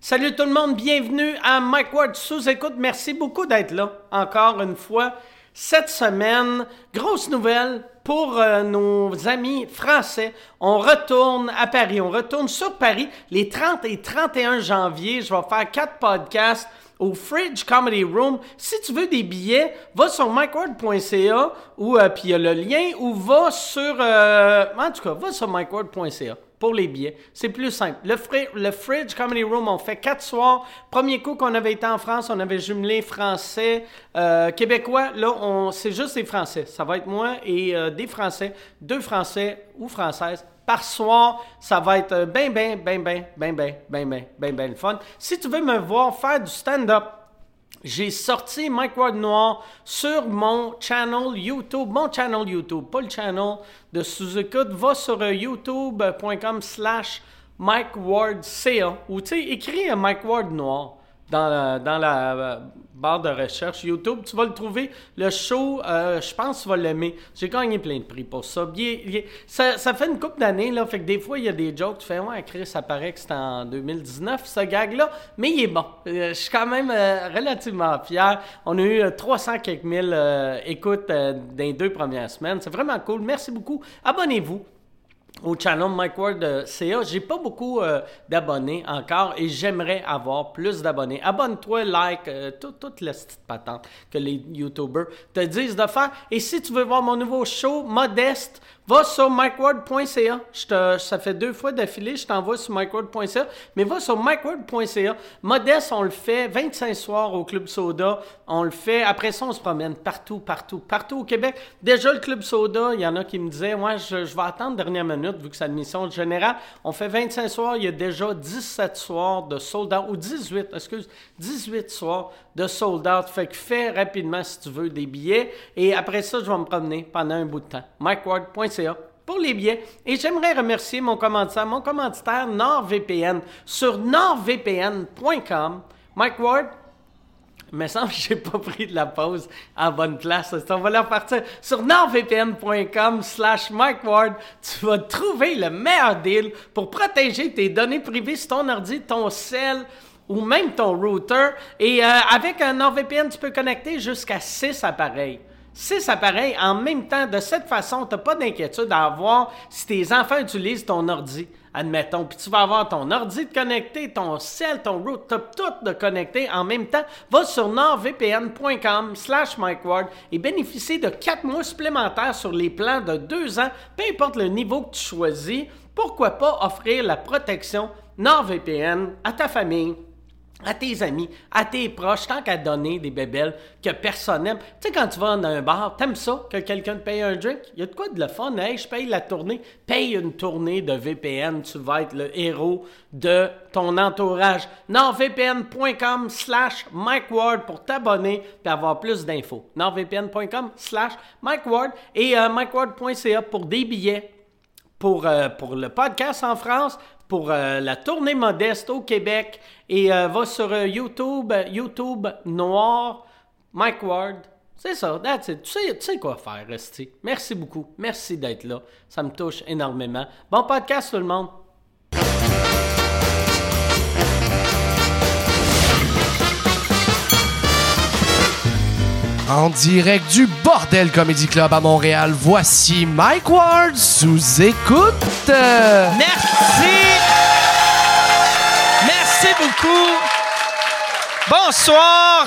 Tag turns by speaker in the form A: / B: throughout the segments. A: Salut tout le monde, bienvenue à Mike Ward sous écoute. Merci beaucoup d'être là encore une fois. Cette semaine, grosse nouvelle pour euh, nos amis français. On retourne à Paris, on retourne sur Paris les 30 et 31 janvier. Je vais faire quatre podcasts au Fridge Comedy Room. Si tu veux des billets, va sur mikeward.ca ou euh, puis il y a le lien ou va sur euh, en tout cas, va sur mikeward.ca pour les billets. C'est plus simple. Le, fri- le Fridge Comedy Room, on fait quatre soirs. Premier coup qu'on avait été en France, on avait jumelé français, euh, québécois. Là, on, c'est juste des français. Ça va être moi et euh, des français, deux français ou françaises par soir. Ça va être euh, ben, ben, ben, ben, ben, ben, ben, ben, ben, ben le fun. Si tu veux me voir faire du stand-up, j'ai sorti Mike Ward Noir sur mon channel YouTube, mon channel YouTube, pas le channel de Suzuka. Va sur euh, youtube.com slash Mike Ward CA ou tu sais, écris euh, Mike Ward Noir dans la, dans la euh, barre de recherche YouTube. Tu vas le trouver. Le show, euh, je pense que tu vas l'aimer. J'ai gagné plein de prix pour ça. Il est- il est- ça, ça fait une couple d'années, là. Fait que des fois, il y a des jokes. Tu fais, ouais, Chris, ça paraît que c'était en 2019, ce gag-là. Mais il est bon. Euh, je suis quand même euh, relativement fier. On a eu euh, 300 quelques mille euh, écoutes euh, dans les deux premières semaines. C'est vraiment cool. Merci beaucoup. Abonnez-vous au channel Mike Ward euh, CA. J'ai pas beaucoup euh, d'abonnés encore et j'aimerais avoir plus d'abonnés. Abonne-toi, like, euh, tout- toute la petite patente que les YouTubers te disent de faire. Et si tu veux voir mon nouveau show, Modeste, va sur mikeward.ca. Je te- ça fait deux fois d'affilée, je t'envoie sur mikeward.ca, mais va sur mikeward.ca. Modeste, on le fait 25 soirs au Club Soda. On le fait, après ça, on se promène partout, partout, partout au Québec. Déjà, le Club Soda, il y en a qui me disaient, moi, je, je vais attendre dernière minute, vu que c'est admission générale. On fait 25 soirs, il y a déjà 17 soirs de sold out, ou 18, excuse, 18 soirs de sold out. Fait que fais rapidement, si tu veux, des billets. Et après ça, je vais me promener pendant un bout de temps. MikeWard.ca pour les billets. Et j'aimerais remercier mon commanditaire, mon commanditaire NordVPN sur nordvpn.com. Mike Ward, mais semble que j'ai pas pris de la pause à la bonne place. On va la partir sur nordvpn.com slash Mike Ward. Tu vas trouver le meilleur deal pour protéger tes données privées sur ton ordi, ton cell ou même ton router. Et euh, avec un NordVPN, tu peux connecter jusqu'à 6 appareils. 6 appareils en même temps. De cette façon, tu n'as pas d'inquiétude à avoir si tes enfants utilisent ton ordi. Admettons, puis tu vas avoir ton ordi de connecté, ton cell, ton router, tout de connecté en même temps. Va sur nordvpn.com slash MikeWard et bénéficie de 4 mois supplémentaires sur les plans de 2 ans, peu importe le niveau que tu choisis. Pourquoi pas offrir la protection NordVPN à ta famille? à tes amis, à tes proches, tant qu'à donner des bébelles que personne n'aime. Tu sais, quand tu vas dans un bar, t'aimes ça que quelqu'un te paye un drink? Il y a de quoi de le fun? Hey, je paye la tournée. Paye une tournée de VPN. Tu vas être le héros de ton entourage. nordvpn.com slash Mike Ward pour t'abonner et avoir plus d'infos. nordvpn.com slash Mike Ward et euh, mikeward.ca pour des billets pour, euh, pour le podcast en France, pour euh, la tournée modeste au Québec. Et euh, va sur euh, YouTube, euh, YouTube Noir, Mike Ward. C'est ça, that's it. Tu sais, tu sais quoi faire, Resti. Merci beaucoup. Merci d'être là. Ça me touche énormément. Bon podcast, tout le monde.
B: En direct du Bordel Comedy Club à Montréal, voici Mike Ward sous écoute. Euh,
C: Merci! Merci beaucoup! Bonsoir!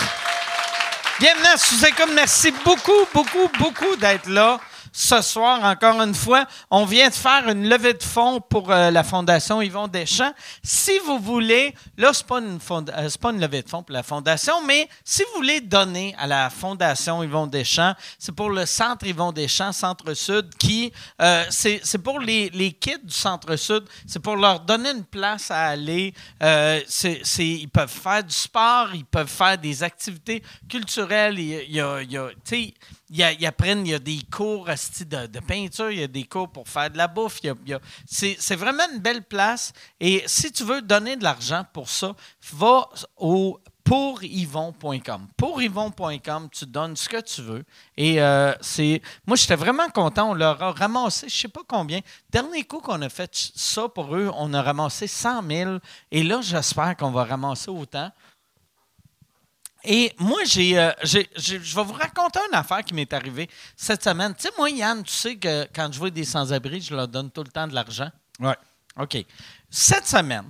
C: Bienvenue à sous comme Merci beaucoup, beaucoup, beaucoup d'être là ce soir, encore une fois. On vient de faire une levée de fonds pour euh, la Fondation Yvon Deschamps. Si vous voulez, là, ce n'est pas, une fonda- euh, c'est pas une levée de fonds pour la Fondation, mais si vous voulez donner à la Fondation Yvon Deschamps, c'est pour le Centre Yvon Deschamps, Centre-Sud, qui, euh, c'est c'est pour les, les kids du Centre-Sud, c'est pour leur donner une place à aller. Euh, c'est- c'est- ils peuvent faire du sport, ils peuvent faire des activités culturelles. Il y a- il y a- il y a- tu sais,
A: ils, a- ils apprennent, il y a des cours asti, de, de peinture, il y a des cours pour faire de la bouffe. il y a- il y a- c'est, c'est vraiment une belle place. Et si tu veux donner de l'argent pour ça, va au pourivon.com. Pourivon.com, tu donnes ce que tu veux. Et euh, c'est. Moi, j'étais vraiment content. On leur a ramassé, je sais pas combien. Dernier coup qu'on a fait ça pour eux, on a ramassé 100 000. Et là, j'espère qu'on va ramasser autant. Et moi, j'ai, euh, j'ai- j'ai- je vais vous raconter une affaire qui m'est arrivée cette semaine. Tu sais, moi, Yann, tu sais que quand je vois des sans-abri, je leur donne tout le temps de l'argent.
B: Ouais.
A: OK. Cette semaine,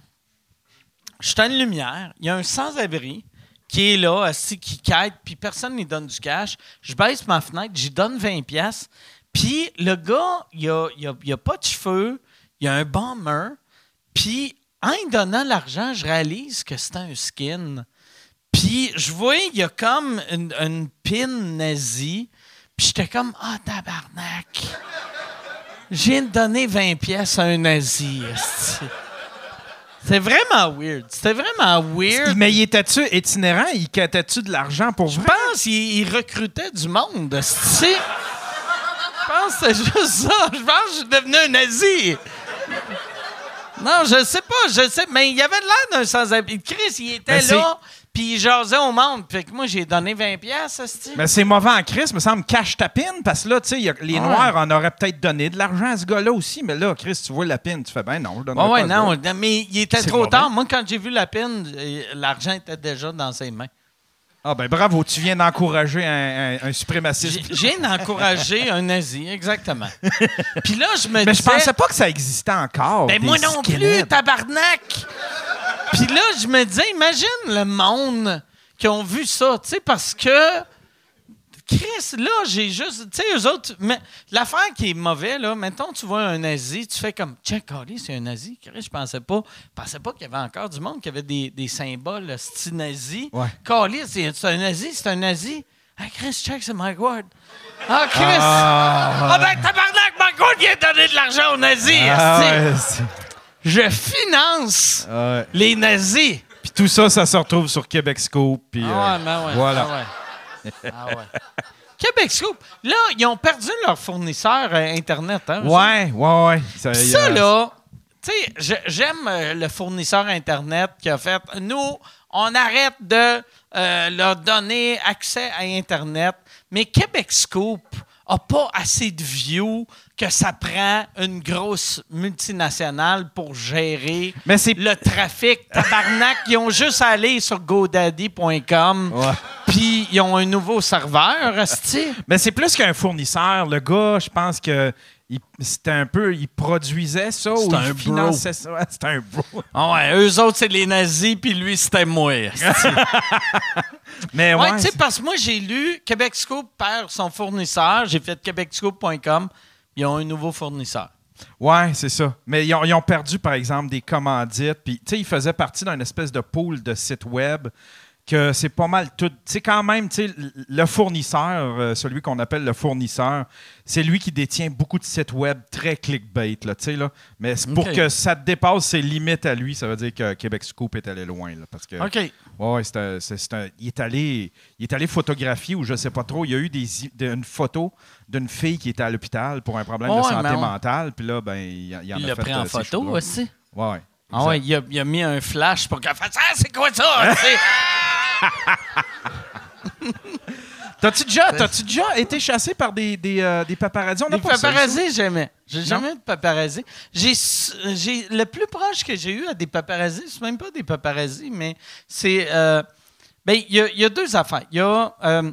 A: je suis à une lumière, il y a un sans-abri qui est là, assis, qui quête, puis personne ne lui donne du cash. Je baisse ma fenêtre, j'y donne 20 pièces. Puis le gars, il a, il a- il a pas de cheveux, il a un bomber. Puis en lui donnant l'argent, je réalise que c'est un skin. Puis je vois, il y a comme une, une pin nazie. Puis j'étais comme, ah, tabarnak. Je viens de donner 20 pièces à un nazi. esti. C'est vraiment weird. C'était vraiment weird.
B: Mais il était-tu itinérant? Il quittait-tu de l'argent pour
A: Je
B: vrai?
A: pense qu'il il recrutait du monde. esti. Je pense que c'est juste ça. Je pense que je suis devenu un nazi. Non, je sais pas, je sais, mais il y avait de l'air d'un sans-abri. Chris, il était
B: Mais c'est-
A: là, puis il jasait au monde. Fait que moi, j'ai donné 20 pièces, esti.
B: Mais Ben, c'est mauvais en Chris, me semble, cache ta pine, parce que là, tu sais, il y a- les Noirs en auraient peut-être donné de l'argent à ce gars-là aussi, mais là, Chris, tu vois la pine, tu fais, ben non, je donne
A: Ouais, ouais,
B: pas à ce
A: non,
B: gars.
A: non, mais il était
B: C'est
A: trop
B: mauvais.
A: tard. Moi, quand j'ai vu la pine, euh, l'argent était déjà dans ses mains.
B: Ah ben bravo, tu viens d'encourager un, un- un
A: J'ai
B: suprémaciste.
A: j'ai d'encourager un nazi, exactement. Puis là, je me
B: Mais je
A: disais...
B: pensais pas que ça existait encore.
A: Ben
B: des
A: moi non
B: skinheads.
A: plus, tabarnak! Puis là, je me disais, imagine le monde qui ont vu ça, tu sais, parce que. Chris, là, j'ai juste. Tu sais, eux autres. mais L'affaire qui est mauvaise, là, mettons, tu vois un nazi, tu fais comme. Tiens, Carly, c'est un nazi. Chris, je pensais pas. Je pensais pas qu'il y avait encore du monde qui avait des, des symboles, style nazi.
B: Ouais.
A: Carly, c'est c'est un nazi, c'est un nazi. Ah, Chris, check, c'est Mike Ward. Ah, Chris!
B: Ah,
A: Ah, ben, tabarnak, Mike Ward vient de donner de l'argent aux nazis.
B: ah,
A: esti.
B: ouais, c'est-
A: Je finance
B: ah, ouais.
A: les nazis.
B: Puis tout ça, ça se retrouve sur Québec Scoop. puis,
A: Ah,
B: euh, Voilà.
A: ben ouais. Ah ouais. Québec Scoop. Là, ils ont perdu leur fournisseur euh, Internet. Hein, eux autres.
B: Ouais, ouais, ouais.
A: Puis
B: il y a-
A: Ça, là, tu sais, je- j'aime euh, le fournisseur Internet qui a fait nous, on arrête de euh, leur donner accès à Internet, mais Québec Scoop n'a pas assez de views que ça prend une grosse multinationale pour gérer
B: Mais c'est-
A: le trafic. Tabarnak, ils ont juste à aller sur godaddy.com.
B: Ouais.
A: Puis ils ont un nouveau serveur, esti.
B: Mais c'est plus qu'un fournisseur. Le gars, je pense que il- c'était un peu. Il produisait ça ou
A: un
B: il
A: bro.
B: finançait ça. Ouais, c'est un bro.
A: Ah ouais, eux autres, c'est les nazis, puis lui, c'était moi. esti.
B: Mais ouais.
A: Ouais, tu sais,
B: c'est-
A: parce que moi, j'ai lu Québec Scoop perd son fournisseur. J'ai fait québecscoop.com. Ils ont un nouveau fournisseur.
B: ouais, c'est ça. Mais ils ont, ils ont perdu, par exemple, des commandites. Puis, tu sais, ils faisaient partie d'une espèce de pool de sites web que c'est pas mal tout. Tu sais, quand même, tu sais, l- le fournisseur, euh, celui qu'on appelle le fournisseur, c'est lui qui détient beaucoup de sites web très clickbait, là, tu sais, là. Mais c'est pour
A: Ok.
B: que ça dépasse ses limites à lui, ça veut dire que Québec Scoop est allé loin, là, parce que...
A: OK.
B: Ouais, ouais, c'est un- c'est- c'est un- il, est allé, il est allé photographier ou je sais pas trop. Il y a eu des, i- de- une photo d'une fille qui était à l'hôpital pour un problème
A: Ouais,
B: de santé
A: mais on-
B: mentale. Puis là, ben, il, y- il en
A: Il
B: a
A: l'a
B: fait,
A: pris
B: euh,
A: en
B: ses
A: photo
B: cheveux longs.
A: aussi.
B: Ouais, ouais.
A: Ah ouais, il a, il a mis un flash pour qu'elle fasse Ah, c'est quoi ça? tu sais?
B: T'as-tu déjà, t'as-tu déjà été chassé par des, des, euh, des paparazzis? On a
A: Des
B: pas ça ici.
A: paparazzis, jamais. J'ai jamais eu de paparazzi. J'ai, s- j'ai- le plus proche que j'ai eu à des paparazzis, c'est même pas des paparazzis, mais c'est. euh, ben, il y, a- il y a deux affaires. Il y a. euh,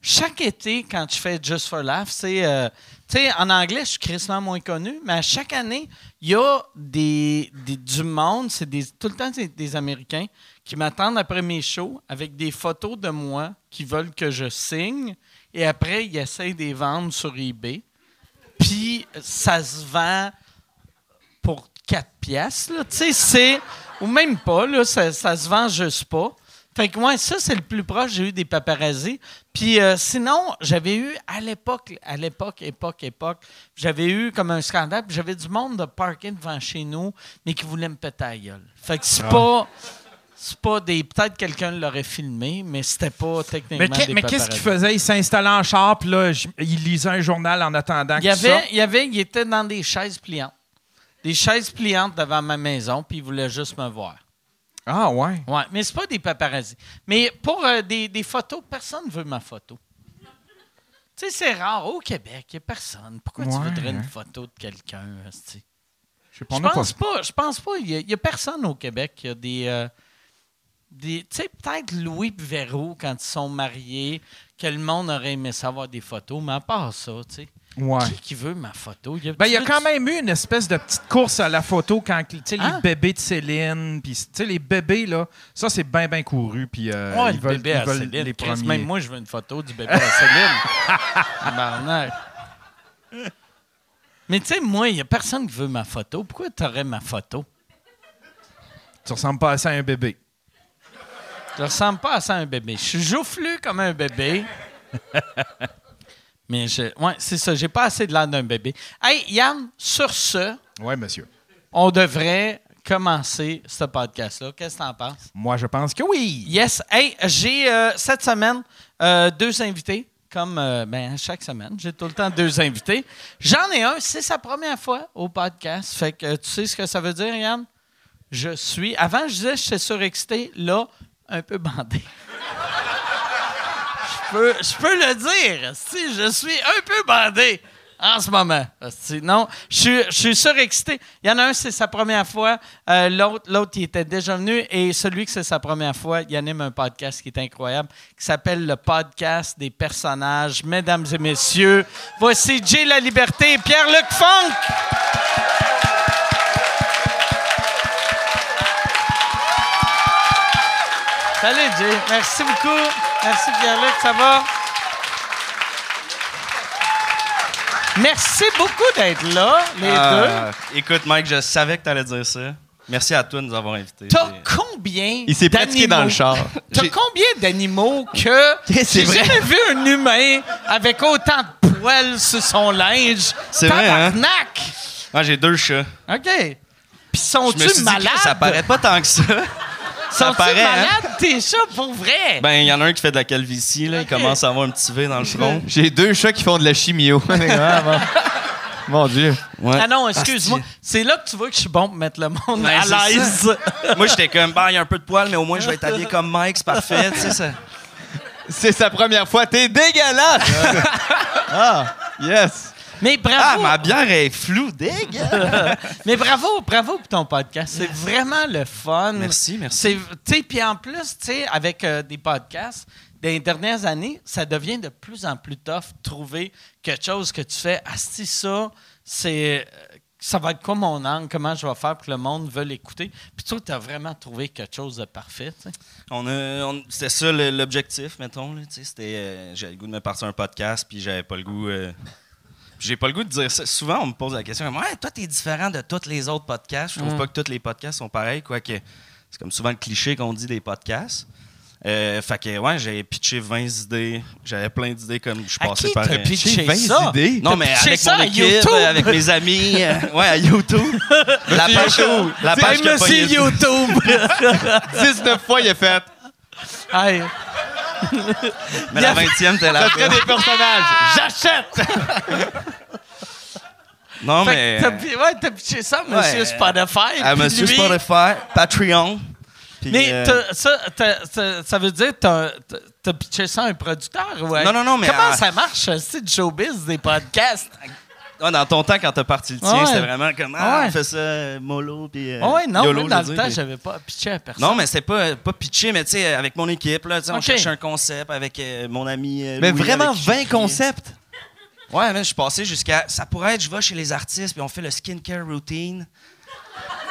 A: chaque été, quand je fais Just for Laugh, c'est. euh, tu sais, en anglais, je suis crissement moins connu, mais à chaque année, il y a des, des- du monde, c'est des, tout le temps des, des Américains, qui m'attendent après mes shows avec des photos de moi qui veulent que je signe. Et après, ils essayent de les vendre sur eBay. Puis ça se vend pour 4 pièces. là. Tu sais, c'est. Ou même pas, là, ça, ça se vend juste pas. Fait que, ouais, ça, c'est le plus proche que j'ai eu des paparazzis. Puis euh, sinon, j'avais eu à l'époque, à l'époque, époque, époque, j'avais eu comme un scandale, puis
B: Ah.
A: j'avais du monde de parking devant chez nous, mais qui voulait me péter la gueule. Fait que c'est pas. C'est pas des. Peut-être quelqu'un l'aurait filmé, mais c'était pas techniquement.
B: Mais, qu'est-
A: des
B: mais qu'est-ce qu'il
A: paparazzi.
B: faisait? Il s'installait en char, puis là, j- il lisait un journal en attendant
A: Il
B: qu'il
A: y avait,
B: sorte.
A: il y avait, il était dans des chaises pliantes. Des chaises pliantes devant ma maison, puis il voulait juste me voir.
B: Ah, ouais.
A: Ouais, mais c'est pas des paparazzis. Mais pour euh, des, des photos, personne veut ma photo. Tu sais, c'est rare. Au Québec, il n'y a personne. Pourquoi tu
B: Ouais,
A: voudrais
B: hein.
A: une photo de quelqu'un? hostie?
B: Je sais pas,
A: Je
B: on a pas-
A: pense pas. Je pense pas. Il n'y a, personne au Québec qui a des. euh, des tu sais, peut-être Louis et Véro, quand ils sont mariés, que le monde aurait aimé savoir des photos, mais à part ça, tu sais.
B: Ouais.
A: Qui, qui veut ma photo? Il y a,
B: Ben, il y a
A: tu-
B: quand même eu une espèce de petite course à la photo quand tu sais,
A: Hein?
B: les bébés de Céline, puis tu sais, les bébés, là, ça, c'est bien, bien couru, puis euh,
A: Ouais,
B: ils
A: le
B: veulent,
A: bébé
B: ils
A: à
B: veulent
A: Céline.
B: les
A: Chris,
B: premiers.
A: même moi, je veux une photo du bébé à Céline. Tabarnak. Mais tu sais, moi, il n'y a personne qui veut ma photo. Pourquoi tu aurais ma photo?
B: Tu ressembles pas assez à un bébé.
A: Je ressemble pas à ça à un bébé. Je suis joufflu comme un bébé. Mais je, ouais, c'est ça. J'ai pas assez de l'air d'un bébé. Hey, Yann, sur ce,
B: Ouais, monsieur.
A: on devrait commencer ce podcast-là. Qu'est-ce que t'en penses?
B: Moi, je pense que oui.
A: Yes. Hey, j'ai euh, cette semaine euh, deux invités, comme euh, ben, à chaque semaine. J'ai tout le temps deux invités. J'en ai un, c'est sa première fois au podcast. Fait que euh, tu sais ce que ça veut dire, Yann? Je suis. Avant, je disais j'étais surexcité. Là, un peu bandé. Je peux, je peux le dire. Si je suis un peu bandé en ce moment. Asti, non, je suis, je suis surexcité. Il y en a un, c'est sa première fois. Euh, l'autre, l'autre, il était déjà venu. Et celui que c'est sa première fois, il anime un podcast qui est incroyable, qui s'appelle le podcast des personnages. Mesdames et messieurs, voici Jay La Liberté et Pierre-Luc Funk. Salut, Jay. Merci beaucoup. Merci, Pierre-Luc. Ça va? Merci beaucoup d'être là, les deux.
D: Ah, Écoute, Mike, je savais que t'allais dire ça. Merci à toi de nous avoir invités.
A: T'as combien
D: Il s'est pratiqué
A: d'animaux-
D: dans le char.
A: T'as
D: J'ai-
A: combien d'animaux que
D: C'est
A: j'ai
D: vrai.
A: jamais vu un humain avec autant de poils sur son linge.
D: C'est vrai, hein?
A: Tabarnak!
D: Moi, j'ai deux chats.
A: Ok. Puis
D: Je me suis
A: sont-tu
D: dit, Chris, ça paraît
A: malades?
D: pas tant que ça. ça
A: Sont-tu
D: paraît, hein?
A: malades tes chats pour vrai?
D: Ben, il y en a un qui fait de la calvitie, là. Il commence à avoir un petit V dans le front.
E: J'ai deux chats qui font de la chimio. Mon Dieu.
D: Ouais.
A: Ah non, excuse-moi. C'est là que tu vois que je suis bon pour mettre le monde
D: Ben, c'est
A: à l'aise.
D: Moi, j'étais comme, bah, il y a un peu de poils, mais au moins, je vais être habillé comme Mike, c'est parfait, tu sais, ça.
E: C'est sa première fois. T'es dégueulasse! ah, yes.
A: Mais
D: Ah,
A: bravo,
D: ma bière est floue, deg!
A: mais bravo, bravo pour ton podcast. C'est vraiment le fun.
D: Merci, merci.
A: C'est- tu sais, Puis en plus, tu sais, avec euh, des podcasts, dans les dernières années, ça devient de plus en plus tough de trouver quelque chose que tu fais. Asti, ça, c'est. euh, Ça va être quoi mon angle? Comment je vais faire pour que le monde veuille l'écouter? Puis toi, tu as vraiment trouvé quelque chose de parfait. tu sais.
D: On a- on- c'était ça le- l'objectif, mettons. là, tu sais, c'était, euh, j'avais le goût de me partir un podcast, puis j'avais pas le goût. euh, j'ai pas le goût de dire ça. Souvent, on me pose la question Ouais, toi, t'es différent de tous les autres podcasts. Je trouve pas que tous les podcasts sont pareils, quoique. C'est comme souvent le cliché qu'on dit des podcasts. Euh, fait que, ouais, j'avais pitché 20 idées. J'avais plein d'idées comme je suis
A: À
D: passé
A: qui
D: par.
A: t'as
D: euh,
A: pitché
E: J'ai 20
A: ça?
E: idées.
D: non, mais
A: pitché
D: avec
A: ça
D: mon
A: à
D: équipe,
A: YouTube?
D: euh, avec mes amis. euh, ouais, à YouTube. la page, la page que
A: Monsieur YouTube!
E: 19 fois, il a fait.
A: Hey.
D: Mais la 20e, t'es
E: Ça
D: la
E: serait des personnages.
A: J'achète!
D: Non,
A: Fait
D: mais.
A: que t'as pi- ouais, t'as pitché ça, à Monsieur
D: Ouais.
A: Spotify.
D: à
A: puis
D: Monsieur
A: lui-
D: Spotify, Patreon. puis,
A: Mais
D: euh,
A: t'as- ça, t'as- ça- ça veut dire que t'as- t'as- t'as pitché ça à un producteur, ouais?
D: Non, non, non, mais
A: Comment
D: à-
A: ça marche, euh, le site showbiz des podcasts?
D: ouais, dans ton temps, quand t'as parti le tien,
A: Ouais.
D: c'était vraiment comme ah,
A: Ouais.
D: on fait ça euh, mollo puis euh,
A: Ah ouais, non,
D: YOLO,
A: moi, dans
D: je
A: le
D: veux
A: temps,
D: dire, puis-
A: j'avais pas pitché à personne.
D: Non, mais c'était pas pas pitché, mais tu sais, avec mon équipe là, tu sais, on
A: Ok.
D: cherchait un concept avec euh, mon ami. euh,
E: Mais
D: Louis,
E: vraiment
D: avec qui je
E: 20
D: criais.
E: concepts.
D: Ouais, mais je suis passé jusqu'à ça pourrait être je vais chez les artistes puis on fait le skincare routine.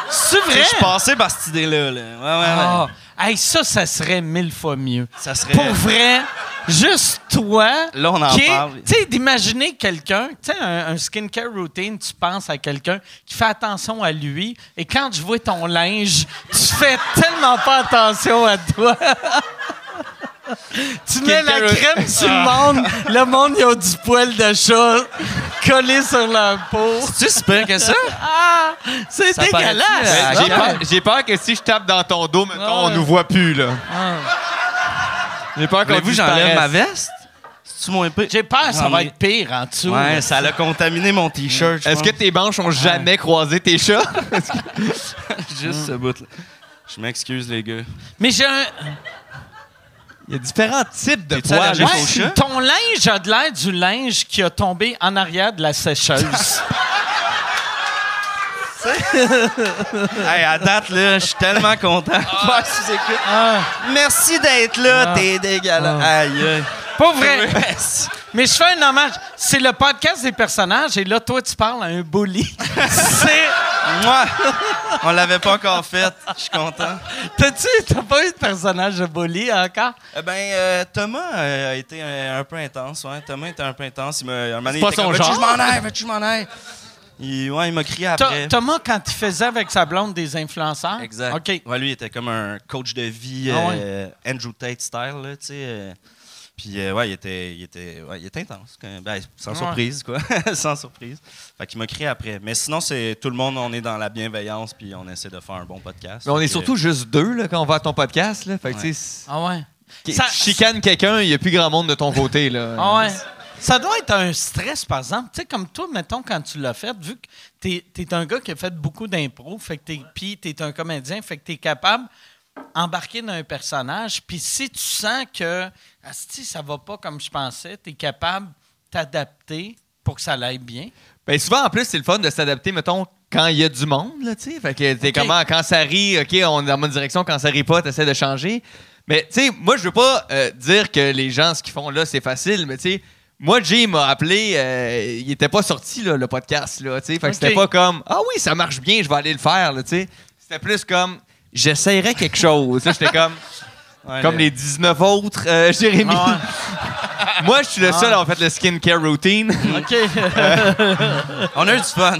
A: C'est
D: Tu sais,
A: Ah, vrai?
D: Je suis passé par cette idée là. là. Ouais, ouais, ouais.
A: Ah, hey, ça, ça serait mille fois mieux.
D: Ça serait.
A: Pour vrai, juste toi.
D: Là, on en
A: qui est-
D: parle.
A: Tu sais, d'imaginer quelqu'un, tu sais, un, un skincare routine, tu penses à quelqu'un qui fait attention à lui, et quand je vois ton linge, tu fais tellement pas attention à toi.
E: Ah.
A: tu mets la crème sur le monde, le monde, il a du poil de chat. collés sur leur peau.
D: C'est-tu si pire que ça?
A: Ah! C'est
D: Ça
A: dégueulasse!
D: paraît-tu,
E: Ben,
D: Ah,
E: J'ai
D: non.
E: peur, j'ai peur que si je tape dans ton dos, maintenant,
A: Ah,
E: on
A: ouais.
E: nous voit plus, là.
A: Ah.
E: J'ai peur qu'on
D: Voulez-vous que j'enlève
E: disparaisse.
D: ma veste? C'est-tu mon épée?
A: J'ai peur que ça
D: Non,
A: va
D: mais-
A: être pire en dessous.
D: Ouais, ça l'a contaminé mon T-shirt. je
E: Est-ce que
D: pense.
E: tes manches ont jamais croisé tes chats?
D: Juste ce bout-là. Je m'excuse, les gars.
A: Mais j'ai un.
E: Il y a différents types de
D: T'es-tu allergique
E: Ouais.
D: au chat?
A: Ton linge a de l'air du linge qui a tombé en arrière de la sécheuse.
D: Hey, à date, là, je suis tellement content.
E: Ah,
D: Ouais, sous écoute.
A: Ah.
D: Merci d'être là, t'es dégueulasse.
E: Ah.
D: Aïe, aïe.
A: Pas vrai!
D: Merci.
A: Mais je fais un hommage. C'est le podcast des personnages et là, toi, tu parles à un bully. C'est.
D: Moi, on l'avait pas encore fait. Je suis content.
A: T'as-tu t'as pas eu de personnage de bully encore?
D: Eh ben, euh, Thomas euh, a été un, un peu intense. Ouais. Thomas était un peu intense. Il m'a, un moment donné,
E: pas
D: il était
E: son
D: comme, Veux-tu que
E: genre.
D: Je m'en aille, veux-tu que je m'en aille. Il, ouais, il m'a crié après.
A: Tho- Thomas, quand il faisait avec sa blonde des influenceurs.
D: Exact.
A: OK.
D: Ouais, lui, il était comme un coach de vie,
A: Ah ouais.
D: euh, Andrew Tate style, là, tu sais. euh. Puis, euh, ouais, il était, il était, ouais, il était intense. quand même. Ben, sans
A: Ouais.
D: surprise, quoi. sans surprise. Fait qu'il m'a crié après. Mais sinon, c'est tout le monde, on est dans la bienveillance, puis on essaie de faire un bon podcast.
E: Mais on est
D: Fait que-
E: surtout juste deux là, quand on va à ton podcast. Là. Fait que, tu sais,
A: Ah ouais.
E: si-
A: Ça-
E: tu chicanes quelqu'un, il n'y a plus grand monde de ton côté. Là.
A: Ah ouais. Ça doit être un stress, par exemple. Tu sais, comme toi, mettons, quand tu l'as fait, vu que t'es es un gars qui a fait beaucoup d'impro, fait que t'es- puis t'es un comédien, fait que t'es capable d'embarquer dans un personnage, puis si tu sens que si ça va pas comme je pensais, t'es capable de t'adapter pour que ça l'aille bien.
E: Ben, souvent, en plus, c'est le fun de s'adapter, mettons, quand il y a du monde. Là, tu sais. fait que t'es
A: Ok.
E: comment, quand ça rit, OK, on est dans la bonne direction. Quand ça rit pas, tu essaies de changer. Mais tu sais, moi, je veux pas euh, dire que les gens, ce qu'ils font là, c'est facile, mais tu sais, moi, Jay m'a appelé, euh, il était pas sorti, là, le podcast, là, tu sais. Fait que
A: Ok.
E: c'était pas comme, ah oui, ça marche bien, je vais aller le faire, là, tu sais. C'était plus comme, j'essayerais quelque chose. Là, J'étais comme,
D: Ouais,
E: comme les 19 autres, euh, Jérémy.
A: Ah
E: moi, je suis le seul à avoir fait le skincare routine.
A: ouais. OK.
D: On a eu du fun.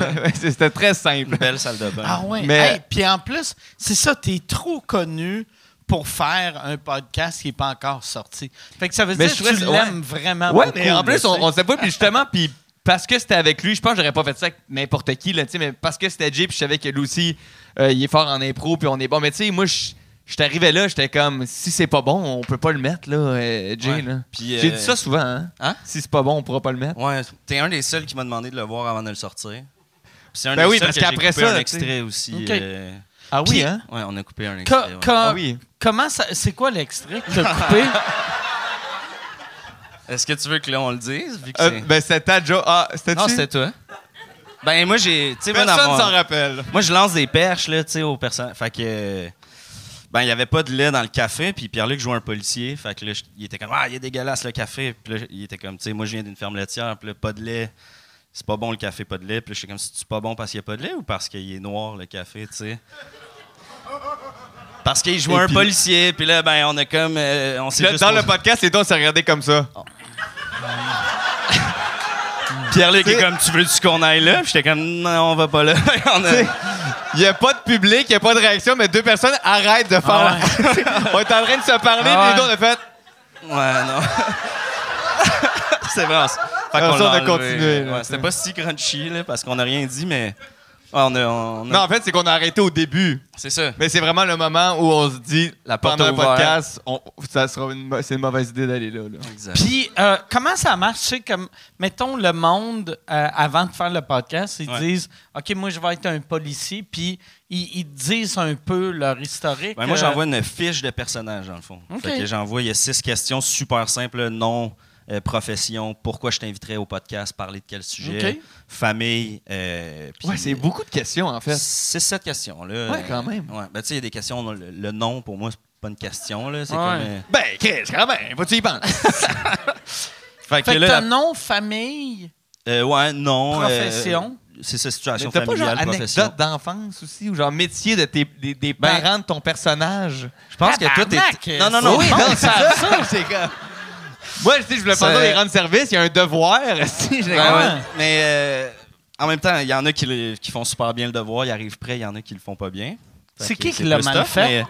E: Ouais, c'était très simple.
D: Belle salle de bain.
A: Ah ouais.
E: Mais-
A: Hey, puis en plus, c'est ça, t'es trop connu pour faire un podcast qui n'est pas encore sorti. Fait que ça veut
E: Mais
A: dire
E: je
A: que tu
E: trouvais- ouais.
A: l'aimes vraiment
E: Ouais,
A: beaucoup,
E: mais en
A: là,
E: plus,
A: tu sais.
E: on, on sait pas, puis justement, puis parce que c'était avec lui, je pense que j'aurais pas fait ça avec n'importe qui, là, tu sais, mais parce que c'était Jay, puis je savais que lui aussi, euh, il est fort en impro, puis on est bon. Mais tu sais, moi, je je t'arrivais là, j'étais comme, si c'est pas bon, on peut pas le mettre, là, euh, Jay,
D: Ouais.
E: là.
D: Puis,
E: J'ai
D: euh,
E: dit ça souvent, hein?
D: Hein?
E: Si c'est pas bon, on pourra pas le mettre.
D: Ouais, t'es un des seuls qui m'a demandé de le voir avant de le sortir. Puis C'est un
E: Ben
D: des
E: oui,
D: seuls
E: parce
D: que j'ai
E: qu'après
D: coupé
E: ça,
D: un
E: tu sais.
D: extrait aussi.
A: Ok.
D: euh,
E: Ah
A: Puis-
E: oui, hein?
D: Ouais, on a coupé un extrait.
A: Co-
D: ouais.
A: co-
E: Ah oui.
A: Comment ça. C'est quoi l'extrait que t'as coupé?
D: Est-ce que tu veux que là, on le dise? vu que
E: Euh,
D: c'est-
E: ben, c'était Joe. Ah, c'était
D: Non, c'était toi. hein? Ben, moi, j'ai. tu sais, moi, dans
E: Personne
D: mon-
E: s'en rappelle.
D: Moi, je lance des perches, là, tu sais, aux personnes. Fait que. euh, Ben, il n'y avait pas de lait dans le café, puis Pierre-Luc jouait un policier. Fait que là, je- il était comme, ah, il est dégueulasse le café. Puis là, il était comme, tu sais, moi, je viens d'une ferme laitière, puis là, pas de lait. C'est pas bon le café, pas de lait. Puis là, je suis comme, c'est pas bon parce qu'il n'y a pas de lait ou parce qu'il est noir le café, tu sais? Parce qu'il jouait
E: Et
D: un
E: puis-
D: policier, puis là, ben, on a comme. euh, on s'est
E: Là,
D: juste
E: dans
D: posé-
E: le podcast, les deux, on s'est regardé comme ça.
D: Pierre-Luc est
E: T'sais-
D: comme, tu veux-tu qu'on aille là? Puis j'étais comme, non, on va pas là. On a-
E: Il n'y a pas de public, il n'y a pas de réaction, mais deux personnes arrêtent de faire. on est en train de se parler, puis
A: Ah
E: les deux, on a fait.
D: Ouais, non. c'est vrai. ça. Fait
E: Alors
D: qu'on
E: ça, on
D: l'a
E: a
D: enlevé.
E: continué, là,
D: Ouais, c'était pas si crunchy, là, parce qu'on a rien dit, mais. Ouais, on a, on a-
E: Non, en fait, c'est qu'on a arrêté au début.
D: C'est ça.
E: Mais c'est vraiment le moment où on se dit, la
D: porte
E: pendant un
D: ouverte.
E: podcast, on- ça sera une, mo- c'est une mauvaise idée d'aller là. là.
D: Exact.
A: Puis, euh, comment ça marche? Tu sais, comme, mettons, le monde, euh, avant de faire le podcast, ils
D: Ouais.
A: disent OK, moi, je vais être un policier, puis ils, ils te disent un peu leur historique.
D: Ouais, Ben, moi,
A: euh,
D: j'envoie une fiche de personnage, dans le fond.
A: Ok.
D: Fait que j'envoie, il y a six questions super simples nom, euh, profession, pourquoi je t'inviterais au podcast, parler de quel sujet,
A: Ok.
D: famille. euh, puis-
E: Ouais, c'est beaucoup de questions, en fait.
D: C'est cette question-là.
E: Ouais, quand même.
D: Ouais. Ben, tu sais, il y a des questions, le, le nom, pour moi, c'est pas une question, là. C'est
A: Ouais.
D: comme. euh,
E: Ben, Chris, quand même, faut-tu y penser?
D: Fait que
A: Fait que
D: là,
A: ton nom, famille,
D: euh, ouais, non. euh,
A: profession.
D: c'est ça, situation
E: T'as pas genre
D: familiale, profession.
E: anecdote d'enfance aussi, ou genre métier de tes, des, des
D: Ben-
E: parents de ton personnage?
D: Je pense que toi, t'es.
A: Tabarnak!
D: Non, non, non.
A: Oui,
D: je pense-
A: non, c'est ça.
E: c'est comme... Moi, tu sais, je voulais
D: Ça-
E: pas les rendre service, il y a un devoir, si, j'ai-
D: Ouais, ouais.
A: Ouais.
D: Mais euh, en même temps, il y en a qui, le- qui font super bien le devoir, ils arrivent prêts, il y en a qui le font pas bien. Fait
A: C'est
D: que
A: qui qui l'a
D: plus
A: mal
D: tough,
A: fait?
D: mais, euh,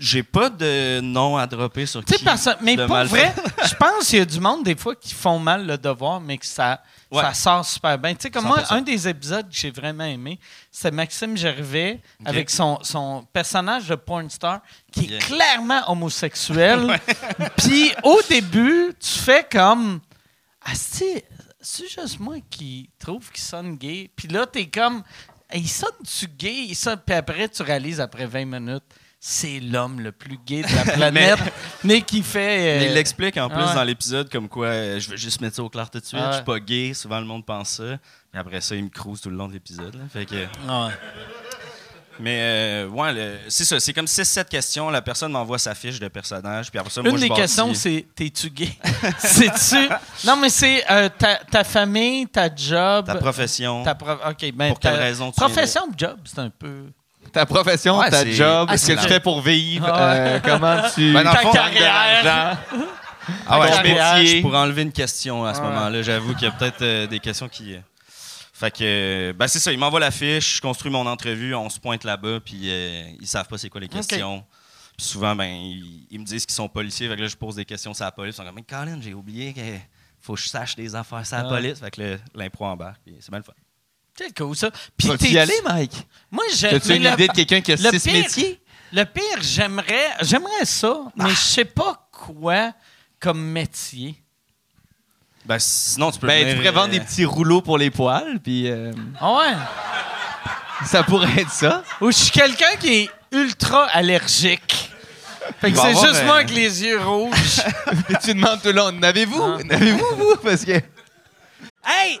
D: J'ai pas de nom à dropper sur
A: Tu
D: qui
A: sais, parce- mais
D: de
A: pour
D: mal
A: vrai,
D: fait.
A: je pense qu'il y a du monde des fois qui font mal le devoir, mais que ça,
D: Ouais.
A: ça sort super bien. Tu sais, comme moi,
D: 100%.
A: un des épisodes que j'ai vraiment aimé, c'est Maxime Gervais
D: Ok.
A: avec son, son personnage de porn star qui est
D: Yeah.
A: clairement homosexuel. Puis au début, tu fais comme. Asti, c'est juste moi qui trouve qu'il sonne gay. Puis là, t'es comme. Hey, Il sonne-tu gay? Il sonne... Puis après, tu réalises après 20 minutes, c'est l'homme le plus gay de la planète, mais, qui fait.
D: Mais
A: euh,
D: il l'explique en plus
A: ouais.
D: dans l'épisode comme quoi euh, je veux juste mettre ça au clair tout de suite,
A: Ah ouais.
D: je suis pas gay, souvent le monde pense ça. Mais après ça, il me crouse tout le long de l'épisode. là. Fait que.
A: Ouais.
D: Mais euh, ouais, le- c'est ça, c'est comme 6-7 questions, la personne m'envoie sa fiche de personnage, puis après ça,
A: Une
D: moi, je
A: des
D: bâtis-
A: questions, c'est t'es-tu gay? C'est-tu. Non, mais c'est euh, ta, ta famille, hein, ta job.
D: ta profession.
A: ta pro- OK, ben,
D: Pour quelle
A: ta-
D: raison tu
A: Profession, job, c'est un peu.
E: Ta profession,
D: Ouais,
E: ta
D: c'est-
E: job,
D: Ah,
E: ce que
D: c'est
E: tu fais pour vivre,
A: Ouais.
E: euh, comment tu.
D: Ben, dans le
A: ta
D: fond,
A: carrière.
D: Ah
A: Ta
D: ouais, je pourrais-
A: carrière.
D: je pourrais enlever une question à ce
A: Ouais.
D: moment-là. J'avoue qu'il y a peut-être euh, des questions qui. euh, Fait que, euh, ben c'est ça, il m'envoie la fiche, je construis mon entrevue, on se pointe là-bas, puis euh, ils savent pas c'est quoi les questions. Puis souvent, ben, ils, ils me disent qu'ils sont policiers, fait que là, je pose des questions sur la police. Ils sont comme, mais Colin, j'ai oublié que faut que je sache des affaires sur la
A: Ah.
D: police. Fait que là, l'impro embarque, puis c'est bien le fun.
A: Quel cool, ça.
E: Tu
A: Puis
E: vas
A: t'es.
E: y aller, Mike?
A: Moi, j'ai.
E: As-tu
A: mais
E: une
A: le-
E: idée de quelqu'un qui a
A: le
E: six
A: pire-
E: métiers?
A: Le pire, j'aimerais, j'aimerais ça, mais je sais pas quoi comme métier.
D: Ben, sinon, tu peux.
E: Ben, tu
D: venir,
E: pourrais vendre des
D: euh,
E: petits rouleaux pour les poils, puis euh,
A: Ah ouais?
E: ça pourrait être ça.
A: Ou je suis quelqu'un qui est ultra allergique. Fait
D: Il
A: que
D: va
A: c'est
D: avoir,
A: juste
D: euh,
A: moi avec les yeux rouges.
E: Puis tu demandes tout le long, n'avez-vous? N'avez-vous, vous? Parce que.
A: hey!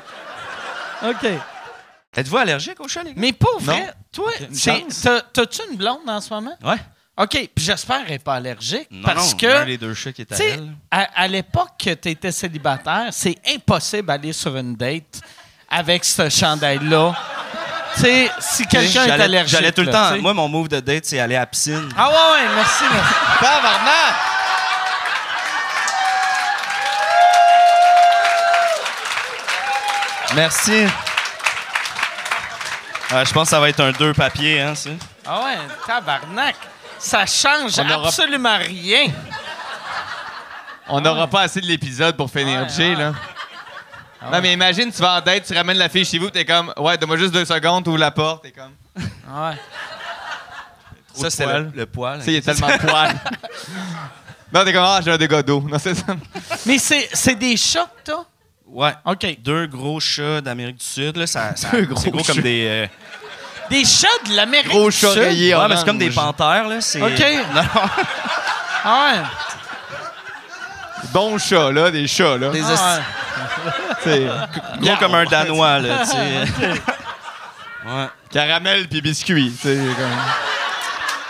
A: OK.
D: Êtes-vous allergique au chat, les gars?
A: Mais pour vrai, toi,
D: une
A: c'est-
D: chance.
A: t'as- t'as-tu une blonde en ce moment?
D: Ouais.
A: OK, puis j'espère qu'elle n'est pas allergique.
D: Non,
A: parce
D: non,
A: que,
D: un des deux chats qui est
A: tu
D: à
A: sais,
D: elle.
A: à, à l'époque que tu étais célibataire, c'est impossible d'aller sur une date avec ce chandail-là. tu sais, si quelqu'un est
D: J'allais-
A: allergique.
D: J'allais tout le
A: là,
D: temps.
A: tu sais.
D: Moi, mon move de date, c'est aller à la piscine.
A: Ah ouais, ouais, merci, merci.
E: Tabarnak!
D: Merci. Ah, je pense que ça va être un deux papiers, hein, ça.
A: Ah ouais, tabarnak. Ça change
E: On aura-
A: absolument rien.
E: On n'aura pas assez de l'épisode pour finir
A: Ouais,
E: le Jay, là. Non, mais imagine, tu vas en date, tu ramènes la fille chez vous, t'es comme, ouais, donne-moi juste deux secondes, ouvre la porte, t'es comme.
A: Ouais.
D: Ça, c'est le, le poil.
E: Tu sais, il y a tellement de poils. non, t'es comme, ah, j'ai un dégât d'eau. Non, c'est ça.
A: Mais c'est c'est des chocs, toi?
D: Ouais.
A: OK.
D: Deux gros chats d'Amérique du Sud, là, ça, ça-
E: Deux gros
D: c'est gros
E: chats.
D: comme des... euh,
A: Des chats de l'Amérique
E: Gros
A: du Sud?
E: chat rayé
D: Ouais, mais
E: orange.
D: c'est comme des panthères, là. C'est...
A: OK.
D: Non, non,
A: Ah
E: Bons chats, là, des chats, là.
A: ouais.
D: des
A: Ah
D: esti-
A: ouais.
E: T'sais,
D: gros comme un Danois, là, tu sais. Ouais.
E: Caramel puis biscuit. t'sais, comme-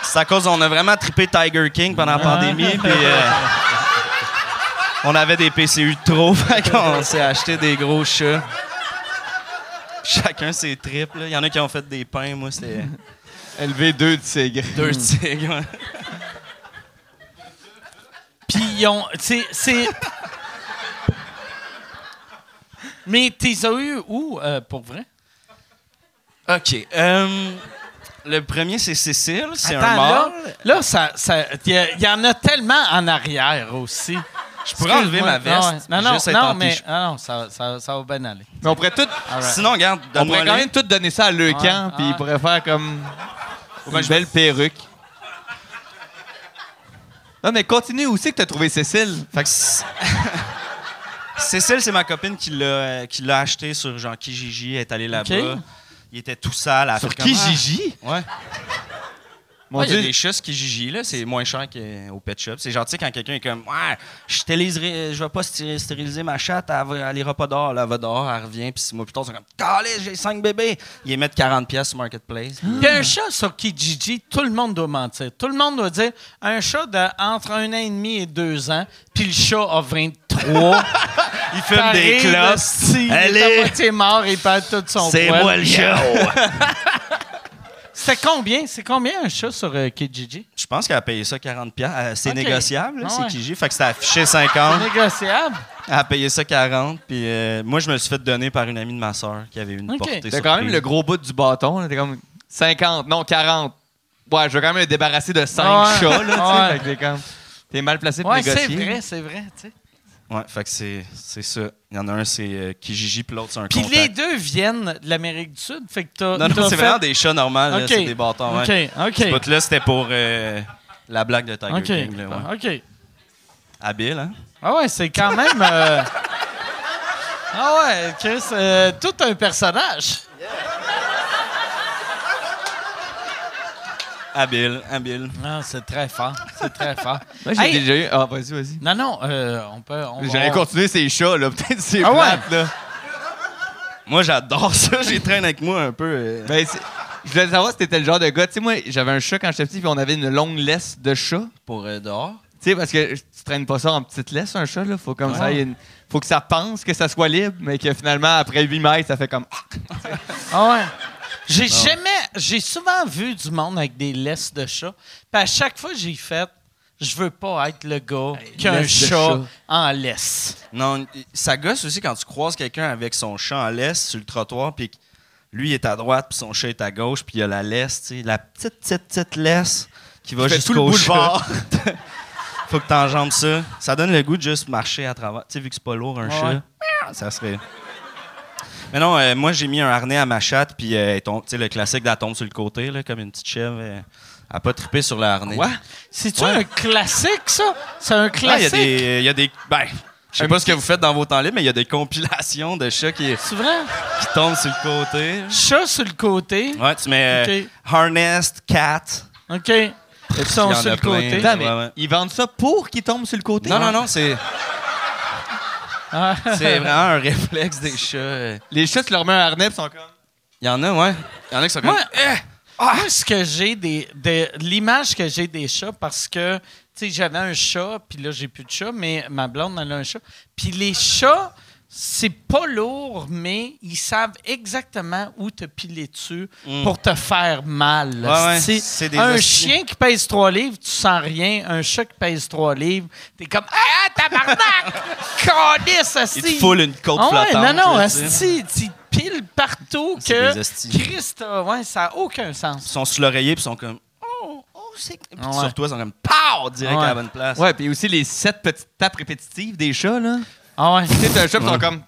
D: C'est à cause on a vraiment trippé Tiger King pendant la pandémie, puis... euh, on avait des PCU de trop, fait qu'on s'est acheté des gros chats. Chacun ses tripes, là. Il y en a qui ont fait des pains, moi, c'était...
E: Élever deux tigres.
D: Deux tigres, ouais.
A: Puis ils ont... C'est... c'est- Mais t'es as eu où, euh, pour vrai?
D: OK. euh, le premier, c'est Cécile. C'est un
A: Attends,
D: mort.
A: Là, là, ça... ça- Il y a- il y, en a tellement en arrière aussi.
D: Je pourrais enlever ma veste.
A: Non, non,
D: juste être en
A: non, mais
D: t-shirt.
A: ah non, ça, ça- ça va bien aller.
E: Mais on pourrait tout,
D: Sinon, regarde,
E: on pourrait
D: donne-moi
E: quand même tout donner ça à Le
A: Ouais,
E: Camp, puis
A: ouais.
E: il pourrait faire comme une belle perruque. Non, mais continue. Où c'est que t'as trouvé Cécile?
D: Fait que c- Cécile, c'est ma copine qui l'a euh, qui l'a acheté sur genre Kijiji. Elle est allée là-bas.
A: OK.
D: Il était tout sale. elle a fait comme,
E: Gigi?
D: ah, Ouais.
E: Mon
D: Ouais, Il y a
E: Dieu.
D: des choses qui gigent, là. C'est moins cher qu'au pet shop. C'est gentil quand quelqu'un est comme, ouais, je stériliserai, je vais pas sté- stériliser ma chatte, elle, va, elle ira pas dehors, là, elle va dehors, elle revient, puis six mois plus tard, c'est comme, calé, j'ai cinq bébés. Ils les mettent 40$ piastres sur Marketplace. puis-
A: Il y a un chat sur qui Gigi, tout le monde doit mentir. Tout le monde doit dire un chat de entre un an et demi et deux ans, puis le chat a 23.
D: Il fume
A: T'arrives,
D: des clopes.
A: si, Il est
D: Allez.
A: à moitié mort, il perd tout son
D: C'est
A: poil.
D: moi le show.
A: C'est combien? C'est combien un chat sur euh, Kijiji?
D: Je pense qu'elle a payé ça 40$. piastres. Euh, c'est
A: Ok.
D: négociable, là,
A: Ah
D: c'est
A: ouais.
D: Kijiji. Fait que c'était affiché 50$.
A: Négociable?
D: Elle a payé ça 40$. Puis euh, moi, je me suis fait donner par une amie de ma soeur qui avait une
A: Ok.
D: portée.
E: T'as quand même
D: surprise.
E: le gros bout du bâton. là. T'es comme 50, non 40. Ouais, je veux quand même me débarrasser de 5
A: Ouais.
E: chats. Là, tu sais.
A: Ouais.
E: Fait que t'es comme- T'es mal placé pour
A: Ouais, c'est
E: négocier.
A: vrai, c'est vrai. tu sais.
D: Ouais, fait que c'est c'est ça. Il y en a un, c'est euh, Kijiji, puis l'autre, c'est un
A: Puis
D: contact.
A: les deux viennent de l'Amérique du Sud, fait que t'as.
D: Non,
A: t'as
D: non, c'est
A: fait-
D: vraiment des chats normaux, là,
A: Ok.
D: c'est des bâtons. ouais.
A: OK,
D: Ce
A: OK.
D: bout-là, c'était pour euh, la blague de Tiger
A: OK. Ah.
D: King. là, ouais.
A: OK.
D: Habile, hein?
A: Ah ouais, c'est quand même. euh, Ah ouais, Chris, euh, tout un personnage.
D: Habile, habile.
A: Non, c'est très fort. C'est très fort.
E: Moi, j'ai
A: Hey!
E: déjà eu. Ah, vas-y, vas-y.
A: Non, non, euh, on peut. on-
E: J'allais
A: on-
E: continuer ces chats, là. Peut-être c'est
A: Ah ouais?
E: plate, là.
D: Moi, j'adore ça. J'ai traîné avec moi un peu. euh.
E: Ben, c'est- je voulais savoir si t'étais le genre de gars. Tu sais, moi, j'avais un chat quand j'étais petit, puis on avait une longue laisse de chat.
D: Pour euh, dehors.
E: Tu sais, parce que tu traînes pas ça en petite laisse, un chat, là. Faut comme ça, il y a une- faut que ça pense que ça soit libre, mais que finalement, après 8 mètres, ça fait comme.
A: Ah ouais. J'ai jamais. J'ai souvent vu du monde avec des laisses de chat. Puis à chaque fois, j'ai fait. Je veux pas être le gars qui a un
E: laisse de
A: chat,
E: chat.
A: en laisse.
D: Non, ça gosse aussi quand tu croises quelqu'un avec son chat en laisse sur le trottoir, puis que lui il est à droite, puis son chat est à gauche, puis il y a la laisse, tu sais, la petite, petite, petite laisse qui va
E: Qui fait tout le
D: jusqu'au chat.
E: boulevard.
D: Faut que t'enjambes ça. Ça donne le goût de juste marcher à travers. Tu sais, vu que c'est pas lourd, un chat, miaou, ça serait... Mais non, euh, moi, j'ai mis un harnais à ma chatte, puis euh, elle tombe- tu sais, le classique de la tombe sur le côté, là, comme une petite chèvre. euh, Elle a pas trippé sur le harnais.
A: Quoi? C'est-tu
D: Ouais.
A: un classique, ça? C'est un
D: Ouais, Il y a
A: classique.
D: des... il y a des ben, je sais
E: Un
D: pas ce que vous faites dans vos temps libres, mais il y a des compilations de chats qui...
A: C'est vrai?
D: qui tombe sur le côté.
A: Chat sur le côté.
D: Ouais, tu mets euh,
A: Ok.
D: Harnessed Cat.
A: OK. Ils sont
D: Il y en
A: sur
D: a
A: le côté.
D: plein.
E: Attends, mais
D: Ouais, ouais.
E: ils vendent ça pour qu'ils tombent sur le côté.
D: Non, non, non, c'est
A: Ah.
D: c'est vraiment un réflexe des chats. euh.
E: Les chats, tu leur mets un harnais, puis ils sont comme.
D: Il y en a, ouais. Il y en a qui sont comme.
A: Moi, euh,
D: Ah!
A: moi, ce que j'ai des, des- l'image que j'ai des chats parce que tu sais j'avais un chat puis là j'ai plus de chat mais ma blonde elle a un chat puis les chats c'est pas lourd mais ils savent exactement où te piler dessus pour te faire mal.
D: Mm. Ouais, ouais,
A: C'est-
D: c'est des
A: un
D: hosties.
A: chien qui pèse 3 livres, tu sens rien, un chat qui pèse 3 livres, t'es comme ah ah, tabarnak, câlisse,
D: Il
A: hostie!
D: te foule une côte
A: Ah ouais,
D: flottante.
A: non, non,
D: là, tu sais.
A: asti, tu piles partout
D: C'est
A: que
D: des hosties.
A: Christ, euh, ouais, ça n'a aucun
D: Ils
A: sens.
D: sont sur l'oreiller, puis ils sont comme. Oh, oh, c'est. Puis
A: Ouais.
D: sur toi, ils sont comme. Pow! Direct
A: Ouais.
D: à la bonne place.
E: Ouais, puis aussi les sept petites tapes répétitives des chats, là.
A: Ah ouais.
E: Tu sais, t'as un chat, puis ils sont comme.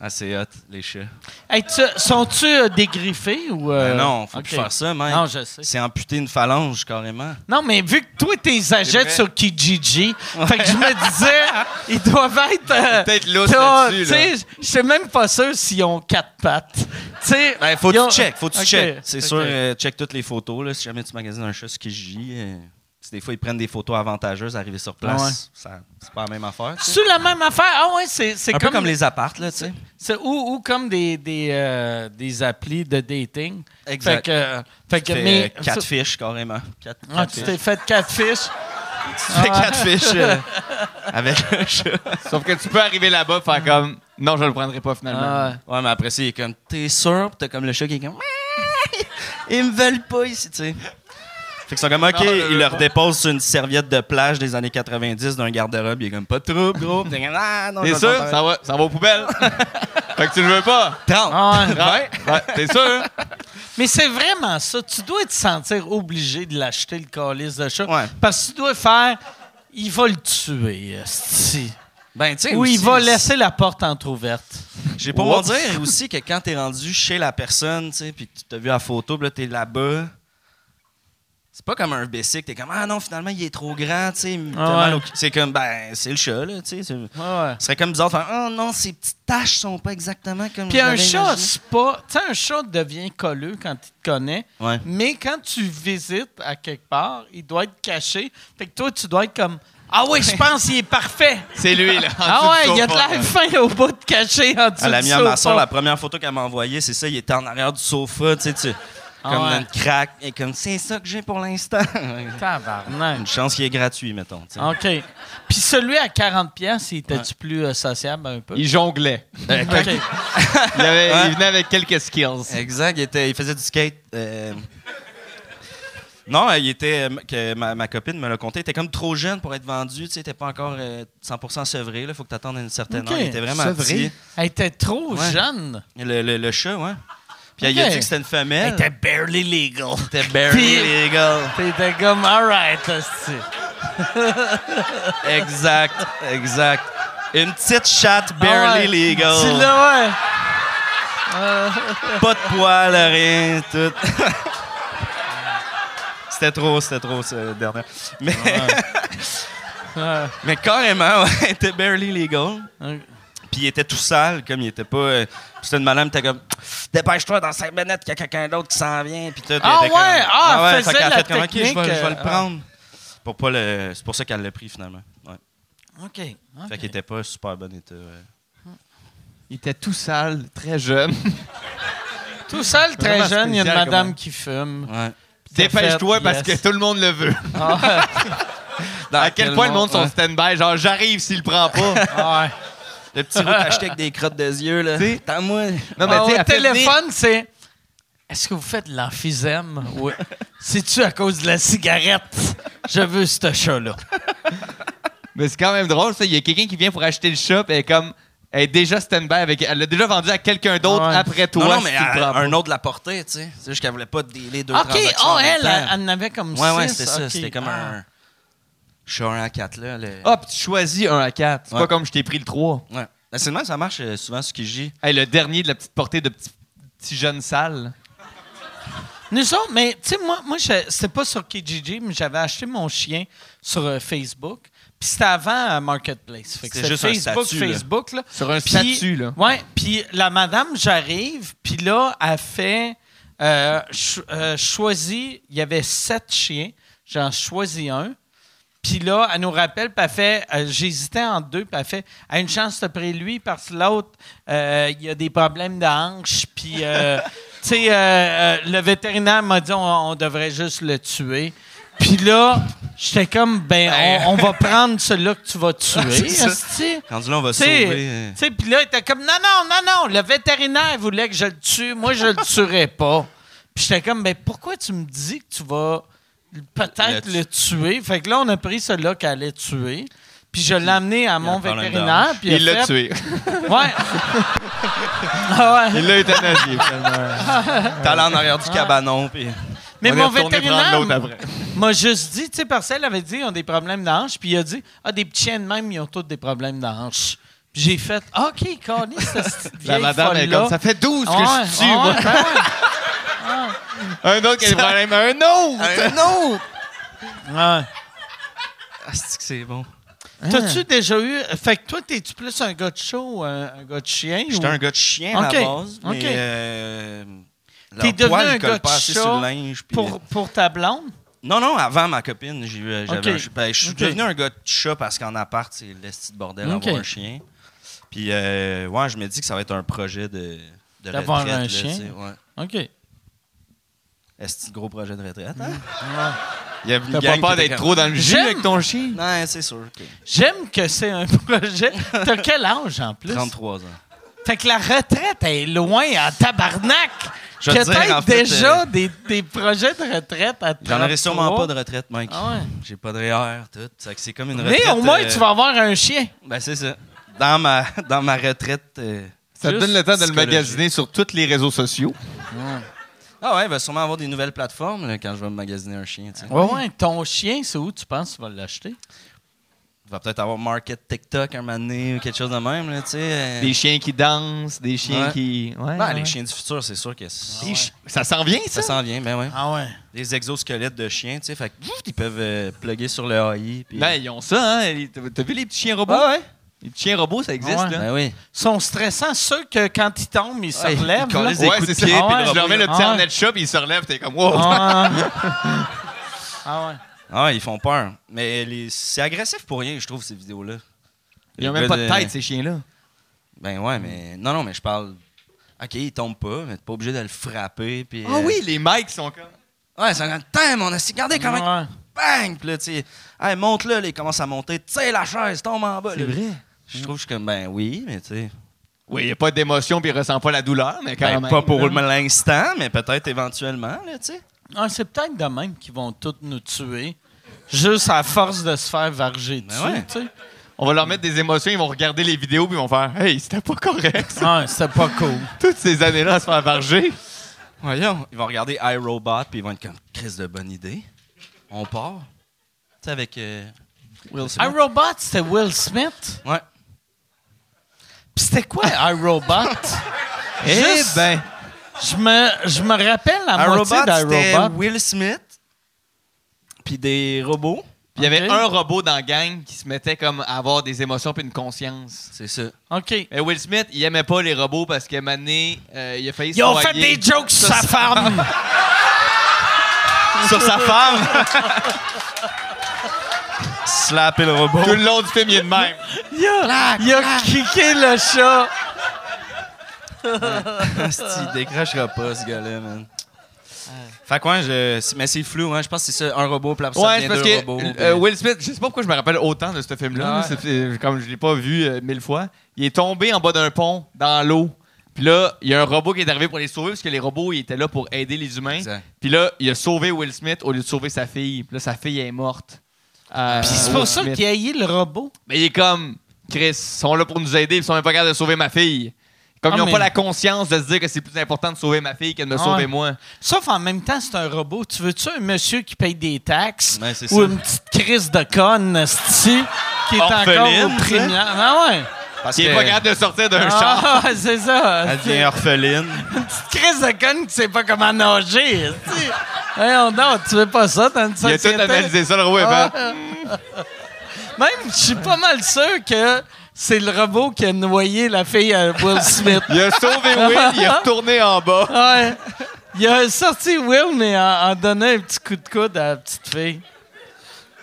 D: Ah, c'est hot, les chats.
A: Hey, tu- sont-tu euh, dégriffés ou euh,
D: Ben non, faut
A: ok.
D: plus faire ça, hein. man.
A: Non, je sais.
D: C'est amputer une phalange, carrément.
A: Non, mais vu que toi t'es agètes
E: vrai.
A: sur Kijiji, fait que je me disais ils doivent être euh,
E: Peut-être lousse
A: t'as-
E: là-dessus,
A: tu
E: là.
A: sais, je suis même pas sûr s'ils ont quatre pattes. Tu sais,
D: Ben, faut que
A: ils ont-
D: tu check, faut que tu
A: Ok,
D: check. C'est
A: ok.
D: sûr, euh, check toutes les photos. Là, si jamais tu magasines un chat sur Kijiji, euh, si des fois ils prennent des photos avantageuses, arriver sur place,
A: Ouais.
D: ça- c'est pas la même affaire. tu sais.
A: C'est la même affaire. Ah ouais, c'est c'est
D: Un
A: comme,
D: peu comme les appartes, là, tu sais.
A: C'est- ou, ou comme des, des, euh, des applis de dating.
D: Exact.
A: Fait que, euh, fait que,
D: Fais,
A: mais,
D: euh, quatre fiches, carrément. Quatre,
A: Ah,
D: quatre
A: tu Ah.
D: fiches.
A: t'es fait quatre fiches.
D: Tu fais quatre fiches euh, avec un chat.
E: Sauf que tu peux arriver là-bas, faire comme. Non, je le prendrai pas finalement.
A: Ah,
D: Ouais, mais après ça, il est comme, t'es sûr? Puis t'as comme le chat qui est comme, ils me veulent pas ici, tu sais. Fait qu'ils sont comme, OK,
E: je veux
D: ils leur
E: pas.
D: déposent sur une serviette de plage des années 90 d'un garde-robe. Il est comme, pas de trouble, gros. Puis t'es comme, ah, non,
E: T'es
D: je
E: sûr?
D: vais
E: Ça va, ça va aux poubelles. fait que tu le veux pas.
D: comprendre.
A: ah, ouais.
E: Ouais. ouais, Ben. T'es sûr? hein?
A: Mais c'est vraiment ça. Tu dois te sentir obligé de l'acheter, le calice de chat.
D: Ouais.
A: Parce que tu dois faire. Il va le tuer, esti.
D: Ben, tu sais,
A: Ou il
D: aussi,
A: va laisser la porte entr'ouverte.
D: J'ai pas mon dire aussi que quand t'es rendu chez la personne, tu sais, puis que tu t'as vu la photo, puis là, t'es là-bas. C'est pas comme un basic, t'es comme, ah non, finalement, il est trop grand, tu sais. il me fait
A: Ah ouais. Ah.
D: mal au cul. C'est comme, ben, c'est le chat, là, tu sais. c'est-
A: Ouais, ouais.
D: Ce serait comme bizarre de faire, ah non, ces petites taches sont pas exactement comme
A: Puis
D: je
A: un
D: l'avais
A: chat,
D: imaginé.
A: c'est pas. Tu sais, un chat devient colleux quand il te connaît.
D: Ouais.
A: Mais quand tu visites à quelque part, il doit être caché. Fait que toi, tu dois être comme. Ah oui, je pense qu'il est parfait.
E: C'est lui, là. en
A: Ah
E: dessous
A: ouais,
E: du
A: il a de
E: sofa.
A: l'air fin au bout de caché en dessous.
D: Elle a
A: du
D: mis à ma soeur,
A: sofa.
D: Ah, la première photo qu'elle m'a envoyée, c'est ça, il était en arrière du sofa, tu sais, tu-
A: Ah
D: comme
A: ouais.
D: une craque, et comme, c'est ça que j'ai pour l'instant.
A: Tabarnak.
D: une chance qu'il est gratuit, mettons, tu sais.
A: OK. Puis celui à 40$, piastres, il était-tu plus euh, sociable un peu?
E: Il jonglait.
A: OK.
E: Il, avait-
D: Ouais.
E: il venait avec quelques skills.
D: Exact, il, était- il faisait du skate. euh. Non, il était, euh, que ma, ma copine me l'a conté, il était comme trop jeune pour être vendu, tu sais, il était pas encore euh, 100% sevré, il faut que tu attendes une certaine
A: Ok,
D: heure. Il était vraiment
F: sevré.
D: petit.
A: Elle était trop
D: Ouais.
A: jeune.
D: Le, le- le chat, ouais. Puis elle, il a
A: Ok.
D: dit que c'était une femelle.
A: barely legal.
D: était barely
A: Puis-
D: legal.
A: T'étais comme, alright, hostie.
D: Exact, exact. Une petite chatte barely
A: Ah ouais. Tu
D: legal.
A: l'as, ouais.
D: Pas de poils, rien, tout. c'était trop, c'était trop, ce dernier. Mais,
A: Ah
D: mais carrément, ouais, elle était barely legal.
A: Ouais.
D: Puis il était tout sale, comme il était pas. euh, c'était une madame qui était comme Dépêche-toi dans 5 minutes qu'il y a quelqu'un d'autre qui s'en vient. Puis tout. elle
A: Ah
D: était comme-
A: ouais, ah, elle
D: fait
A: faisait
D: qu'elle a
A: la
D: fait comme, Ok, je vais, je vais le
A: technique, euh,
D: prendre. Pour pas le, c'est pour ça qu'elle l'a pris finalement. Ouais.
A: OK.
D: Fait qu'il était pas super bon état. ouais.
E: Il était tout sale, très jeune.
A: Tout seul, très
E: Vraiment
A: jeune, il y a une
E: spécial,
A: madame
E: comment.
A: qui fume.
D: Ouais.
E: Dépêche-toi
A: Fait,
E: parce
A: yes.
E: que tout le monde le veut.
A: Ah
E: à quel point le monde sont stand-by, genre j'arrive s'il le prend pas.
A: ouais.
D: Le petit roux acheté avec des crottes de yeux, là.
E: T'sais?
D: T'as moi.
A: Ah,
E: Non, mais tu sais,
A: au
E: elle fait venir-
A: téléphone, c'est. Est-ce que vous faites de l'emphysème? Oui. C'est-tu à cause de la cigarette? Je veux ce chat-là.
E: Mais c'est quand même drôle, ça. Il y a quelqu'un qui vient pour acheter le shop et comme. Elle est déjà stand-by avec. Elle l'a déjà vendu à quelqu'un d'autre
A: Ah ouais.
E: après toi.
D: Non, non,
E: si
D: mais
E: tu le prends
D: à-
E: pas.
D: un autre l'a porté, tu sais. C'est juste qu'elle voulait pas dealer deux
A: OK,
D: transactions. en
A: oh,
D: même
A: elle,
D: temps.
A: elle, elle en avait comme
D: Ouais, ouais,
A: six,
D: c'était ça.
A: ok.
D: C'était comme
A: Ah.
D: un. Je suis un à quatre, là. le-
E: Hop, tu choisis un à 4. C'est
D: Ouais.
E: pas comme je t'ai pris le 3.
D: Ouais. Ben, C'est le même, ça marche euh, souvent, ce qui gît.
E: Hey, le dernier de la petite portée de petit, petit jeune sale.
A: Nous autres, mais tu sais, moi, moi je- c'était pas sur Kijiji, mais j'avais acheté mon chien sur euh, Facebook. Puis c'était avant euh, Marketplace. Fait que
D: C'était juste un
A: Facebook,
D: statut, là.
A: Facebook, là.
E: Sur un
A: Puis-
E: statut, là.
A: Ouais, puis la madame, j'arrive, puis là, elle fait. Euh, cho- euh, choisis, il y avait sept chiens, j'en choisis un. Puis là, elle nous rappelle, puis elle fait. euh, J'hésitais en deux, puis elle fait. À une chance, t'as pris lui, parce que l'autre, euh, il a des problèmes de hanche, puis. euh, tu sais, euh, euh, le vétérinaire m'a dit on, on devrait juste le tuer. Puis là, j'étais comme, ben, on, on va prendre celui-là que tu vas tuer.
D: ça.
A: esti.
D: Quand là, on va
A: Tu sais,
D: sauver. euh,
A: tu sais, Puis là, il était comme, non, non, non, non, le vétérinaire voulait que je le tue. Moi, je le tuerais pas. Puis j'étais comme, ben, pourquoi tu me dis que tu vas peut-être
D: Le
A: le, tuer? Fait que là, on a pris celui-là qu'elle allait tuer. Puis je l'ai amené à mon
D: problème de
A: vétérinaire. puis
E: Il
A: a
E: l'a
A: fait-
E: tué.
A: Ouais. ah ouais.
E: Il l'a euthanasié. finalement.
D: T'es allé en arrière
A: Ah.
D: du cabanon, puis.
A: Mais
E: On est
A: mon
E: retourné
A: vétérinaire
E: prendre l'autre après.
A: m'a juste dit, tu sais, parce qu'elle avait dit, ils ont des problèmes de hanche. Puis il a dit, ah, des petits chiens de même, ils ont tous des problèmes de hanche. Puis j'ai fait, OK, Connie, cette
E: La
A: vieille
E: madame, elle est
A: folle-là.
E: comme ça fait 12 que
A: Ouais,
E: je tue,
A: ouais,
E: moi.
A: ben ouais.
E: Un autre qui a des problèmes. Un autre!
D: non!
A: Ouais.
D: Ah, c'est que c'est bon.
A: T'as-tu déjà eu. Fait que toi, t'es-tu plus un gars de show, euh, un, un gars de chien?
D: J'étais
A: ou-
D: un gars de chien à la
A: Ok,
D: base, mais.
A: ok.
D: euh, leur
A: T'es devenu
D: poil
A: un
D: colle
A: gars de
D: pas assez
A: chat
D: sur le linge, puis- euh,
A: pour, pour ta blonde?
D: Non, non, avant ma copine, j'ai eu- j'avais
A: Ok.
D: un chien. Ben, je suis
A: Ok.
D: devenu un gars de chat parce qu'en appart, c'est l'esti de bordel
A: Ok.
D: avoir un chien. Puis, euh, ouais, je me dis que ça va être un projet de, de
A: D'avoir
D: retraite.
A: un
D: là,
A: chien?
D: tu sais, ouais.
A: OK.
D: Esti de gros projet de retraite. hein?
A: Mm.
E: Il y a une
D: gang
E: T'as pas
D: qui
E: peur
D: était
E: d'être
D: comme-
E: trop dans le jus
A: J'aime-
E: avec ton chien?
D: Non, c'est sûr. ok.
A: J'aime que c'est un projet. T'as quel âge en plus?
D: 33 ans.
A: Fait que la retraite est loin en tabarnak.
D: Je vais te dire, en
A: Peut-être
D: fait,
A: déjà
D: euh,
A: des, des projets de retraite à 33.
D: J'en aurais sûrement pas de retraite, Mike.
A: Ah ouais.
D: J'ai pas de REER, tout. C'est que c'est comme une retraite.
A: Mais au moins,
D: euh,
A: tu vas avoir un chien.
D: Ben, c'est ça. Dans ma, dans ma retraite. euh,
E: Ça te
A: Juste
E: donne le temps de le
D: psychologique.
E: magasiner sur tous les réseaux sociaux.
D: Ah ouais, il va sûrement avoir des nouvelles plateformes là, quand je vais me magasiner un chien. tu sais.
A: Ouais, ouais, ton chien, c'est où tu penses que tu vas l'acheter?
D: Il va peut-être avoir Market TikTok un moment donné ou quelque chose de même, là, tu sais.
E: Des chiens qui dansent, des chiens
D: Ouais.
E: qui. Ouais, Ben,
D: Non,
E: ouais.
D: les chiens du futur, c'est sûr que c-
E: Des chi- Ça s'en vient, ça?
D: ça s'en vient, ben ouais.
A: Ah ouais.
D: Des exosquelettes de chiens, tu sais, fait que, ouf, ils peuvent euh, plugger sur le AI. puis-
A: Ben,
E: Là, ils ont ça, hein? T'as- T'as vu les petits chiens robots?
A: Ah ouais.
E: Les petits chiens robots, ça existe,
A: Ouais.
E: là.
D: Ben oui.
A: sont stressants, ceux que quand ils tombent, ils se
D: Ouais,
A: relèvent.
D: ils collent
A: là.
D: des Ouais, coups de c'est pied,
A: Ah ouais.
E: je leur mets le petit
A: Ah ouais.
E: harnais de chat, puis ils se relèvent, t'es comme, wow!
A: Ah ouais. Ah ouais.
D: Ah, ils font peur. Mais les- c'est agressif pour rien, je trouve, ces vidéos-là.
E: Ils ont
D: Le
E: même pas
D: gars
E: de tête, ces chiens-là.
D: Ben ouais, mais. Non, non, mais je parle. Ok, il tombe pas, mais t'es pas obligé de le frapper. Puis,
E: Ah
D: euh,
E: oui, les mics sont comme.
D: Ouais, c'est un thème, on a regardez comment.
A: Ah Ouais.
D: Bang! Puis là, tu sais, hey, monte-le, là, il commence à monter, tire la chaise, tombe en bas. là. Je trouve que je suis comme, ben oui, mais tu sais.
E: Oui, il n'y a pas d'émotion, puis il ressent pas la douleur, mais quand
D: Ben,
E: même.
D: pas pour l'instant, mais peut-être éventuellement, là, tu sais.
A: Ah, c'est peut-être de même qu'ils vont tous nous tuer, juste à force de se faire varger
D: Ben
A: dessus.
D: ouais.
A: tu sais.
E: On va leur mettre des émotions, ils vont regarder les vidéos, puis ils vont faire Hey, c'était pas correct, ça.
A: Ah, c'était pas cool.
E: Toutes ces années-là à se faire varger.
D: Voyons. Ils vont regarder iRobot, puis ils vont être comme, Chris de bonne idée. On part. Tu sais, avec. euh, Will Smith.
A: Un robot, c'était Will Smith.
D: Ouais.
A: Puis c'était quoi un robot?
D: Eh
A: Juste-
E: ben.
A: Je me, je me rappelle la
D: iRobot,
A: moitié
D: c'était
A: d'un robot.
D: Will Smith, puis des robots.
E: Puis il y avait
A: Ok.
E: un robot dans la gang qui se mettait comme à avoir des émotions puis une conscience.
D: C'est ça.
A: OK.
E: Mais Will Smith, il aimait pas les robots parce que Mané, euh, il a failli se
A: Ils ont fait
E: noyer.
A: des jokes sur sa femme.
D: sur sa femme. Slapper le robot.
E: Tout le long du film, il est de même.
A: Il a, il a kické le chat.
D: il décrochera pas, ce gars-là, man. Fait quoi, je... mais c'est flou, hein. je pense que c'est ça, un robot, puis après ça
E: Ouais, c'est
D: devient
E: parce
D: deux
E: que
D: robots.
E: euh,
D: puis-
E: Will Smith, je sais pas pourquoi je me rappelle autant de ce film-là.
D: Ouais.
E: C'est- c'est- Comme je l'ai pas vu euh, mille fois, il est tombé en bas d'un pont dans l'eau. Puis là, il y a un robot qui est arrivé pour les sauver parce que les robots ils étaient là pour aider les humains.
D: Exact.
E: Puis là, il a sauvé Will Smith au lieu de sauver sa fille. Puis là, sa fille elle est morte. Euh,
A: Puis c'est
E: Will
A: pour ça
E: Smith.
A: qu'il a haï le robot.
E: Mais il est comme Chris, ils sont là pour nous aider, ils sont même pas capables de sauver ma fille. Comme
A: Ah,
E: ils n'ont
A: mais-
E: pas la conscience de se dire que c'est plus important de sauver ma fille que de me
A: Ah,
E: sauver
A: ouais.
E: moi.
A: Sauf en même temps, c'est un robot. Tu veux-tu un monsieur qui paye des taxes
E: Ben,
D: Ouais, c'est
A: ou
D: ça.
A: une petite crise de conne esti, qui est
D: Orpheline,
A: encore au
D: tu sais.
A: primaire? Ah ouais.
D: Parce
E: Il est
D: que-
E: pas capable de sortir d'un char.
A: Ah, ouais, c'est ça.
D: Elle
A: esti.
D: devient orpheline.
A: Petite crise de conne qui sait pas comment nager. esti. Voyons donc, tu veux pas ça dans une
E: Il a
A: société?
E: tout analysé ça, le robot. il a fait,
A: Même, je suis pas mal sûr que c'est le robot qui a noyé la fille à Will Smith.
E: Il a sauvé Will, il est retourné en bas.
A: Ouais. Il a sorti Will, mais en, en donnant un petit coup de coude à la petite fille.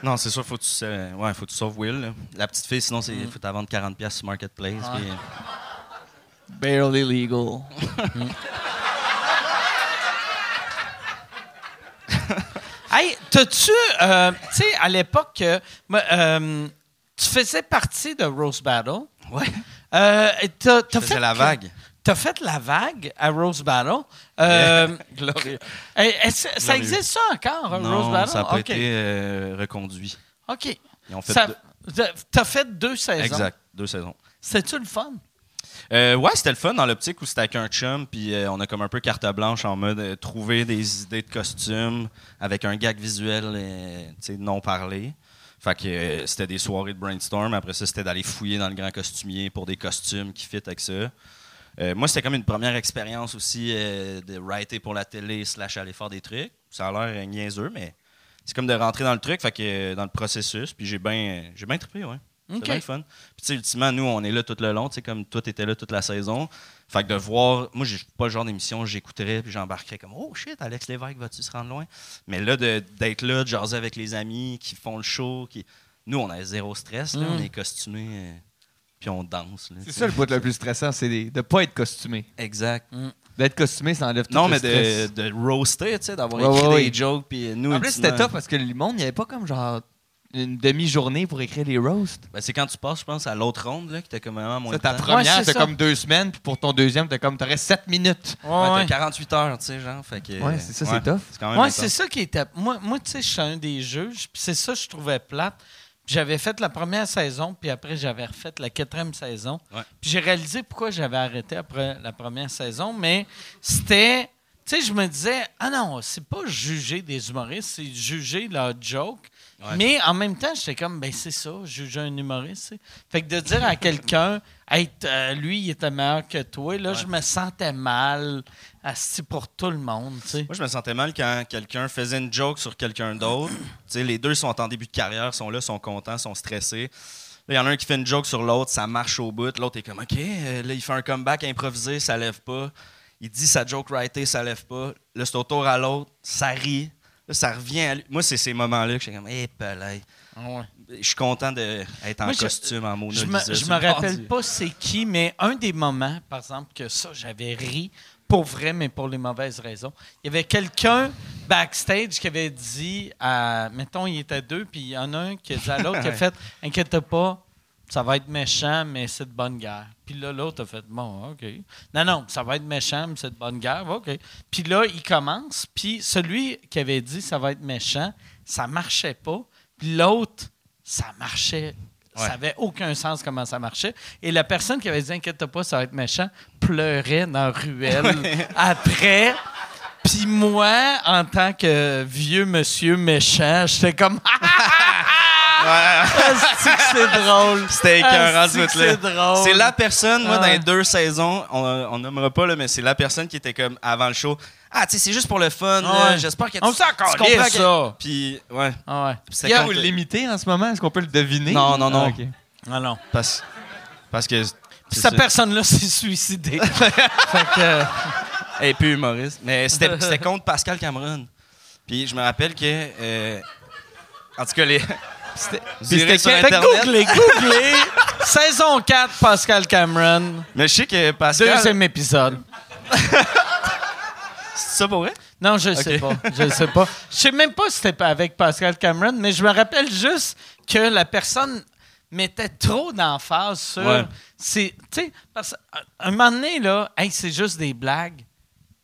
D: Non, c'est sûr, faut que tu, sa- ouais, faut que tu sauves Will. là. La petite fille, sinon, il faut t'en vendre 40$ piastres sur Marketplace. puis- euh,
E: Barely legal.
A: Hey, t'as-tu. euh, tu sais, à l'époque, euh, moi, euh, tu faisais partie de Rose Battle.
D: Ouais.
A: Euh, et t'as, t'as
D: faisais
A: fait
D: la vague.
A: T'as fait la vague à Rose Battle. Euh, Hey, est-ce- ça existe ça encore, hein, Rose
D: Non,
A: Battle?
D: ça n'a pas
A: OK.
D: été euh, reconduit.
A: OK.
D: Ils ont fait
A: Ça-
D: deux-
A: t'as- T'as fait deux saisons.
D: Exact, deux saisons.
A: C'était-tu le fun?
D: Euh, ouais, c'était le fun dans l'optique où c'était avec un chum, puis euh, on a comme un peu carte blanche en mode euh, trouver des idées de costumes avec un gag visuel euh, tu sais, non parlé. Fait que euh, c'était des soirées de brainstorm. Après ça, c'était d'aller fouiller dans le grand costumier pour des costumes qui fit avec ça. Euh, moi, c'était comme une première expérience aussi euh, de writer pour la télé slash aller faire des trucs. Ça a l'air euh, niaiseux, mais c'est comme de rentrer dans le truc, fait que euh, dans le processus. Puis j'ai bien j'ai bien trippé, ouais. C'est
A: Ok.
D: bien le fun. Puis tu sais, ultimement, nous, on est là tout le long, tu sais, comme toi, t'étais là toute la saison. Fait que de voir, moi, j'ai pas le genre d'émission, où j'écouterais, puis j'embarquerais comme, oh shit, Alex Lévesque, vas-tu se rendre loin? Mais là, de- d'être là, de jaser avec les amis qui font le show, qui... nous, on a zéro stress, là,
A: Mm.
D: on est costumés, euh, puis on danse. là, tu
E: C'est
D: sais.
E: ça le bout le plus stressant, c'est de ne pas être costumé.
D: Exact.
E: D'être costumé, ça enlève tout
D: Non,
E: le
D: mais de,
E: stress.
D: de roaster, tu sais, d'avoir
E: Ouais,
D: écrit
E: ouais,
D: des
E: ouais.
D: jokes, puis nous,
E: En plus, c'était
D: ultimement-
E: top parce que le monde, il n'y avait pas comme genre une demi-journée pour écrire les roasts.
D: Ben, c'est quand tu passes, je pense, à l'autre ronde, là, que t'as comme vraiment moins
E: Ça,
D: de
E: ta
D: temps.
A: Ouais,
E: première,
A: c'est
E: t'as
A: ça.
E: comme deux semaines, puis pour ton deuxième, t'as comme, t'aurais sept minutes.
D: Ouais, t'as 48 heures, tu sais, genre. Fait que,
E: Ouais, c'est ça, c'est tough.
D: C'est quand même
A: Moi,
D: intense.
A: c'est ça qui était. Moi, moi tu sais, je suis un des juges, puis c'est ça que je trouvais plate. Puis J'avais fait la première saison, puis après, j'avais refait la quatrième saison.
D: Ouais.
A: Puis j'ai réalisé pourquoi j'avais arrêté après la première saison, mais c'était. tu sais, je me disais, ah non, c'est pas juger des humoristes, c'est juger leur joke.
D: Ouais.
A: Mais en même temps, j'étais comme, ben c'est ça, juger un humoriste. tu sais. Fait que de dire à quelqu'un, hey, t- euh, lui, il était meilleur que toi, là, je me sentais mal, asti pour tout le monde, tu sais.
D: Moi, je me sentais mal quand quelqu'un faisait une joke sur quelqu'un d'autre. Tu sais, les deux sont en début de carrière, sont là, sont contents, sont stressés. Là, il y en a un qui fait une joke sur l'autre, ça marche au bout. L'autre est comme, OK, euh, là, il fait un comeback improvisé, ça lève pas. Il dit sa joke writée, ça lève pas. Là, c'est au tour à l'autre, ça rit. Là, ça revient à lui. Moi, c'est ces moments-là que je suis comme, Eh, palais. Je suis content d'être en
A: Moi, je-
D: costume, en Mona
A: Je me,
D: Lisa,
A: je
D: sur
A: me
D: le bord
A: rappelle
D: du-
A: pas c'est qui, mais un des moments, par exemple, que ça, j'avais ri pour vrai, mais pour les mauvaises raisons. Il y avait quelqu'un backstage qui avait dit à. Mettons, il était deux, puis il y en a un qui a dit à l'autre qui a fait Inquiète pas, ça va être méchant, mais c'est de bonne guerre. Puis là, l'autre a fait Bon, OK. Non, non, ça va être méchant, mais c'est de bonne guerre, OK. Puis là, il commence, puis celui qui avait dit ça va être méchant, ça marchait pas. Puis l'autre, ça marchait ça
D: Ouais.
A: n'avait aucun sens comment ça marchait. Et la personne qui avait dit Inquiète pas, ça va être méchant pleurait dans la ruelle après. Puis moi, en tant que vieux monsieur méchant, j'étais comme ah! Asti que c'est drôle.
D: C'était écœurant,
A: Asti
D: ce
A: que
D: bout-là.
A: C'est drôle.
D: C'est la personne, moi,
A: Ah
D: dans
A: ouais.
D: les deux saisons, on, on nommera pas, là, mais c'est la personne qui était comme avant le show. Ah, tu sais, c'est juste pour le fun.
A: Ah ouais.
D: là, J'espère que
A: On
D: tu,
A: s'en
D: tu
A: calisse,
D: comprends que-
A: ça.
D: Puis, ouais.
A: Ah ouais.
D: C'était
E: Il y a
D: quand-
E: où l'imiter en ce moment? Est-ce qu'on peut le deviner?
D: Non, non, non.
E: Ah, ok.
A: Ah non.
D: Parce, parce que.
A: Puis cette personne-là s'est suicidée. fait que. euh,
D: Et puis humoriste. Mais c'était c'était contre Pascal Cameron. Puis je me rappelle que. euh, en tout cas, les. C'était vous irez sur
A: fait que
D: Internet.
A: googlez, googlez. Saison 4, Pascal Cameron.
D: Mais je sais que Pascal. C'est
A: Deuxième épisode.
D: ça pour vrai?
A: Non, je sais pas. Je sais pas. Je sais même pas si c'était pas avec Pascal Cameron, mais je me rappelle juste que la personne mettait trop d'emphase sur.
D: Ouais.
A: C'est, tu sais, parce qu'à un moment donné, là, Hey, c'est juste des blagues.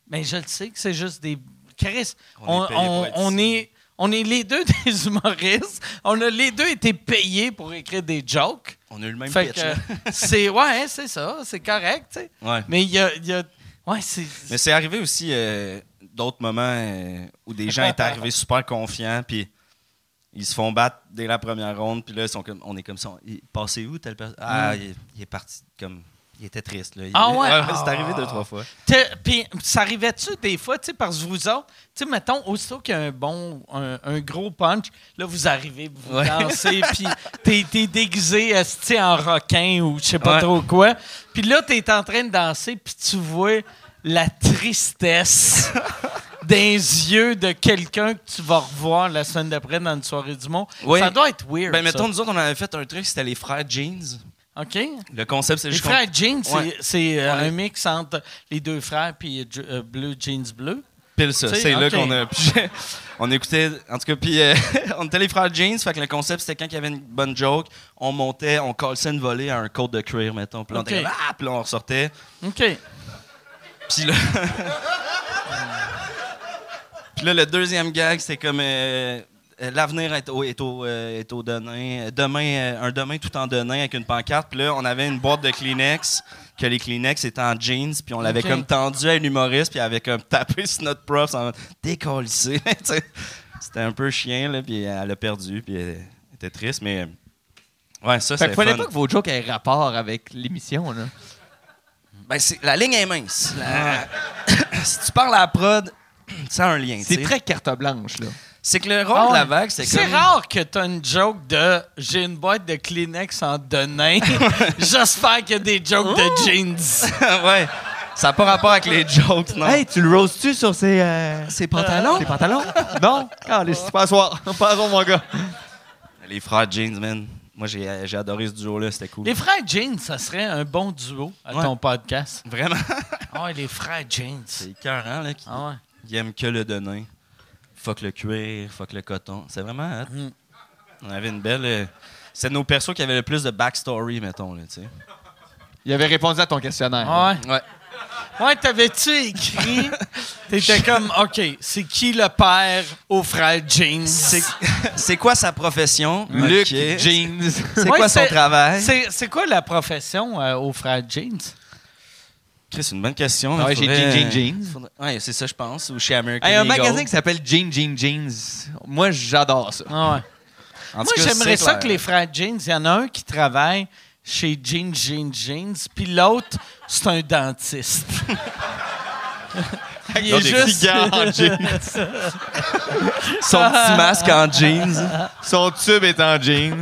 A: Mais je le sais que c'est juste des. Chris, on,
D: On est payé pour
A: on-
D: être
A: on
D: ici.
A: est. On est les deux des humoristes. On a les deux été payés pour écrire des jokes.
D: On a eu le même
A: Fait
D: pitch.
A: que,
D: là.
A: c'est ouais, hein, c'est ça, c'est correct, tu sais.
D: Ouais.
A: Mais il y a, il y a- ouais, c'est
D: Mais c'est arrivé aussi euh, d'autres moments euh, où des gens étaient arrivés super confiants, puis ils se font battre dès la première ronde, puis là, ils sont comme, on est comme ça. Il- Passez où, telle personne? Ah, il, est- il est parti comme. Il était triste, là. Il-
A: Mm. Ah ouais?
D: c'est arrivé deux, trois fois.
A: T'es- Puis, ça arrivait-tu des fois, tu sais, parce que vous autres, tu sais, mettons, aussitôt qu'il y a un bon, un, un gros punch, là, vous arrivez, vous dansez, puis t'es, t'es déguisé, esti, en requin ou je sais pas
D: Ouais.
A: trop quoi. Puis là, t'es en train de danser, puis tu vois la tristesse des yeux de quelqu'un que tu vas revoir la semaine d'après dans une soirée du monde.
D: Oui.
A: Ça doit être weird,
D: Ben, mettons,
A: ça.
D: nous autres, on avait fait un truc, c'était les frères Jeans.
A: OK?
D: Le concept, c'est
A: Les
D: juste.
A: frères jeans, c'est,
D: Ouais.
A: c'est, euh, un mix entre les deux frères puis je- euh, bleu jeans bleu.
D: Pile ça.
A: Tu sais,
D: C'est là
A: ok.
D: qu'on a. puis j'ai- on écoutait. En tout cas, puis euh, on était les frères Jeans. Fait que le concept, c'était quand il y avait une bonne joke, on montait, on collait une volée à un code de cuir, mettons. Puis là, on était
A: Ok.
D: comme, ah, puis là, on ressortait.
A: OK.
D: Puis là. Puis là, le deuxième gag, c'était comme. euh, euh, L'avenir est au, est, au, euh, est au demain. Euh, Demain, euh, un demain tout en demain avec une pancarte. Puis là, on avait une boîte de Kleenex, que les Kleenex étaient en jeans. Puis on l'avait
A: Ok.
D: comme tendu à l'humoriste, puis il avait comme tapé sur notre prof en décollissé. Tu sais, C'était un peu chien, là. Puis elle a perdu, puis elle était triste. Mais euh, ouais, ça,
E: Fait
D: c'était
E: que
D: fun.
E: fallait pas que vos jokes aient rapport avec l'émission, là.
D: Ben, c'est- la ligne est mince. La- si tu parles à la prod, ça a un lien. tu
E: C'est
D: sais.
E: très carte blanche, là.
D: C'est que le rôle
A: Ah ouais.
D: de la vague, c'est
A: C'est
D: comme...
A: rare que tu une joke de j'ai une boîte de Kleenex en denain. J'espère qu'il y a des jokes de jeans.
D: ouais. Ça n'a pas rapport avec les jokes, non?
E: Hey, tu le roses-tu sur ses, euh,
D: Ces pantalons?
E: ses pantalons? non? Allez, c'est pas à soir. Passons, mon gars.
D: Les frères jeans, man. Moi, j'ai j'ai adoré ce duo-là. C'était cool.
A: Les frères jeans, ça serait un bon duo à
D: Ouais.
A: ton podcast.
D: Vraiment.
A: Ah, ouais, les frères jeans.
D: C'est écœurant, là. Qui...
A: Ah ouais.
D: Ils aiment que le denain. Fuck le cuir, fuck le coton. C'est vraiment hot.
A: Mm.
D: On avait une belle... euh, C'est nos persos qui avaient le plus de backstory, mettons, là, tu sais.
E: Il avait répondu à ton questionnaire.
A: Ah
D: Ouais.
A: ouais. Ouais, t'avais-tu écrit? T'étais comme, OK, c'est qui le père aux frères jeans?
D: C'est- C'est quoi sa profession?
E: Luc,
D: Ok.
E: jeans.
D: C'est
A: Ouais,
D: quoi son
A: c'est-
D: travail?
A: C'est c'est quoi la profession euh, aux frères jeans?
D: Chris, c'est une bonne question.
E: Ah
D: là,
E: ouais, j'ai
D: faudrait-
E: Jean Jean Jeans.
D: faudrait- Ouais, c'est ça, je pense. Ou chez American
E: Hey, un
D: Eagle.
E: magasin qui s'appelle Jean Jean Jeans. Moi, j'adore ça.
A: Ah ouais. Moi,
D: En tout cas,
A: j'aimerais
D: c'est
A: ça
D: clair.
A: que les frères Jeans, il y en a un qui travaille chez Jeans, Jeans, Jeans, puis l'autre, c'est un dentiste. il
D: Dans
A: est
D: des
A: juste.
D: cigares en jeans. Son petit masque en jeans.
E: Son tube est en jeans.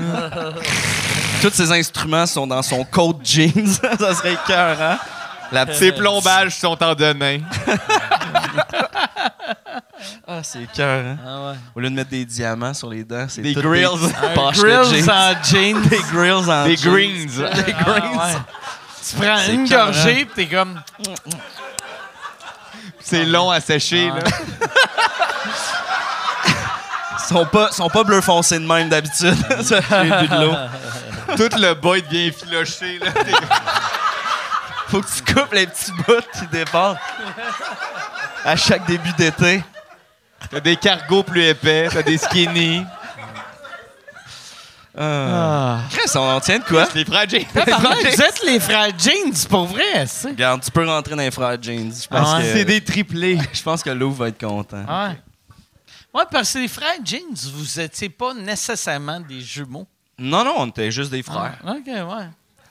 D: Tous ses instruments sont dans son coat jeans. ça serait écœurant. La
E: Ses plombages sont en demain.
D: Ah, c'est écœurant.
A: Ah ouais.
D: Au lieu de mettre des diamants sur les dents, c'est
E: Des
D: toutes
E: grills.
D: Des
A: Un
D: poches de
A: grills
D: jeans.
A: en jeans.
D: Des grills en
E: Des
D: jeans.
E: greens.
D: Des
A: Ah
D: greens.
A: ouais. Tu prends
D: C'est
A: une
D: écœurant.
A: gorgée, puis t'es comme.
E: C'est long à sécher.
A: Ah.
E: là.
D: sont pas, sont pas bleu foncé de même d'habitude. Ça, J'ai bu de l'eau.
E: Tout le boy devient filoché. là.
D: Faut que tu coupes les petits bouts qui dépassent. À chaque début d'été.
E: T'as des cargos plus épais, t'as des skinny.
D: Euh... Chris, on en tient de quoi?
E: Les frères Jeans.
A: Tabarnak, Ah, Vous êtes les frères Jeans, pour vrai, c'est.
D: Regarde, tu peux rentrer dans les frères jeans. Je pense
A: Ah ouais.
D: que...
E: C'est des triplés.
D: Je pense que Lou va être content.
A: Ouais. Ouais, parce que les frères Jeans, vous étiez pas nécessairement des jumeaux.
D: Non, non, on était juste des frères.
A: Ah, ok, ouais.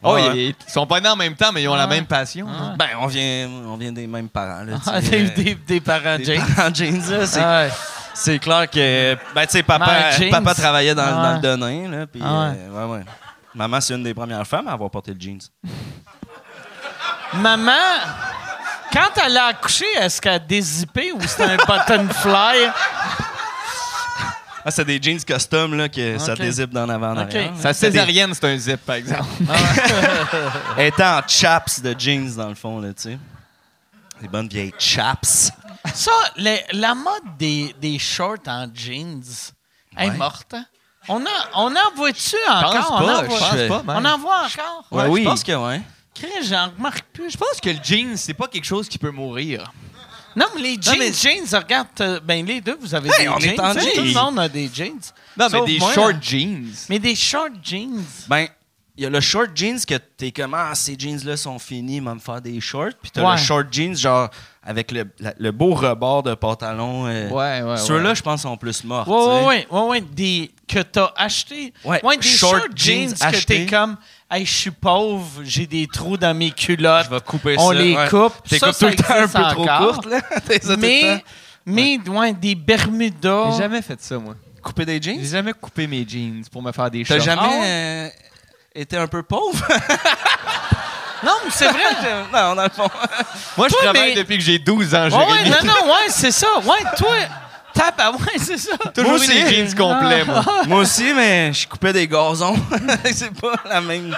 E: Oh,
D: Ouais.
E: ils, ils sont pas nés en même temps, mais ils ont la
A: Ouais.
E: même passion. hein.
D: Ben, on vient, on vient des mêmes parents. Là,
A: Ah,
D: tu sais,
A: des,
D: euh,
A: des- des parents
D: des
A: Jeans.
D: parents jeans, là, c'est,
A: Ah ouais.
D: c'est clair que ben, tu sais, papa,
A: Mère jeans.
D: papa travaillait dans,
A: Ah ouais.
D: dans le donin. Là, puis,
A: Ah ouais.
D: euh, ouais, ouais. Maman, c'est une des premières femmes à avoir porté le jeans.
A: Maman, quand elle a accouché, est-ce qu'elle a dézippé ou c'était un button fly?
D: Ah, c'est des jeans custom là, que ça
A: Ok.
D: dézippe d'en avant. en
A: Ok.
D: arrière, là.
E: Sa césarienne, c'est un zip, par exemple.
D: Elle était en chaps de jeans, dans le fond. Là, tu sais. Des bonnes vieilles chaps.
A: Ça, le- la mode des, des shorts en jeans est morte. hein? On, a, on en voit-tu encore?
E: pense
A: on
E: pas,
A: en voit,
E: je pense pas,
A: On
E: man.
A: en voit encore?
E: Ouais, oui.
D: Je pense que ouais.
A: Crée, j'en remarque plus.
E: Je pense que le jean, c'est pas quelque chose qui peut mourir.
A: Non, mais les jeans,
D: mais-
A: jeans, regarde, euh, ben les deux, vous avez
D: Hey,
A: des
D: on
A: jeans.
D: est en
A: hein? Tout le
D: jeans.
A: monde a des jeans.
E: Non,
A: Sauf
E: mais des
A: moi,
E: short
A: hein.
E: jeans.
A: Mais des short jeans.
D: Ben, il y a le short jeans que t'es comme ah ces jeans là sont finis, va me faire des shorts. Puis t'as
A: Ouais.
D: le short jeans genre avec le, la- le beau rebord de pantalon. euh,
E: Ouais, ouais,
D: Ceux-là,
E: ouais.
D: je pense, sont plus morts.
A: Ouais, ouais, ouais, ouais, ouais, des que t'as acheté.
D: Ouais,
A: ouais des short,
D: short
A: jeans,
D: jeans
A: que t'es
D: achetés.
A: comme, hey, je suis pauvre, j'ai des trous dans mes culottes.
D: Je vais couper
A: On
D: ça,
A: les
D: ouais.
A: coupe.
D: T'es
A: Ça,
D: comme
A: ça
D: tout le temps un
A: existe
D: peu trop
A: encore.
D: courte, là. T'es ça tout le
A: Mais,
D: temps.
A: mais ouais, des Bermudas.
E: J'ai jamais fait ça, moi.
D: Couper des
E: J'ai
D: jeans?
E: jamais coupé mes jeans pour me faire des
D: T'as
E: shorts.
D: jamais
A: Ah
D: euh, été un peu pauvre?
A: Non, mais c'est vrai.
D: non, dans le fond.
E: Moi, je
A: Toi,
E: travaille
A: mais-
E: depuis que j'ai 12 ans,
A: ouais, ouais,
E: Jérémy.
A: non, non, ouais, c'est ça. Ouais, toi, t'as, ben, ouais, c'est ça.
E: Toujours
D: Moi
E: eu des
D: aussi.
E: jeans complets, moi.
D: Moi aussi, mais je coupais des gazons. c'est pas la même.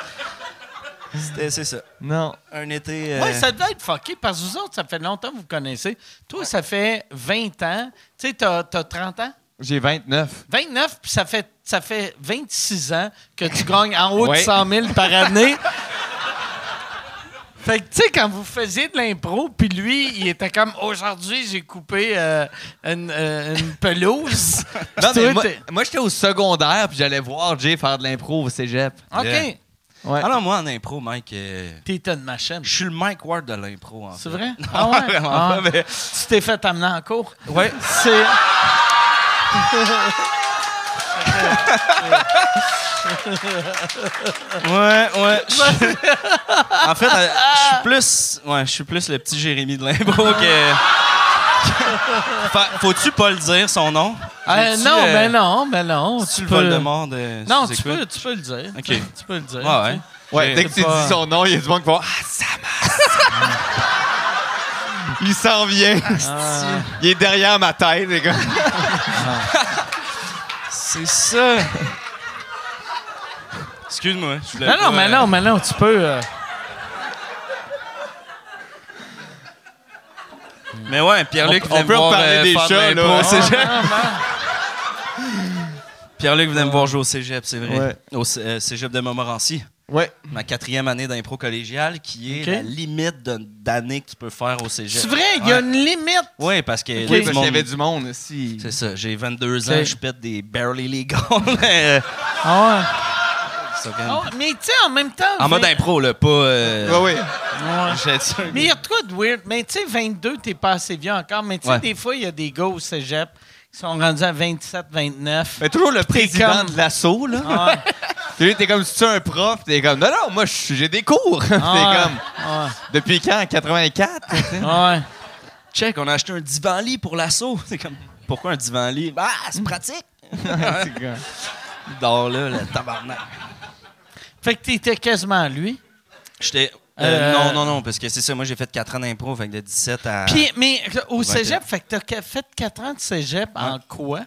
D: C'était, c'est ça.
E: Non.
D: Un été. euh,
A: Ouais, ça devait être fucké parce que vous autres, ça fait longtemps que vous connaissez. Toi, ça fait 20 ans. Tu sais, t'as, t'as 30 ans?
E: J'ai 29.
A: 29, puis ça fait, ça fait 26 ans que tu gagnes en haut
E: Ouais.
A: de 100 000 par année. Fait que, tu sais, quand vous faisiez de l'impro, puis lui, il était comme aujourd'hui, j'ai coupé euh, une, euh, une pelouse.
E: Non,
A: Puis
E: mais
A: toi,
E: moi,
A: t'es-
E: moi, j'étais au secondaire, puis j'allais voir Jay faire de l'impro au cégep.
A: OK.
D: Yeah.
E: Ouais.
D: Ah non, moi, en impro, Mike, euh,
A: T'es de ma chaîne.
D: je suis le Mike Ward de l'impro, en fait.
A: C'est vrai? ah ouais?
D: vraiment
A: Ah.
D: pas, mais-
A: Tu t'es fait amener en cours?
D: Ouais.
A: C'est.
D: Ouais, ouais. je suis- en fait, euh, je suis plus, ouais, je suis plus le petit Jérémy de l'impro que. Fa- Faut-tu pas le dire son nom
A: Euh,
D: J'ai-tu,
A: non,
D: euh,
A: mais non, mais non.
D: Tu le
A: peux-
D: voles de mort de.
A: Non, tu
D: sous-écoute?
A: peux, tu peux le dire.
D: Ok. Ah
A: Tu peux le dire.
D: Ouais, ouais.
E: Ouais, dès que tu
A: C'est pas-
E: dis son nom, il y a du monde qui va Ah, ça marche! il s'en vient. Il est derrière ma tête, les gars.
D: C'est ça. Excuse-moi. je voulais
A: Non,
D: pas,
A: non, mais
D: euh,
A: non, mais non, tu peux. euh,
D: Mais ouais, Pierre-Luc
E: On-
D: venait
E: on
D: me
E: peut
D: voir
E: reparler
D: euh,
E: des
D: faire de
E: chats,
D: l'impro
E: là.
D: au cégep. Pierre-Luc venait me voir jouer au cégep, c'est vrai.
E: Ouais.
D: Au cé- euh, cégep de Montmorency.
E: Ouais.
D: Ma quatrième année d'impro collégiale, qui est
A: Ok.
D: la limite de- d'années que tu peux faire au cégep.
A: C'est vrai, il y a une limite.
D: Oui, parce que
E: Oui,
D: du
E: parce qu'il y
D: monde-
E: avait du monde aussi.
D: C'est ça, j'ai 22
A: Ok.
D: ans, je pète des barely legal.
A: Ah
D: Ça, quand même.
A: Oh, mais tu sais, en même temps.
D: En mode
A: vingt-
D: impro, là, pas. euh,
E: oui.
A: Ouais.
D: j'étais sûr.
A: Mais il y a de quoi de weird. Mais tu sais, 22, t'es pas assez vieux encore. Mais tu sais,
D: Ouais.
A: des fois, il y a des gars au cégep qui sont rendus à 27, 29.
E: Mais toujours le président
A: comme-
E: de l'assaut, là.
A: Ah ouais.
E: Tu sais, T'es comme si tu es un prof, t'es comme non, non, moi je suis- j'ai des cours. t'es
A: Ah
E: comme depuis quand 84 tu sais?
A: ouais. Ah ouais.
D: Check, on a acheté un divan-lit pour l'assaut. C'est comme. Pourquoi un divan-lit? Ah,
A: Hmm.
D: c'est pratique! Il dort là, le tabarnak.
A: Fait que t'étais quasiment lui.
D: J'étais. euh,
A: Euh,
D: Non, non, non, parce que c'est ça, moi j'ai fait 4 ans d'impro, fait que de 17 à.
A: Puis, mais au
D: vingt et un.
A: cégep, fait que t'as ca- fait 4 ans de cégep en quoi?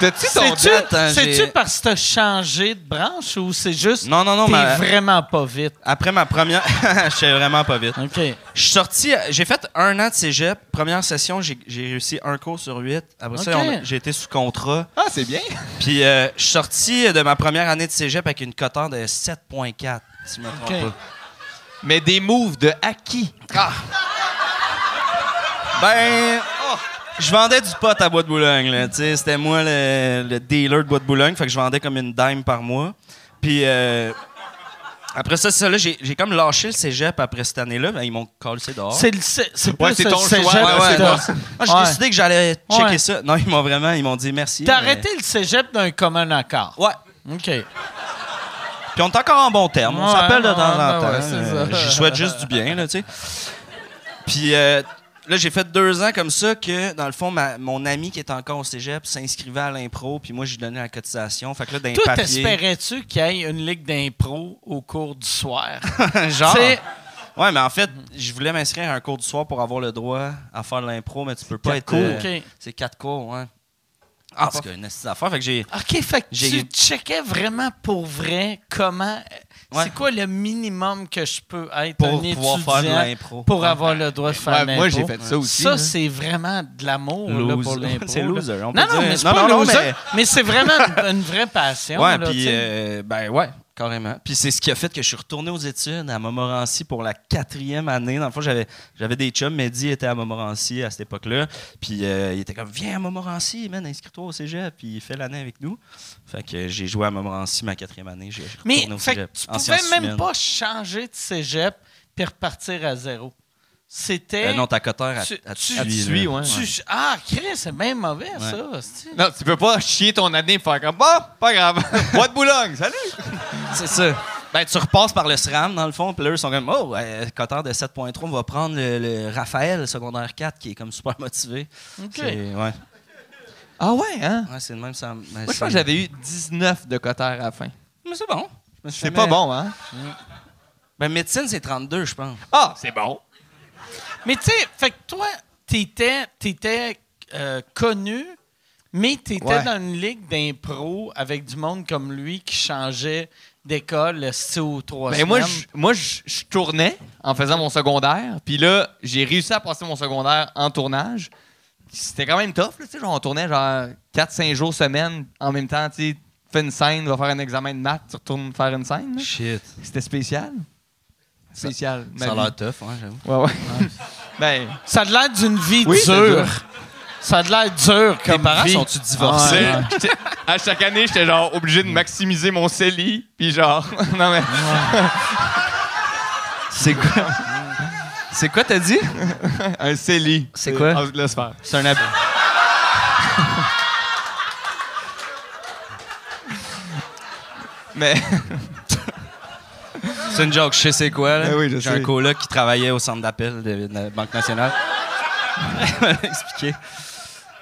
E: T'as-tu ton
A: C'est-tu
D: attends, hein, j'ai-
A: c'est-tu parce que t'as changé de branche ou c'est juste
D: Non, non, non,
A: t'es
D: mais-
A: vraiment pas vite?
D: Après ma première. J'étais vraiment pas vite.
A: OK.
D: Je suis sorti, à- j'ai fait un an de cégep. Première session, j'ai j'ai réussi un cours sur huit. Après ça,
A: Ok.
D: on a- j'ai été sous contrat.
E: Ah, c'est bien.
D: Puis euh, je suis sorti de ma première année de cégep avec une coteur de 7,4, si je me trompe
A: Ok.
E: Mais des moves de acquis.
D: pas. Ben, oh, je vendais du pot à Bois de Boulogne. là, tu sais. C'était moi le, le dealer de Bois de Boulogne. Fait que je vendais comme une dime par mois. Puis euh, après ça, ça là, j'ai j'ai comme lâché le cégep après cette année-là. Ben, ils m'ont collé dehors.
A: C'est le cé- c'est pas
E: Ouais, c'est
A: ce
E: ton choix,
A: cégep.
D: Ouais, ouais,
A: que
D: non.
A: t'as-
D: Ah, j'ai
A: Ouais.
D: décidé que j'allais checker
A: Ouais.
D: ça. Non, ils m'ont vraiment, ils m'ont dit merci.
A: T'as
D: mais-
A: arrêté le cégep d'un commun accord.
D: Ouais.
A: OK.
D: Puis on est encore en bon terme. On
A: Ouais,
D: s'appelle de
A: ouais,
D: temps en
A: ouais,
D: temps.
A: ouais, c'est
D: Euh,
A: ça.
D: J'y souhaite juste du bien, là, tu sais. Puis euh, là, j'ai fait deux ans comme ça que, dans le fond, ma- mon ami qui était encore au cégep s'inscrivait à l'impro, puis moi, j'ai donné la cotisation. Fait que là, d'un
A: Toi,
D: papier...
A: t'espérais-tu qu'il y ait une ligue d'impro au cours du soir?
D: Genre...
A: T'sais-
D: Ouais, mais en fait, je voulais m'inscrire à un cours du soir pour avoir le droit à faire de l'impro, mais tu peux pas
A: quatre
D: être...
A: cours.
D: euh,
A: Ok.
D: C'est quatre cours, ouais. Ah, parce qu'il y a une astuce à faire. Fait que j'ai...
A: OK, fait que
D: J'ai-
A: tu checkais vraiment pour vrai comment.
D: Ouais.
A: C'est quoi le minimum que je peux être
D: Pour
A: un
D: pouvoir
A: étudiant
D: faire de l'impro.
A: pour avoir le droit de faire
E: Ouais,
A: de
E: moi,
A: l'impro?
E: j'ai fait ça aussi,
A: Ça,
E: là.
A: c'est vraiment de l'amour là, pour
D: Loser.
A: l'impro.
D: C'est
A: là.
D: loser, on peut
A: non, non,
D: dire.
A: mais c'est
D: Non,
A: pas
D: non, non,
A: loser. mais
D: mais-
A: c'est vraiment une vraie passion.
D: Ouais,
A: là, tu
D: puis
A: sais.
D: euh, ben ouais, carrément. Puis c'est ce qui a fait que je suis retourné aux études à Montmorency pour la quatrième année. Dans le fond, j'avais j'avais des chums. Mehdi était à Montmorency à cette époque-là. Puis euh, il était comme viens à Montmorency, man, inscris-toi au cégep. Puis il fait l'année avec nous. Fait que j'ai joué à Montmorency ma quatrième année. J'ai
A: Mais
D: retourné au
A: fait que
D: cégep.
A: tu
D: en
A: pouvais
D: sciences
A: même
D: humaines.
A: pas changer de cégep puis repartir à zéro. C'était.
D: Euh, non, ta coteur à,
A: Tu-
D: à,
A: tu-
D: à-
A: tu
D: là.
E: suis, ouais.
A: tu- Ah, Chris, c'est bien mauvais, ça. c'est-tu?
E: Non, tu peux pas chier ton année et faire comme bon, pas grave. Bois de Boulogne, salut.
D: C'est ça. Ben, tu repasses par le SRAM, dans le fond, puis là, ils sont comme, oh, euh, coteur de 7.3, on va prendre le, le Raphaël, secondaire 4, qui est comme super motivé.
A: OK.
D: C'est- Ouais.
E: Ah ouais, hein.
D: Ouais, c'est le même. Ça, mais
E: Moi, je
D: ça-
E: pense que j'avais eu 19 de cotère à la fin.
D: Mais c'est bon. Je me suis
E: C'est
D: jamais-
E: pas bon, hein?
D: Ben, médecine, c'est 32, je pense.
E: Ah, c'est bon.
A: Mais tu sais, fait que toi, t'étais, t'étais euh, connu, mais t'étais
E: Ouais.
A: dans une ligue d'impro avec du monde comme lui qui changeait d'école c'est au trois
E: Ben
A: semaines.
E: moi, je, moi je, je tournais en faisant mon secondaire. Puis là, j'ai réussi à passer mon secondaire en tournage. C'était quand même tough. Là, tu sais, genre, on tournait genre 4-5 jours semaine en même temps. Tu sais, fais une scène, va faire un examen de maths, tu retournes faire une scène. là.
D: Shit.
E: C'était spécial. Spécial. ma
D: Ça a
E: vie.
D: l'air tough, ouais, j'avoue.
E: Ouais, ouais. ben,
A: Ça a l'air d'une vie
E: Oui, c'est
A: dure.
E: dur.
A: Ça a l'air dur comme
D: Tes parents
A: vie.
D: Ah, sont-tu divorcés?
A: Ouais, ouais.
E: j'étais- à chaque année, j'étais genre obligé de maximiser mon CELI. Puis genre, non mais.
D: C'est quoi? c'est quoi, t'as dit?
E: un CELI.
D: C'est quoi?
E: Ah, laisse faire.
D: C'est un abus.
E: Mais.
D: C'est une joke, je sais c'est quoi. là.
E: Ben oui, je
D: J'ai
E: sais.
D: un coloc qui travaillait au centre d'appel de, de la Banque nationale. Expliqué.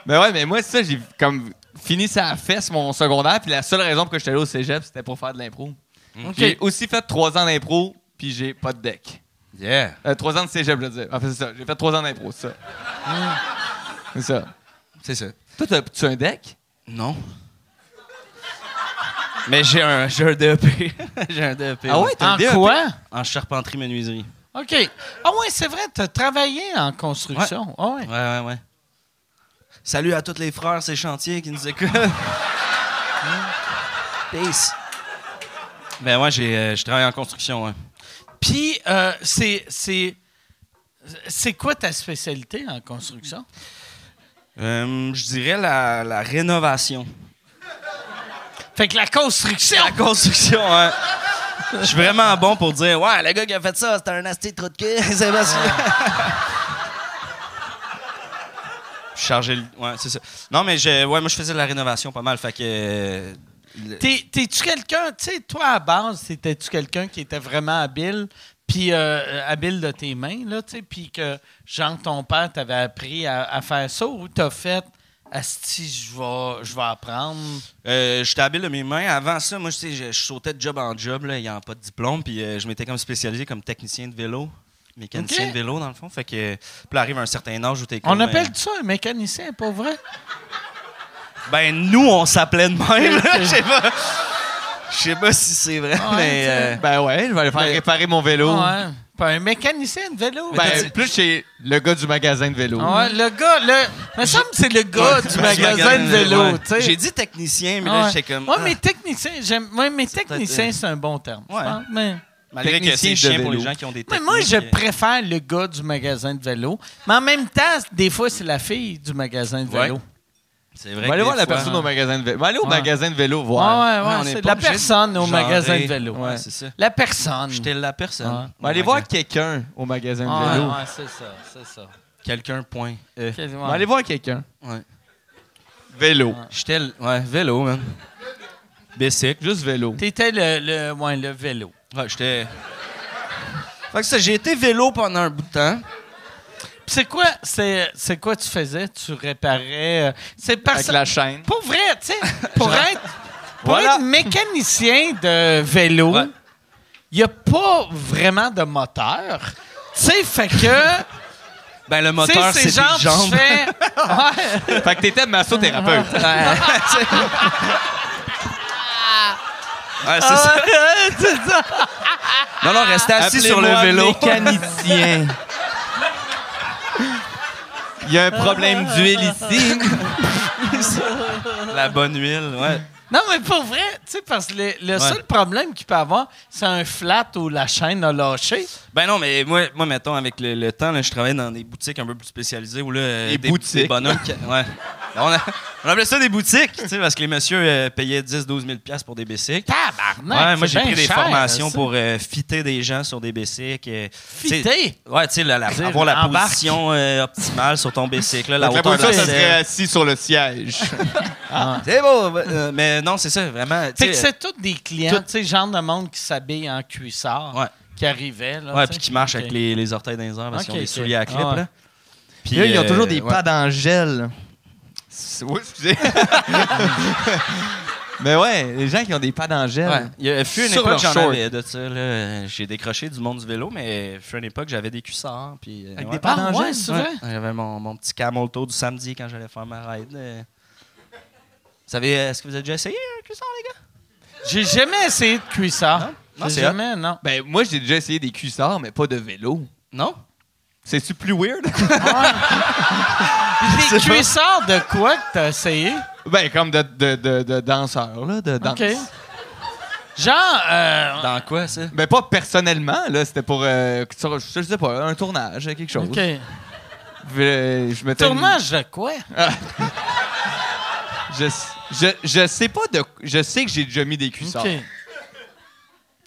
E: Mais ouais, mais moi, ça, j'ai comme fini ça à fesse mon secondaire, puis la seule raison pour que j'étais allé au cégep, c'était pour faire de l'impro. J'ai aussi fait trois ans d'impro, puis j'ai pas de deck.
D: Yeah.
E: Euh, trois ans de cégep, je veux dire. Enfin, c'est ça. J'ai fait trois ans d'impro, c'est ça. C'est ça.
D: Mm. C'est ça.
E: Toi, t'as- tu as un deck?
D: Non. Mais j'ai un, j'ai un DEP. j'ai un DEP.
E: Ah ouais, t'as un
A: En
E: DEP?
A: quoi?
D: En charpenterie-menuiserie.
A: OK. Ah ouais, c'est vrai, t'as travaillé en construction. Ah ouais.
D: Ouais, ouais, ouais. Salut à tous les frères, ces chantiers qui nous écoutent. Peace. Ben ouais, j'ai, euh, je travaille en construction, ouais.
A: Puis, euh, c'est, c'est, c'est quoi ta spécialité en construction?
D: Euh, je dirais la, la rénovation.
A: Fait que la construction.
D: La construction, hein. Je suis vraiment bon pour dire Ouais, le gars qui a fait ça, c'était un asti de trou de cul, Sébastien. Charger le. Ouais, c'est ça. Non, mais je, ouais, moi, je faisais de la rénovation pas mal. Fait que. euh, le-
A: T'es- T'es-tu quelqu'un, tu sais, toi à base, t'étais-tu quelqu'un qui était vraiment habile, puis euh, habile de tes mains, là, tu sais, puis que, genre, ton père t'avait appris à, à faire ça ou t'as fait, asti, je vais je vais apprendre.
D: Euh, j'étais habile de mes mains. Avant ça, moi, je, sais, je- je sautais de job en job, là, ayant pas de diplôme. Puis euh, je m'étais comme spécialisé comme technicien de vélo. Mécanicien
A: Ok.
D: de vélo, dans le fond. Fait que. euh, Puis là, arrive un certain âge où t'es
A: On
D: comme,
A: appelle
D: euh,
A: ça un mécanicien, pas vrai?
D: ben, nous, on s'appelait de même. là. Je sais pas. Je sais pas si c'est vrai, mais. euh,
E: Ben ouais, je vais aller faire
D: Mais-
E: réparer mon vélo.
A: Ouais. Pas un mécanicien de vélo.
E: Ben, plus chez le gars du magasin de vélo.
A: Ah Ouais, le gars, le. Mais ça me semble que c'est le gars du
D: Ouais,
A: magasin de
D: ouais.
A: vélo, tu sais.
D: J'ai dit technicien, mais
A: Ouais.
D: là, j'étais comme.
A: Ouais,
D: ah,
A: mais technicien, j'aime. Ouais, mais technicien,
D: peut-être,
A: c'est un bon terme. je
D: Ouais.
A: pense, mais-
D: malgré que
E: technicien
D: c'est
E: de
D: chiant pour les
E: vélo.
D: gens qui ont des
A: Mais
D: techniques.
A: moi, je
D: euh,
A: préfère le gars du magasin de vélo. Mais en même temps, des fois, c'est la fille du magasin de
D: Ouais.
A: vélo.
D: C'est vrai.
E: On va aller
D: que
E: voir
D: des
E: la
D: fois,
E: personne au magasin de vélo. On va aller au
A: hein. Ouais.
E: magasin de vélo
A: Ouais,
E: voir.
A: ouais, ouais.
D: Ouais, on est
A: c'est
D: pas
A: la
D: obligé de
A: personne au
D: genrer.
A: magasin de vélo.
D: Ouais,
A: ouais.
D: c'est ça.
A: La personne.
D: J'étais la personne.
A: Ouais.
E: On va aller
D: Oh my
E: voir
D: God.
E: quelqu'un au magasin
A: Ouais,
E: de vélo.
A: ouais, c'est ça, c'est ça.
D: Quelqu'un, point. Euh,
E: On va aller voir quelqu'un.
D: Ouais.
E: Vélo.
D: J'étais. le- Ouais, vélo, man. Basic.
E: Juste vélo.
A: T'étais le, le, ouais, le vélo.
D: Ouais, j'étais. Fait que ça, j'ai été vélo pendant un bout de temps.
A: Puis C'est quoi, c'est, c'est quoi tu faisais? Tu réparais... euh, C'est parce
E: Avec la chaîne.
A: Pour vrai, tu sais, pour être... Pour
E: Voilà.
A: être mécanicien de vélo, il
D: Ouais.
A: n'y a pas vraiment de moteur. Tu sais, fait que...
D: Ben, le
A: Tu sais,
D: moteur, c'est tes
A: genre,
D: jambes.
A: tu fais. Ouais.
E: Fait que t'étais massothérapeute.
D: Ah, Ouais, c'est ça.
A: C'est ça.
D: Non, non, restez assis sur le vélo.
E: mécanicien. Il y a un problème d'huile ici.
D: La bonne huile, ouais.
A: Non, mais pour vrai, tu sais, parce que le, le seul
D: Ouais.
A: problème qu'il peut avoir, c'est un flat où la chaîne a lâché.
D: Ben non, mais moi, moi mettons, avec le, le temps, là, je travaillais dans des boutiques un peu plus spécialisées où là, euh,
E: Des
D: des,
E: boutiques.
D: des bonhommes. qui- ouais. On, a- on appelait ça des boutiques, tu sais, parce que les messieurs euh, payaient 10-12 000 piastres pour des bicycles.
A: Tabarnak!
D: ouais,
A: c'est
D: moi, j'ai
A: bien
D: pris des
A: cher,
D: formations
A: ça.
D: pour euh, fitter des gens sur des bicycles. euh, tu sais,
A: Fitter?
D: Ouais, tu sais, la- la-
A: Dire,
D: avoir la
A: embarque.
D: position euh, optimale sur ton bicycle, là, la
E: La
D: hauteur de
E: position,
D: la
E: ça
D: selle.
E: serait
A: euh,
E: assis sur le siège.
D: C'est beau, euh, mais non, c'est ça, vraiment. tu
A: Fait que
D: sais,
A: c'est tous des clients, tu sais, genre de monde qui s'habille en cuissard,
D: Ouais.
A: qui arrivait. Là,
D: euh, Ouais,
A: tu sais.
D: puis qui marche avec
A: Ah, Ok.
D: les, les orteils dans les airs parce qu'ils
A: Ok,
D: ont des
A: ok.
D: souliers à clip.
A: Ah ouais.
D: là. Puis,
E: Là, ils ont
D: euh,
E: toujours des
D: ouais.
E: pads en gel. Oui, excusez. Mais ouais, les gens qui ont des pads en gel.
D: Ouais. Il y a fut une
E: Sur
D: époque,
E: leur
D: j'en
E: short.
D: avais de ça. là. J'ai décroché du monde du vélo, mais fut une époque, j'avais des cuissards. Puis, euh,
E: Avec
D: ouais.
E: des pads
A: Ah,
E: en
A: ouais,
E: gel.
A: c'est
D: Ouais.
A: vrai?
D: J'avais mon, mon petit camolto du samedi quand j'allais faire ma ride. euh. Vous savez, euh, est-ce que vous avez déjà essayé un cuissard, les gars?
A: J'ai jamais essayé de cuissard.
D: Non,
A: J'ai
D: c'est
A: jamais, non.
E: Ben, moi, j'ai déjà essayé des cuissards, mais pas de vélo.
D: Non?
E: C'est-tu plus weird?
A: Des cuissards de quoi que t'as essayé?
E: ben, comme de, de, de, de danseur, là, de danse.
A: OK. Genre, euh,
D: Dans quoi, ça?
E: Ben, pas personnellement, là. C'était pour, euh, sur- je sais pas, un tournage, quelque chose.
A: OK.
E: Je, je mettais une-
A: Tournage de quoi?
E: Je, je, je sais pas de... Je sais que j'ai déjà mis des cuissards.
A: OK.
E: Tu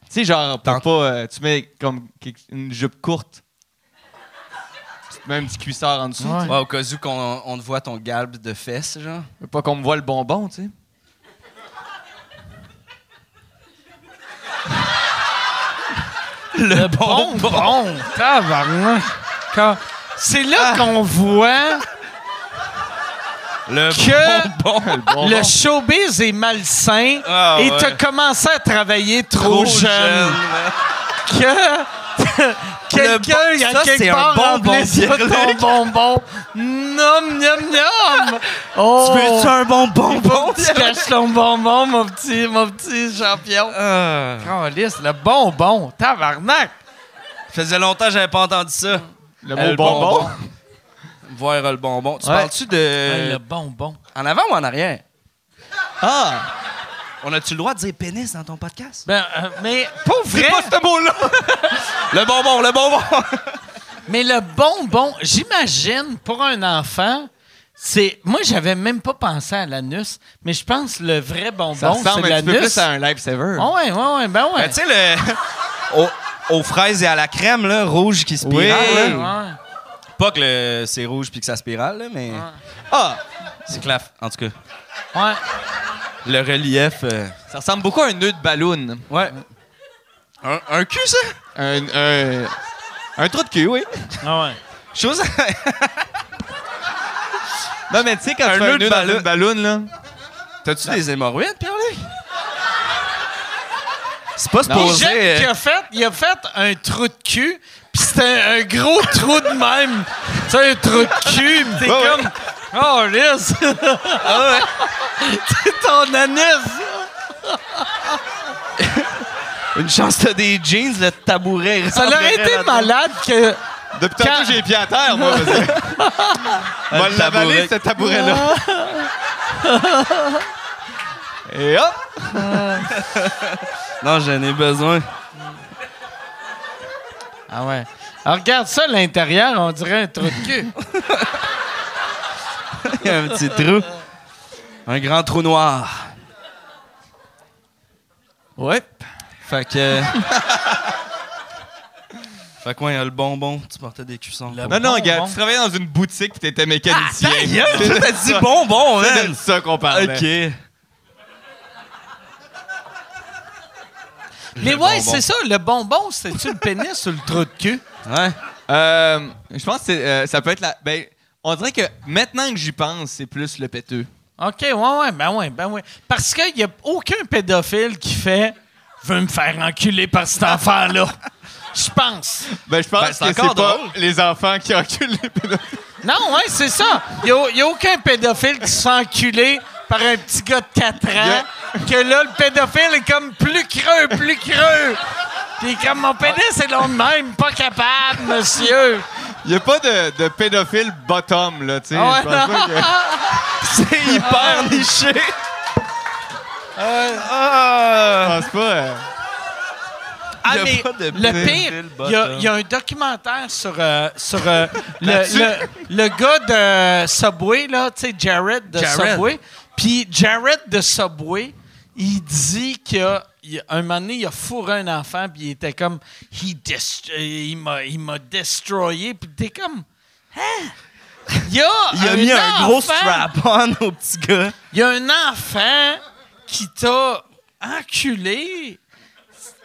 E: sais, genre, pour pas. euh, tu mets comme quelque- une jupe courte. Tu te mets un petit cuissard en dessous.
A: Ouais.
D: Ouais, au cas où qu'on on te voit ton galbe de fesses, genre.
E: tu sais. Pas qu'on me voit le bonbon, tu sais.
A: Le bon, bon, tabarnak. Quand- C'est
D: Ah.
A: là qu'on voit
D: Le
A: Que-
D: bon
E: Le bonbon.
A: le showbiz est malsain
D: Ah,
A: et
D: ouais.
A: t'as commencé à travailler trop, jeune. Que quelqu'un,
D: bon-
A: il y a
D: ça,
A: quelque
D: c'est un
A: part,
D: bonbon,
A: remplissait ton
D: Pierre-Luc.
A: bonbon. Nom, nom, nom. Oh,
D: Tu veux-tu un bon bonbon?
A: tu caches ton bonbon, mon petit, mon petit champion.
D: Ah.
A: Calisse, le bonbon, tabarnak.
D: Ça faisait longtemps que j'avais pas entendu ça.
E: Le
D: Euh,
E: mot
D: le
E: bonbon.
D: bonbon. Voir le bonbon. Tu
E: Ouais.
D: parles-tu de.
A: Hey, le bonbon.
D: En avant ou en arrière?
E: Ah!
D: On a-tu le droit de dire pénis dans ton podcast?
A: Ben, euh, mais pour
E: C'est
A: vrai,
E: pas ce mot-là!
D: Le bonbon, le bonbon!
A: mais le bonbon, j'imagine, pour un enfant, C'est moi j'avais même pas pensé à l'anus, mais je pense que le vrai
E: Ça
A: bonbon c'est
E: ressemble un petit peu
A: l'anus.
E: plus à un lifesaver.
A: Ah ouais, ouais, ouais, ben ouais.
D: Ben, tu sais, le... au- aux fraises et à la crème, là, rouge qui spirale.
E: Oui.
D: là.
A: Ouais, ouais.
D: Pas que le- c'est rouge puis que ça spirale, là, mais. Ah! C'est que la. En tout cas,
A: Ouais.
D: le relief. euh,
E: Ça ressemble beaucoup à un nœud de ballon.
D: Ouais. Un, un cul, ça?
E: Un, un, un trou de cul, oui.
A: Ah ouais.
D: Chose.
E: Non, mais tu sais, quand
D: Un
E: tu fais
D: nœud
E: un
D: de
E: nœud dans
D: ballon.
E: une ballon, là.
D: T'as-tu des hémorroïdes, Pierre-Luc? C'est pas
A: Puis
D: supposé.
A: Jacques, il
D: euh,
A: a fait, il a fait un trou de cul, puis c'était un, un gros trou de même. C'est un trou de cul, pis t'es
D: Ouais,
A: comme. Oh, lisse! C'est ton anus!
D: Une chance, t'as des jeans, le tabouret. est
A: Ça
D: rentré
A: aurait été
D: là-dedans.
A: malade que.
E: Depuis
A: Quand-
E: tantôt, j'ai les pieds à terre, moi. vas-y.
D: Ah,
E: Va
D: le tabouret.
E: l'avaler, ce tabouret-là. Et hop!
D: Non, j'en ai besoin.
A: Ah ouais. Alors, regarde ça, l'intérieur, on dirait un trou de cul.
D: Il y a un petit trou. Un grand trou noir.
A: ouais.
D: Fait que. euh, fait quoi, il y a le bonbon. Tu portais des cuissons.
E: Non, non,
A: Bon,
E: gars,
A: bon.
E: tu travaillais dans une boutique pis t'étais mécanicien.
D: T'as dit bonbon,
E: Ah, C'est de ça qu'on parlait.
D: Ok. Ben,
A: Mais ouais,
D: bonbon.
A: c'est ça, le bonbon, c'est-tu le pénis ou le trou de cul?
D: Ouais.
E: Euh, je pense que c'est, euh, ça peut être la. Ben, on dirait que maintenant que j'y pense, c'est plus le péteux.
A: OK, ouais, ouais, ben ouais, ben ouais. Parce qu'il n'y a aucun pédophile qui fait « Veux me faire enculer par cet enfant-là. » Je pense.
E: Ben, je pense
D: Ben, c'est encore drôle.
E: les enfants qui enculent les pédophiles.
A: Non, ouais, c'est ça. Il n'y a, aucun pédophile qui se fait enculer par un petit gars de 4 ans. Que là, le pédophile est comme plus creux, plus creux. Puis comme mon pénis est long de même, pas capable, monsieur.
E: Il n'y a pas de, de pédophile bottom, là, tu sais.
A: Ah ouais,
E: Je pense pas que-
D: C'est hyper niché.
E: je pense pas. euh.
A: Ah,
D: Y a
A: mais
D: pas de
A: le
D: Bill
A: pire, il y, a-
D: Bottom.
A: y a un documentaire sur, euh, sur euh, le, le- le gars de Subway, là, tu sais, Jared de
D: Jared.
A: Subway. Puis Jared de Subway, il dit qu'il a, il a- un moment donné, il a fourré un enfant, puis il était comme, He dest- il m'a il m'a destroyé, puis t'es comme, hein? Il a,
D: Il a mis un gros
A: enfant-
D: strap-on au petit gars.
A: il y a un enfant qui t'a enculé.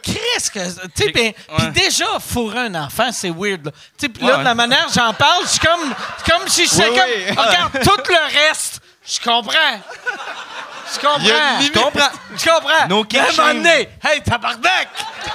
A: Qu'est-ce que. Tu sais, ben,
D: Ouais.
A: puis déjà, fourrer un enfant, c'est weird. là. Tu sais, puis
D: Ouais,
A: là,
D: ouais.
A: de la manière dont j'en parle, je suis comme, c'est comme si je sais
E: Oui,
A: comme.
E: oui.
A: Regarde, tout le reste, je comprends. Je comprends.
E: Il y a une
A: Je
E: limite.
A: comprends. Je comprends.
D: No
A: Mais à un
D: kitchen.
A: moment donné, hey, tabarnak!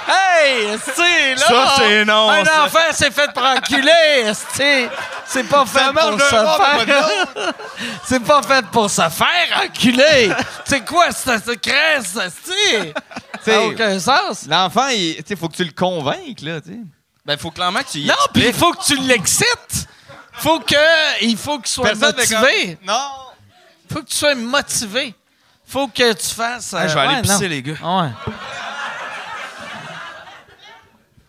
A: Hey, c'est là.
D: Ça, c'est non,
A: Un
D: ça.
A: enfant s'est fait pour enculer, esti. C'est pas fait
E: marche
A: pour
E: d'un
A: se
E: bord, mais pas de
A: faire. C'est pas fait pour se faire enculer! C'est quoi cette cette crèse, ça, c'ti? Ça n'a
E: T'sais,
A: aucun sens!
E: L'enfant, il tu sais, faut que tu le convainques, là, tu sais.
D: Ben, faut clairement que tu y
A: Non, puis il faut que tu l'excites! Faut que. Il faut qu'il soit
E: Personne n'est
A: motivé!
E: comme- Non!
A: Faut que tu sois motivé! Faut que tu fasses.
D: Ah, je vais
A: euh,
D: aller
A: ouais,
D: pisser,
A: non.
D: les gars.
A: Ah ouais.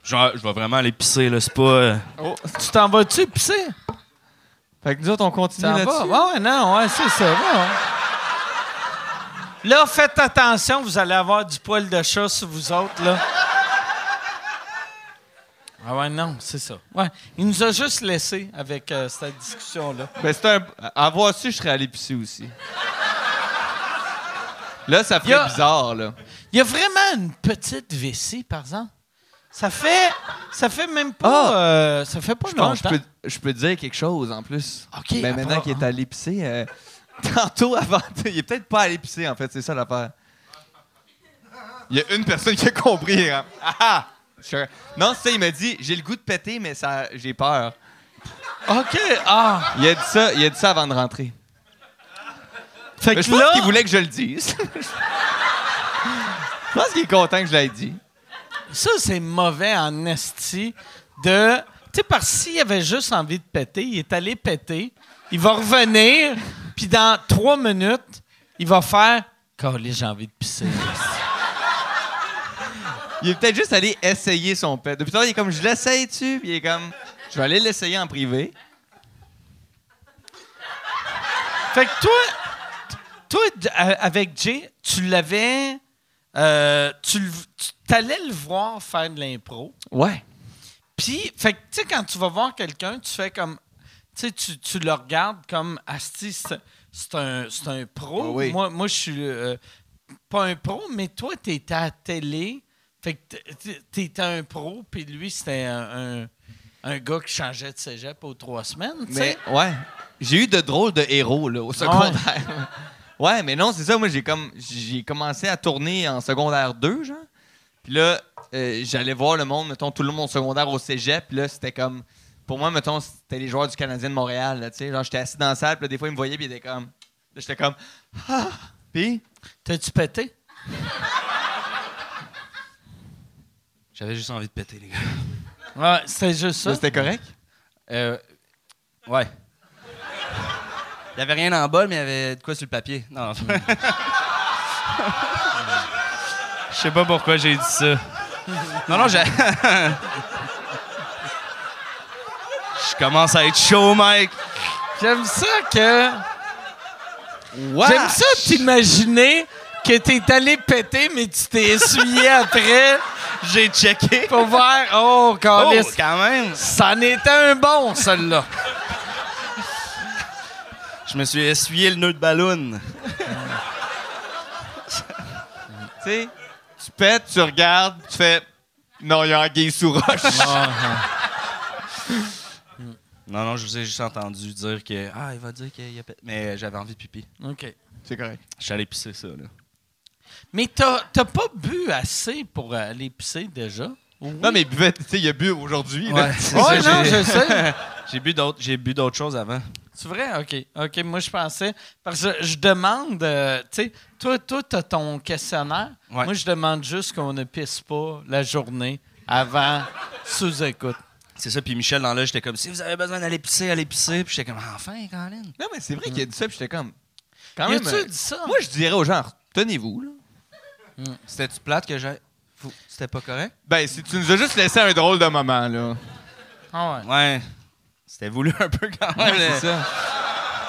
D: Genre, je vais vraiment aller pisser, là. C'est pas. euh,
A: Tu t'en vas-tu pisser?
E: Fait que nous autres, on continue
A: T'en vas?
E: là-dessus.
A: Ouais, ouais, non, ouais, c'est ça. ouais, ouais. Là, faites attention, vous allez avoir du poil de chat sur vous autres, là. Ah ouais, non, c'est ça. Ouais, il nous a juste laissé avec euh, cette discussion-là.
E: Ben, c'est un. À avoir su, je serais allé pisser aussi. Là, ça ferait
A: Y a-
E: bizarre, là.
A: Il y a vraiment une petite vessie, par exemple. Ça fait, ça fait même pas,
E: Ah!
A: euh, ça fait pas
E: Je
A: longtemps.
E: pense que je peux, je peux te dire quelque chose en plus.
A: OK,
E: Ben,
A: après,
E: maintenant qu'il est
A: hein.
E: allé pisser, euh, tantôt avant. Il est peut-être pas allé pisser, en fait, c'est ça l'affaire. Il y a une personne qui a compris. Hein. Ah, ah! Je- Non, c'est ça, il m'a dit j'ai le goût de péter, mais ça, j'ai peur.
A: Ok, ah,
E: Il a dit ça, il a dit ça avant de rentrer.
A: fait
E: Mais
A: que
E: je pense
A: là,
E: qu'il voulait que je le dise. je pense qu'il est content que je l'aie dit.
A: ça c'est mauvais en esti de, tu sais, parce que s'il avait juste envie de péter, il est allé péter, il va revenir, puis dans trois minutes, il va faire, Calé, j'ai envie de pisser.
E: Il est peut-être juste allé essayer son pet. Depuis tout à l'heure, il est comme je l'essaye-tu? Puis il est comme je vais aller l'essayer en privé.
A: Fait que toi, t- toi d- a- avec Jay, tu l'avais. euh, tu le- tu- t'allais le voir faire de l'impro.
E: Ouais.
A: Puis, fait que, tu sais, quand tu vas voir quelqu'un, tu fais comme. Tu sais, tu, tu le regardes comme Asti, c'est c'est un, c'est un pro.
E: Ah oui.
A: Moi, moi je suis euh, pas un pro, mais toi, tu étais à la télé. Fait que tu étais un pro, puis lui, c'était un, un, un gars qui changeait de cégep aux trois semaines. tu
E: Mais
A: sais.
E: ouais, j'ai eu de drôles de héros là, au secondaire. Ouais. mais non, c'est ça. Moi, j'ai comme j'ai commencé à tourner en secondaire 2, genre. Puis là, euh, j'allais voir le monde, mettons, tout le monde secondaire au cégep. Puis là, c'était comme. Pour moi, mettons, c'était les joueurs du Canadien de Montréal. Là, tu sais. genre, j'étais assis dans la salle, puis là, des fois, ils me voyaient, puis ils étaient comme. Là, j'étais comme. Ah! Puis.
A: T'as-tu pété?
D: J'avais juste envie de péter, les gars.
A: Ouais, c'était Ah, juste
E: Ça,
A: ça.
E: c'était correct?
D: Euh, ouais. Il n'y avait rien dans le bol, mais il y avait de quoi sur le papier. Non. Je sais pas pourquoi j'ai dit ça. Non, non, j'ai. Je commence à être chaud, Mike.
A: J'aime ça que.
E: Ouais!
A: J'aime ça t'imaginer que t'es allé péter, mais tu t'es essuyé après
D: J'ai checké.
A: pour voir. Oh,
D: Oh,
A: Carlis,
D: quand même.
A: ça en était un bon, celui-là.
D: Je me suis essuyé le nœud de ballon.
E: Tu sais, tu pètes, tu regardes, tu fais. Non, il y a un gay sous roche.
D: Non, non, je vous ai juste entendu dire que. Ah, il va dire qu'il y a. pe- Mais j'avais envie de pipi.
A: OK.
E: c'est correct.
D: Je suis allé pisser ça, là.
A: Mais t'as t'as pas bu assez pour aller pisser déjà?
E: Non, mais il buvait, tu sais, il a bu aujourd'hui. là.
D: Ouais,
A: Ouais, non, je sais.
D: J'ai bu d'autres, j'ai bu d'autres choses avant.
A: C'est vrai? OK. OK, moi, je pensais. Parce que je demande. euh, tu sais, toi, toi, t'as ton questionnaire.
D: Ouais.
A: Moi, je demande juste qu'on ne pisse pas la journée avant sous-écoute.
D: C'est ça, puis Michel, dans là, j'étais comme si vous avez besoin d'aller pisser, allez pisser. Puis j'étais comme Ah, enfin, Colin.
E: Non, mais c'est vrai qu'il a dit ça, puis j'étais comme. Quand
A: Y
E: même.
A: a-tu
E: euh,
A: dit ça?
E: Moi, je dirais aux gens, tenez-vous, là. Mm.
D: C'était-tu plate que j'ai. Fou- C'était pas correct?
E: Ben, si tu nous as juste laissé un drôle de moment, là.
A: Ah ouais.
D: Ouais. C'était voulu un peu quand même.
E: c'est ça.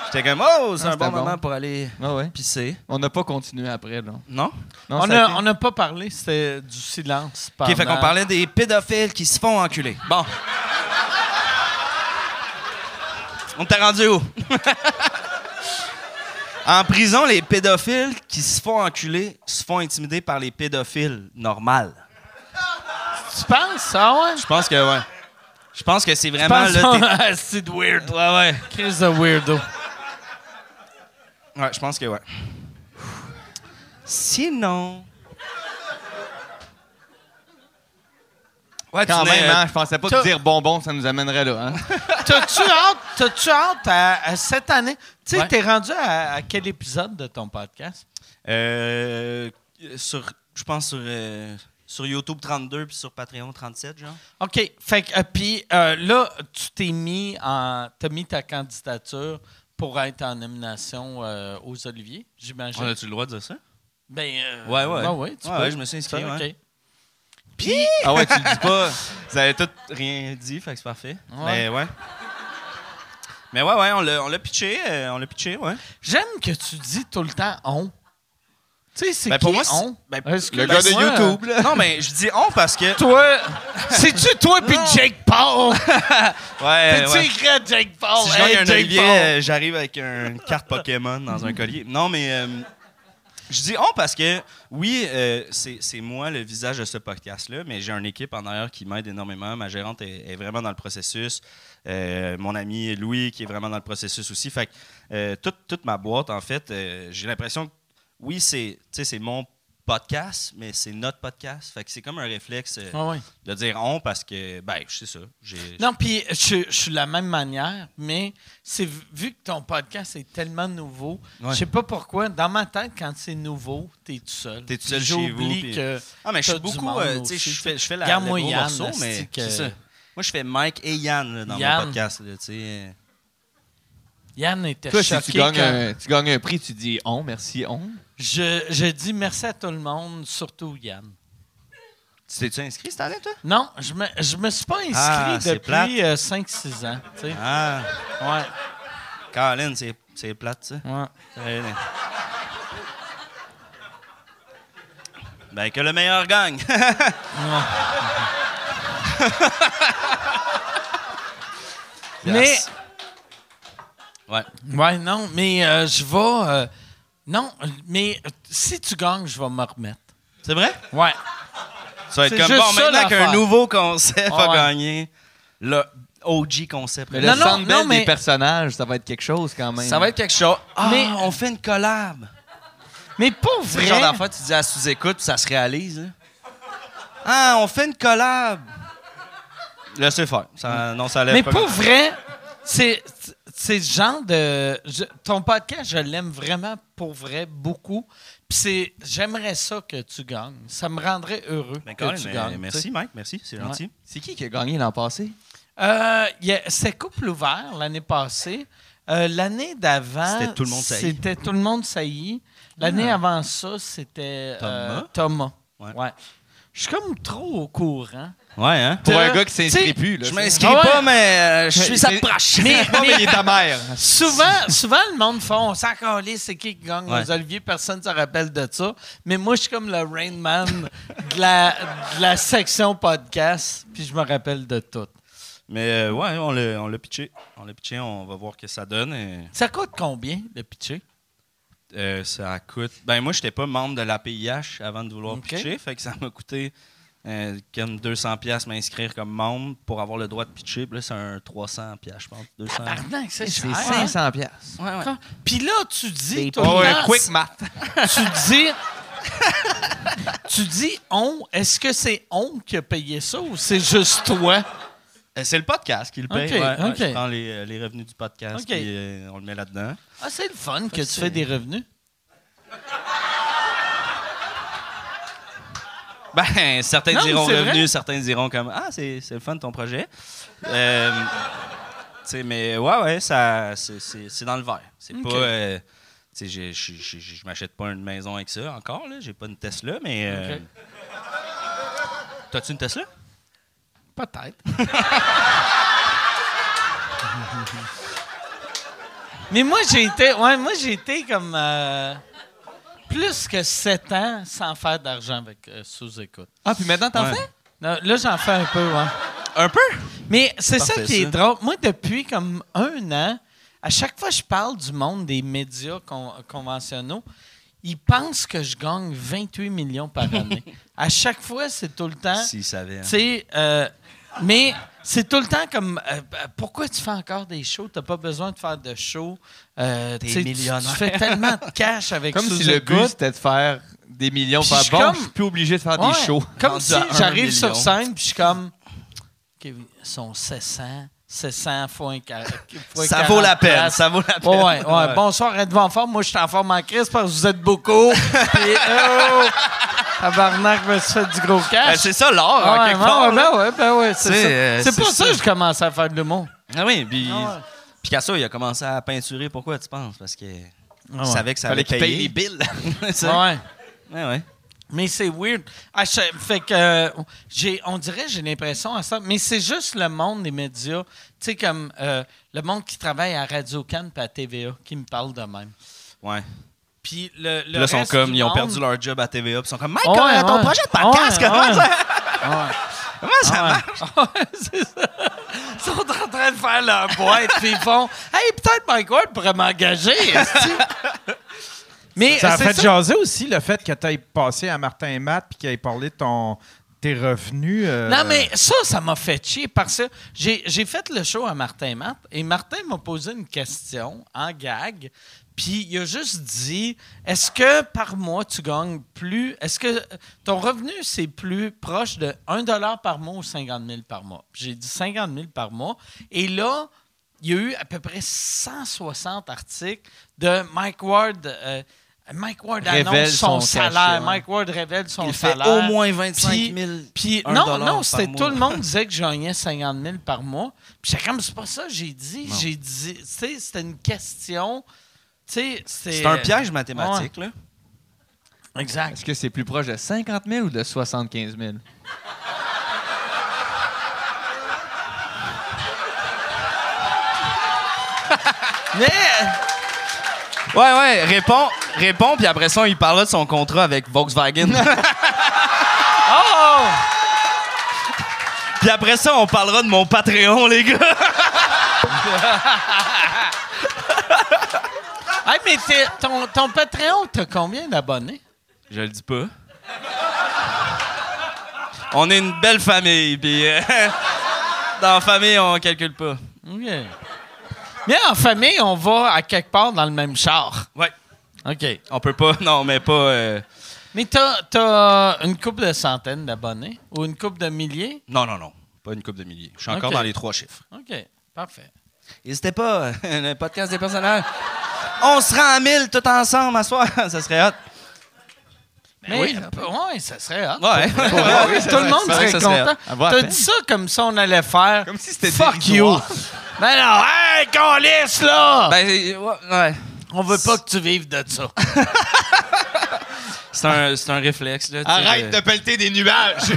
D: J'étais comme oh, c'est
E: Ah,
D: un
E: c'était
D: bon,
E: bon.
D: moment pour aller
E: Ouais, Ah ouais.
D: pisser.
E: On n'a pas continué après, là. Non,
D: Non?
A: on
E: ça a
A: n'a
E: été-
A: on a pas parlé, c'était du silence.
D: Ok, fait
A: pendant-
D: qu'on parlait des pédophiles qui se font enculer. Bon. On t'a rendu où? en prison, les pédophiles qui se font enculer se font intimider par les pédophiles normales.
A: Tu penses? Ah ouais?
D: Je pense que ouais. Je pense que c'est
A: Je
D: vraiment
A: pense
D: là. t'es-
A: qu'on- c'est de weird.
D: Ouais,
A: Chris de weirdo.
D: ouais. Ouais, je pense que ouais. Sinon. Ouais,
E: Quand
D: tu venais,
E: même,
D: euh,
E: hein, je pensais pas te
A: t'as-
E: dire bonbon, ça nous amènerait là. Hein?
A: T'as-tu hâte, t'as-tu hâte à, à cette année? Tu sais,
D: Ouais.
A: t'es rendu à, à quel épisode de ton podcast?
D: Euh, sur, je pense sur, euh, sur YouTube 32 puis sur Patreon 37, genre.
A: OK. Fait que, euh, puis euh, là, tu t'es mis en. T'as mis ta candidature pour être en nomination euh, aux Oliviers, j'imagine.
D: le droit de dire ça?
A: Ben. euh,
D: Ouais, ouais.
A: ben ouais, tu
D: Ouais,
A: peux.
D: ouais, je me suis inscrit,
A: Ça,
D: ouais.
A: OK.
D: Ah ouais, tu le dis pas. Vous avez tout rien dit, fait que c'est parfait.
A: Ouais.
D: Mais ouais. Mais ouais, ouais, on l'a on l'a pitché, euh, on l'a pitché, ouais.
A: J'aime que tu dis tout le temps on. Tu sais, c'est
D: Ben,
A: qui
D: pour moi, c'est-
A: on?
D: ben,
A: Est-ce que-
E: le gars de
A: moi,
E: YouTube, là.
D: Non, mais je dis on parce que.
A: euh, Toi, c'est-tu toi puis Jake Paul?
D: Ouais,
A: T'es-tu
D: ouais.
A: écrit à Jake Paul?
D: Si je gagne
A: Oh, Hey,
D: un
A: Jake
D: Olivier,
A: Paul.
D: euh, j'arrive avec un- une carte Pokémon dans un collier. Non, mais euh, je dis on parce que, oui, euh, c'est c'est moi le visage de ce podcast-là, mais j'ai une équipe en arrière qui m'aide énormément. Ma gérante est, est vraiment dans le processus. Euh, mon ami Louis qui est vraiment dans le processus aussi. Fait que euh, toute, toute ma boîte, en fait, euh, j'ai l'impression que, oui, c'est tu sais, c'est mon podcast, mais c'est notre podcast. Fait que c'est comme un réflexe euh,
A: Ah ouais.
D: de dire on parce que, ben, je sais ça. j'ai-
A: Non, puis je, je suis de la même manière, mais c'est vu- vu que ton podcast est tellement nouveau,
D: Ouais.
A: je sais pas pourquoi, dans ma tête, quand c'est nouveau, t'es tout seul.
D: T'es tout seul
A: Puis
D: chez vous,
A: j'oublie
D: puis-
A: que...
D: Ah, mais je
A: T'as
D: suis
A: du
D: beaucoup.
A: monde
D: euh, tu sais,
A: aussi,
D: je fais, je fais la,
A: Regarde,
D: le
A: moi,
D: gros
A: Yann,
D: morceau,
A: asti
D: mais
A: que-
D: c'est ça. Moi, je fais Mike et Yann là, dans
A: Yann.
D: mon podcast. là, tu sais.
A: Yann était
E: Toi, si
A: choqué
E: tu gagnes,
A: quand-
E: un, tu gagnes un prix, tu dis on, merci, on.
A: Je, je dis merci à tout le monde, surtout Yann.
D: Tu T'es-tu inscrit cette année, toi?
A: Non, je me, je me suis pas inscrit
D: Ah, c'est plate.
A: depuis euh, 5-6 ans. tu sais.
D: Ah,
A: Ouais.
D: Colin, c'est c'est plate, ça.
A: Ouais.
D: Ouais, mais- Ben, que le meilleur gagne.
A: Mais,
D: Ouais.
A: ouais, non, mais euh, je vais. euh, non, mais euh, si tu gagnes, je vais me remettre.
D: C'est vrai?
A: Ouais.
D: Ça va être
A: C'est
D: comme
A: juste
D: bon,
A: ça,
D: maintenant qu'un
A: l'affaire.
D: nouveau concept
A: Ah
D: a
A: ouais.
D: gagné, le OG concept.
E: Mais
D: Là,
E: le
A: non,
E: centre
A: non,
E: belle
A: mais-
E: des personnages, ça va être quelque chose quand même.
G: Ça va être quelque chose. Ah,
D: mais on fait une collab.
A: Mais pour
D: C'est le
A: vrai.
D: genre d'affaire, tu dis à sous-écoute, puis ça se réalise. là. Ah, on fait une collab. Laissez faire. Ça, non, ça lève
A: Mais
D: pas
A: pour vrai, c'est c'est ce genre de je- ton podcast, je l'aime vraiment pour vrai beaucoup. Puis c'est j'aimerais ça que tu gagnes. Ça me rendrait heureux
D: Ben,
A: que
D: Colin,
A: tu
D: mais-
A: gagnes.
D: merci,
A: tu sais.
D: Mike. Merci, c'est gentil.
E: C'est qui qui a gagné l'an passé?
A: Euh, il y a- c'est couple ouvert l'année passée. Euh, l'année d'avant,
D: C'était Tout le monde saillit.
A: C'était tout le monde saillit. L'année avant ça, c'était euh, Thomas.
D: Ouais.
A: Ouais. Je suis comme trop au courant.
D: Ouais, hein?
E: Pour
A: De-
E: un gars qui
A: tu sais,
E: s'inscrit plus. Là,
D: Je
E: tu
D: m'inscris
A: Ah ouais.
D: pas, mais euh, je suis sa
E: Mais-
D: proche.
E: sais. Ah, mais il est ta mère.
A: Souvent, souvent, le monde fait on s'en calisse, c'est qui qui gagne
D: Ouais.
A: les Olivier, personne ne se rappelle de ça. Mais moi, je suis comme le Rain Man de la, de la section podcast, puis je me rappelle de tout.
D: Mais euh, ouais, on l'a, on l'a pitché. On l'a pitché, on va voir ce que ça donne. et,
A: Ça coûte combien le pitcher?
D: euh, ça coûte. Ben, moi, j'étais pas membre de l'APIH avant de vouloir
A: Ok.
D: pitcher. Fait que ça m'a coûté euh, comme 200$ piastres m'inscrire comme membre pour avoir le droit de pitcher. Puis là, c'est un 300$, piastres, je pense. 200.
A: Pardon, c'est
E: C'est
A: cher.
E: 500 piastres.
D: Ouais, ouais.
A: Quand- Puis là, tu dis, tout
E: Oh,
A: le
E: un
A: temps,
E: Oh, quick math.
A: tu dis, tu dis on. Est-ce que c'est on qui a payé ça ou c'est juste toi?
D: Euh, C'est le podcast qui le paye.
A: Ok,
D: ouais, ouais,
A: ok.
D: je prends les, euh, les revenus du podcast.
A: Ok.
D: puis, euh, on le met là-dedans.
A: Ah, c'est le fun que tu fais des revenus.
D: Ben, certains
A: Non, mais
D: diront
A: c'est vrai.
D: revenu, certains diront comme Ah, c'est c'est le fun de ton projet. Euh, tu sais, mais ouais, ouais, ça, c'est- c'est c'est dans le vert. C'est
A: Ok.
D: pas. euh, tu sais, j'ai- j'ai- j'ai- je m'achète pas une maison avec ça encore, là. J'ai pas une Tesla, mais. euh,
A: Ok.
D: T'as-tu une Tesla?
A: Peut-être. Mais moi, j'ai été, ouais, moi, j'ai été comme euh, plus que sept ans sans faire d'argent avec euh, sous-écoute.
E: Ah, puis maintenant, t'en
D: Ouais.
E: fais?
A: Non, Là, j'en fais un peu, ouais.
D: Un peu?
A: Mais c'est ça
D: Parfait,
A: qui est
D: ça.
A: drôle. Moi, depuis comme un an, à chaque fois que je parle du monde des médias con- conventionnels, ils pensent que je gagne 28 millions par année. à chaque fois, c'est tout le temps.
D: S'il savait. hein.
A: Tu sais, euh, mais c'est tout le temps comme euh, euh, pourquoi tu fais encore des shows T'as pas besoin de faire de shows. Euh, tu sais, tu-
D: millionnaire.
A: Tu fais tellement de cash avec
E: Comme
A: sous
E: si le
A: écoute.
E: but, c'était de faire des millions.
A: Puis
E: par
A: je
E: bon,
A: comme-
E: je suis plus obligé de faire
A: Ouais,
E: des shows.
A: Comme
D: Rendu
A: si
D: à un
A: j'arrive
D: million.
A: sur scène puis je suis comme OK, ils sont 700, 700 fois un ca- fois
D: Ça
A: 40
D: vaut la peine,
A: places.
D: ça vaut la peine.
A: Ouais, ouais, ouais. Bonsoir, êtes-vous en forme? Moi, je suis en forme en crise parce que vous êtes beaucoup. Puis, oh! Tabarnak, je me suis fait du gros cash.
D: Ben, c'est ça l'art, en
A: Ah ouais,
D: quelque
A: ouais,
D: part. là.
A: ben ouais, ben ouais, c'est
D: C'est,
A: ça.
D: euh,
A: c'est
D: c'est
A: pour
D: ça.
A: ça que je commence à faire de l'humour.
D: Ah oui, puis
A: Ah ouais.
D: Picasso, il a commencé à peinturer. Pourquoi tu penses? Parce que.
A: Ah
D: Il savait que ça allait
E: Fallait qu'il
D: payer.
E: paye
D: les
E: les
D: billes.
A: Ouais.
D: Ouais, ouais.
A: Mais c'est weird. À chaque- fait que euh, j'ai, on dirait, j'ai l'impression à ça. Mais c'est juste le monde des médias, tu sais comme euh, le monde qui travaille à Radio Cannes et à TVA, qui me parle de même.
D: Ouais.
A: Puis le, le
D: Puis là, ils sont
A: reste
D: comme,
A: du
D: ils ont
A: monde-
D: perdu leur job à TVA. Puis ils sont comme, Mike,
A: Ouais,
D: euh, ton
A: ouais.
D: projet de podcast,
A: Ouais,
D: comment,
A: ouais.
D: ça,
A: Ouais.
D: comment ça marche?
A: Ouais, c'est ça. Ils sont en train de faire leur boîte, puis ils font Hey, peut-être Mike Ward pourrait m'engager. esti. Mais
B: Ça a
A: c'est
B: fait jaser aussi le fait que tu aies passé à Martin et Matt puis qu'il ait parlé de ton, tes revenus. euh,
A: Non, mais ça, ça m'a fait chier parce que j'ai j'ai fait le show à Martin Matt et Martin m'a posé une question en gag. Puis il a juste dit Est-ce que par mois tu gagnes plus Est-ce que ton revenu c'est plus proche de 1 par mois ou 50 000 par mois Puis J'ai dit 50 000 par mois. Et là, il y a eu à peu près 160 articles de Mike Ward. euh, Mike Ward
E: Révèle
A: annonce son,
E: son
A: salaire.
E: cachet, ouais.
A: Mike Ward révèle son
D: Il fait
A: salaire.
D: au moins 25
A: Puis-
D: 000.
A: Puis,
D: un
A: non,
D: dollar
A: non,
D: par
A: c'était
D: mois.
A: tout le monde disait que je gagnais 50 000 par mois. Puis j'étais comme, c'est pas ça que j'ai dit. J'ai dit, tu sais, c'était une question. Tu sais, c'est.
D: C'est un piège mathématique, là.
A: Exact.
E: Est-ce que c'est plus proche de 50 000 ou de 75 000?
D: Mais. Ouais, ouais, réponds, réponds, puis après ça, il parlera de son contrat avec Volkswagen.
A: Oh!
D: puis après ça, on parlera de mon Patreon, les gars.
A: Hey, mais t'es- ton, ton Patreon, t'as combien d'abonnés?
D: Je le dis pas. On est une belle famille, puis euh, dans la famille, on calcule pas.
A: OK. Mais en famille, on va à quelque part dans le même char.
D: Ouais,
A: OK.
D: on peut pas, non, mais pas. euh,
A: Mais t'as, t'as une couple de centaines d'abonnés ou une couple de milliers?
D: non, non, non, pas une coupe de milliers. Je suis encore
A: Ok.
D: dans les trois chiffres.
A: OK, parfait.
D: N'hésitez pas, euh, le podcast des personnages. On se rend à 1000 tout ensemble à soir, ça serait hot.
A: Mais
D: Ben oui,
A: euh, ouais, ça serait hot.
D: Ouais.
A: Ouais, tout le monde
D: C'est vrai
A: serait
D: que ça serait
A: content.
D: hot.
E: Avoir à
A: T'as
E: peine.
A: dit ça comme ça, on allait faire.
E: Comme si c'était
A: Fuck you!
E: dérisoire.
A: Mais non, hey, calisse, là!
D: Ben, euh, ouais, ouais.
A: on veut pas que tu vives de ça.
D: C'est un, c'est un réflexe. Là, tu sais,
E: Arrête
D: euh,
E: de pelleter des nuages.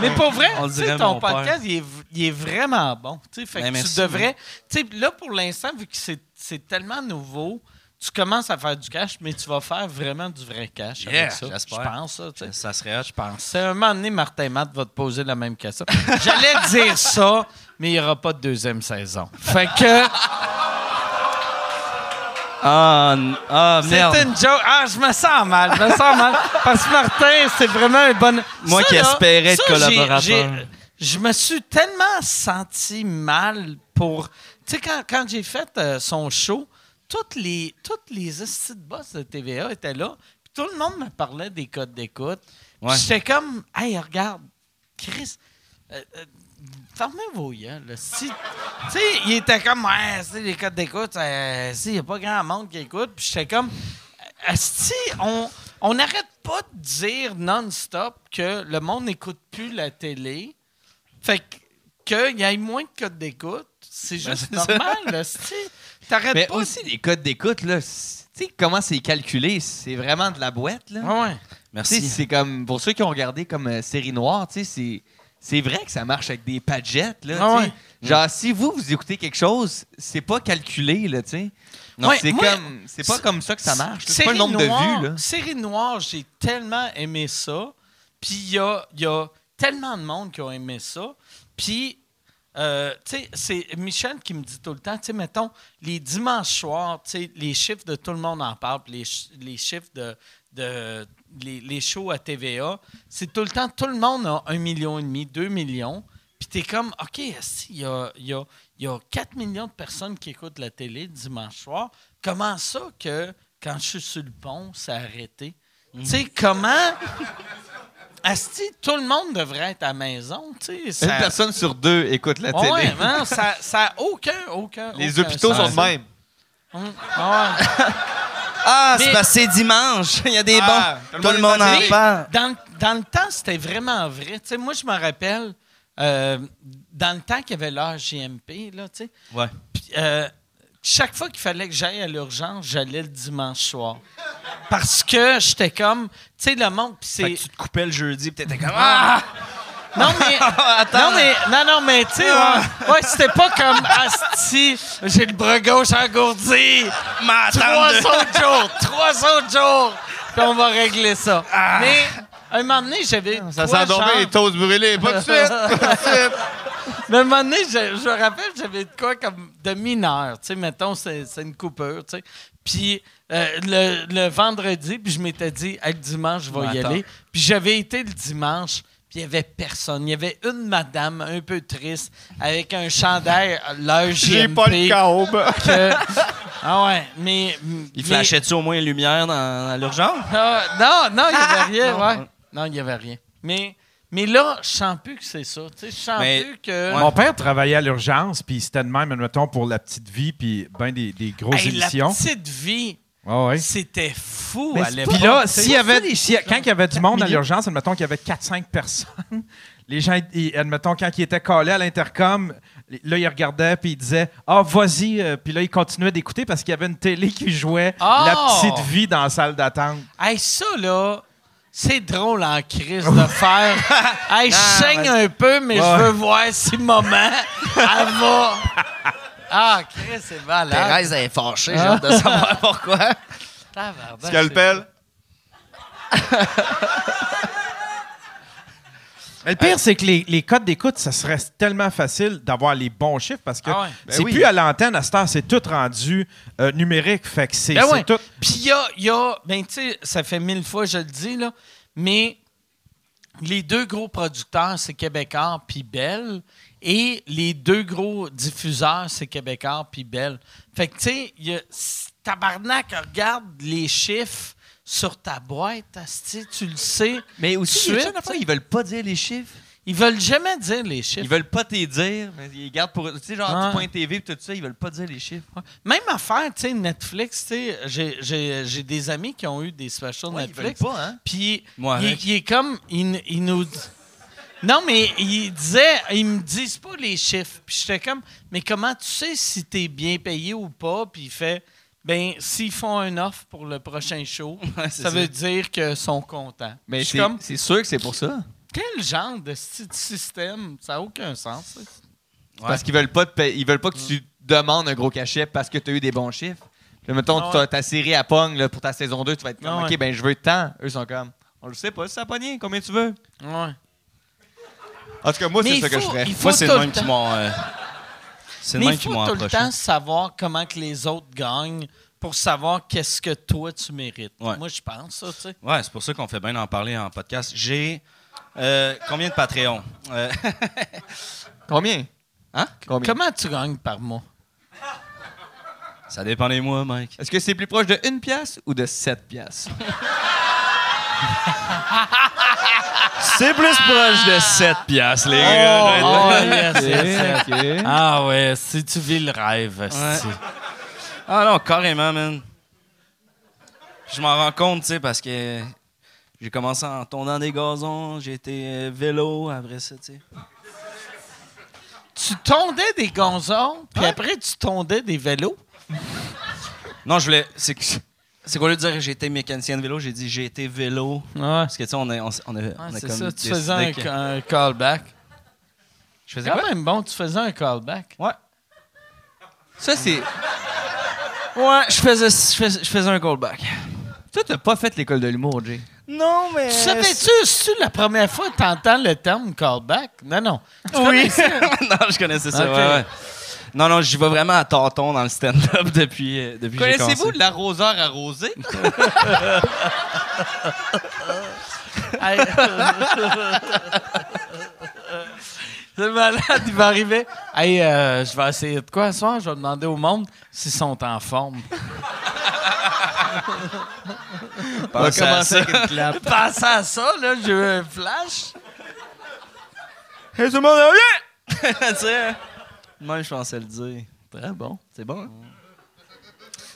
A: Mais pour vrai,
D: On
A: tu sais,
D: dirait
A: ton
D: mon père.
A: podcast, il est, v- il est vraiment bon. Tu sais, fait
D: Ben,
A: que
D: merci,
A: tu devrais. Tu sais, là, pour l'instant, vu que c'est- c'est tellement nouveau, tu commences à faire du cash, mais tu vas faire vraiment du vrai cash
D: Yeah,
A: avec ça.
D: j'espère.
A: Je pense, ça, tu sais.
D: ça serait hot.
A: Je pense. C'est un moment donné, Martin et Matt va te poser la même question. J'allais dire ça, mais il n'y aura pas de deuxième saison. Fait que
D: Ah, n- ah,
A: c'est
D: merde.
A: une joke. Ah, je me sens mal, je me sens mal. Parce que Martin, c'est vraiment un bon...
D: Moi
A: Ça,
D: qui
A: là,
D: espérais être
A: ça, j'ai-
D: collaborateur.
A: j'ai- Je me suis tellement senti mal pour... Tu sais, quand, quand j'ai fait euh, son show, toutes les, toutes les hosties de boss de TVA étaient là. Puis tout le monde me parlait des codes d'écoute. Puis
D: Ouais.
A: J'étais comme, « Hey, regarde, Chris... euh, euh, Fermez vos yeux, là. Si- tu sais, il était comme, ouais, tu sais, les codes d'écoute, euh, si, il n'y a pas grand monde qui écoute. Puis j'étais comme, si on on n'arrête pas de dire non-stop que le monde n'écoute plus la télé. Fait que- qu'il y ait moins de codes d'écoute, c'est juste normal, asti. T'arrêtes
E: Ben, Mais
A: pas.
E: aussi, les codes d'écoute, là, c'est- tu sais comment c'est calculé? C'est vraiment de la boîte, là.
A: Ah ouais.
E: Tu sais,
D: Merci.
E: c'est comme pour ceux qui ont regardé comme euh, série noire, tu sais, c'est c'est vrai que ça marche avec des padgettes là.
A: Ah
E: tu sais. Genre si vous vous écoutez quelque chose, c'est pas calculé là, tu sais. Non,
A: Ouais,
E: c'est
A: moi,
E: comme c'est pas comme ça que ça marche. là. C'est
A: Série
E: pas le nombre
A: noire-
E: de vues là.
A: Série noire, j'ai tellement aimé ça. Puis il y a, il y a tellement de monde qui ont aimé ça. Puis, euh, tu sais, c'est Michel qui me dit tout le temps, tu sais, mettons, les dimanches soirs, tu sais, les chiffres de tout le monde en parle, puis les, ch- les chiffres de... de les, les shows à TVA, c'est tout le temps, tout le monde a un million et demi, deux millions. Puis t'es comme, OK, esti, il y a, il y, a, il y a 4 millions de personnes qui écoutent la télé dimanche soir. Comment ça que quand je suis sur le pont, ça a arrêté? Tu sais, comment. Asti, tout le monde devrait être à la maison, tu sais.
E: Une
A: ça-
E: personne sur deux écoute la
A: Ouais,
E: télé.
A: non, ça n'a aucun, aucun.
E: Les
A: aucun
E: hôpitaux
A: sens.
E: sont de même.
A: Hum, ah ouais.
D: Ah, c'est
A: Mais-
D: parce que c'est dimanche. Il y a des
E: Ah,
D: bons. Tout le monde
E: est
D: en
A: Mais
D: parle.
A: Dans, le- dans le temps, c'était vraiment vrai. Tu sais, moi, je me rappelle, euh, dans le temps qu'il y avait l'heure JMP, là, tu sais,
D: Ouais.
A: Puis, euh, chaque fois qu'il fallait que j'aille à l'urgence, j'allais le dimanche soir. Parce que j'étais comme, tu sais, le monde, puis
D: Fait
A: c'est.
D: que tu te coupais le jeudi, puis t'étais comme. Ah!
A: Non, mais.
D: Attends. Ah!
A: Non, mais, non, non, mais, tu sais, ouais, ouais, c'était pas comme Asti, j'ai le bras gauche engourdi.
D: Ma
A: Trois
D: tante de-
A: autres jours, trois autres jours, puis on va régler ça. Mais, à un moment donné, j'avais.
E: Ah. Ça
A: quoi,
E: s'est
A: genre-
E: tombé les toasts brûlés, pas de suite.
A: Mais à un moment donné, je, je me rappelle, j'avais de quoi comme de mineur. Tu sais, mettons, c'est c'est une coupure, tu sais. Puis euh, le, le vendredi, puis je m'étais dit, Hey, le dimanche, je vais y
D: Attends.
A: aller. Puis j'avais été le dimanche, puis il n'y avait personne. Il y avait une madame un peu triste avec un chandail, euh, l'heure
F: J'ai pas le
A: JMP,
F: câble.
A: que- Ah ouais, mais. mais-
D: Il flashait-tu au moins une lumière dans, dans l'urgence?
A: Ah, non, non, il n'y avait rien,
D: Non.
A: ouais. Non, il n'y avait rien. Mais, mais là, je sens plus que c'est ça. Tu sais, je sens
D: Mais-
A: plus que.
D: Ouais.
B: Mon père travaillait à l'urgence, puis c'était de même, admettons, pour la petite vie, puis ben des, des grosses
A: Hey, la
B: émissions.
A: petite vie,
B: Ah ouais.
A: c'était fou
B: Mais
A: à
B: c'est-
A: l'époque.
B: Puis là,
A: tu sais.
B: s'il y avait, s'il y a- quand il y avait du monde à
A: millions.
B: l'urgence, admettons qu'il y avait 4-5 personnes, les gens, ils- admettons, quand ils étaient collés à l'intercom, là, ils regardaient, puis ils disaient « Ah, vas-y! euh, » Puis là, ils continuaient d'écouter parce qu'il y avait une télé qui jouait
A: Ah!
B: La Petite Vie dans la salle d'attente.
A: Hey, ça, là, c'est drôle en crise de faire. hey, je saigne un peu, mais je veux voir si maman, elle va. Ah, Chris, c'est malade.
G: Ah. Thérèse elle est fâchée,
A: Ah.
G: j'ai hâte de savoir pourquoi.
A: Tabarnak,
E: Scalpel.
B: Mais
A: Euh,
B: le pire, c'est que les, les codes d'écoute, ça serait tellement facile d'avoir les bons chiffres parce que
A: Ah ouais.
B: c'est plus à l'antenne, à cette heure, c'est tout rendu euh, numérique. Fait que c'est
A: Ben
B: c'est
A: ouais.
B: tout.
A: Puis il y a, il y a- ben tu sais, ça fait mille fois que je le dis, là, mais les deux gros producteurs, c'est Québécois puis Bell, et les deux gros diffuseurs, c'est Québécois puis Bell. Fait que, tu sais, il y a- si tabarnak, regarde les chiffres sur ta boîte, asti, tu le sais.
E: Mais aussi,
A: Suite,
E: il y a une affaire, ils veulent pas dire les chiffres.
A: Ils veulent jamais dire les
E: Ils
A: chiffres.
E: veulent pas t'y dire, mais ils gardent pour. Tu sais, genre,
A: Ouais.
D: Ah.
E: tout point TV et tout ça, ils veulent pas dire les chiffres.
A: Ouais. hein. Même affaire, tu sais, Netflix, tu sais, j'ai- j'ai j'ai des amis qui ont eu des specials
E: Ouais, ils veulent
A: Netflix.
E: pas, hein?
A: Puis
D: Moi,
A: il,
D: avec.
A: il est comme il, il nous Non mais il disait ils me disent pas les chiffres. Puis j'étais comme mais comment tu sais si tu es bien payé ou pas Puis il fait ben s'ils font un offre pour le prochain show,
D: Ouais, c'est
A: ça,
D: ça.
A: veut dire que sont contents.
E: Mais
A: je suis
E: c'est
A: comme
E: c'est sûr que c'est pour ça.
A: quel genre de sti- de système, ça a aucun sens. ça.
E: C'est Parce qu'ils veulent pas te payer- ils veulent pas que tu demandes un gros cachet parce que tu as eu des bons chiffres. Là, mettons,
A: Ah ouais.
E: t'as- ta série à Pong là, pour ta saison 2, tu vas être comme,
A: Ah ouais.
E: OK, ben je veux tant. Eux sont comme, on le sait pas, si ça a pogné, combien tu veux?
A: Ouais.
E: En tout cas, moi,
A: Mais
E: c'est
A: il
E: ça que je
A: faut-
E: ferais.
A: il faut
D: Moi, c'est
A: tout
D: le
A: le
D: même qui
A: temps-
D: m'ont. euh, C'est le
A: Mais
D: même
A: il
D: qui
A: faut
D: m'ont
A: tout le
D: approché.
A: temps savoir comment que les autres gagnent pour savoir qu'est-ce que toi tu mérites.
D: Ouais.
A: Moi, je pense ça, tu sais.
D: Ouais, c'est pour ça qu'on fait bien d'en parler en podcast. J'ai. euh, combien de Patreon? Euh,
E: Combien? Hein? Combien?
A: Comment tu gagnes par mois?
D: ça dépend des mois, Mike.
E: Est-ce que c'est plus proche de 1 piastre ou de 7 piastres?
D: C'est plus proche de 7 piastres, les
A: Oh,
D: oh,
A: Ah ouais, si tu vis le rêve,
D: esti. Ah non, carrément, man. Je m'en rends compte, tu sais, parce que j'ai commencé en tournant des gazons, j'ai été euh, vélo après ça, tu sais.
A: tu tondais des gonzons, puis après tu tondais des vélos.
D: Non, je voulais. C'est que- c'est qu'au lieu de dire j'ai été mécanicien de vélo, j'ai dit j'ai été vélo.
A: Ouais,
D: Parce que, tu sais, on a, on, s- on a, on a
A: Ah, c'est
D: comme.
A: ça. Tu
D: décidé
A: faisais un,
D: que-
A: un callback.
D: Je faisais
A: C'est
D: quoi?
A: quand même bon, tu faisais un callback.
D: Ouais.
E: Ça, c'est.
D: Ouais, je faisais, je faisais, je faisais un callback.
E: Toi, t'as pas fait l'école de l'humour, Jay.
D: Non, mais.
A: Tu savais-tu, c'est la première fois que tu entends le terme callback? Non, non. Tu
D: Oui.
A: connaissais-
D: non, je connaissais ça,
A: Ok.
D: ouais, ouais. Non, non, j'y vais vraiment à tâtons dans le stand-up depuis, euh, depuis que j'ai
E: Connaissez-vous
D: commencé.
E: l'arroseur arrosé?
A: Hey. C'est malade, il va arriver. Hey, euh, je vais essayer de quoi ce soir? Je vais demander au monde s'ils sont en forme.
D: Pensez à ça.
A: Pensez à ça, là, j'ai eu un flash.
D: Ah, Hey, tout le monde, viens! tu sais, moi, je pensais le dire.
E: Très bon.
D: C'est bon, hein?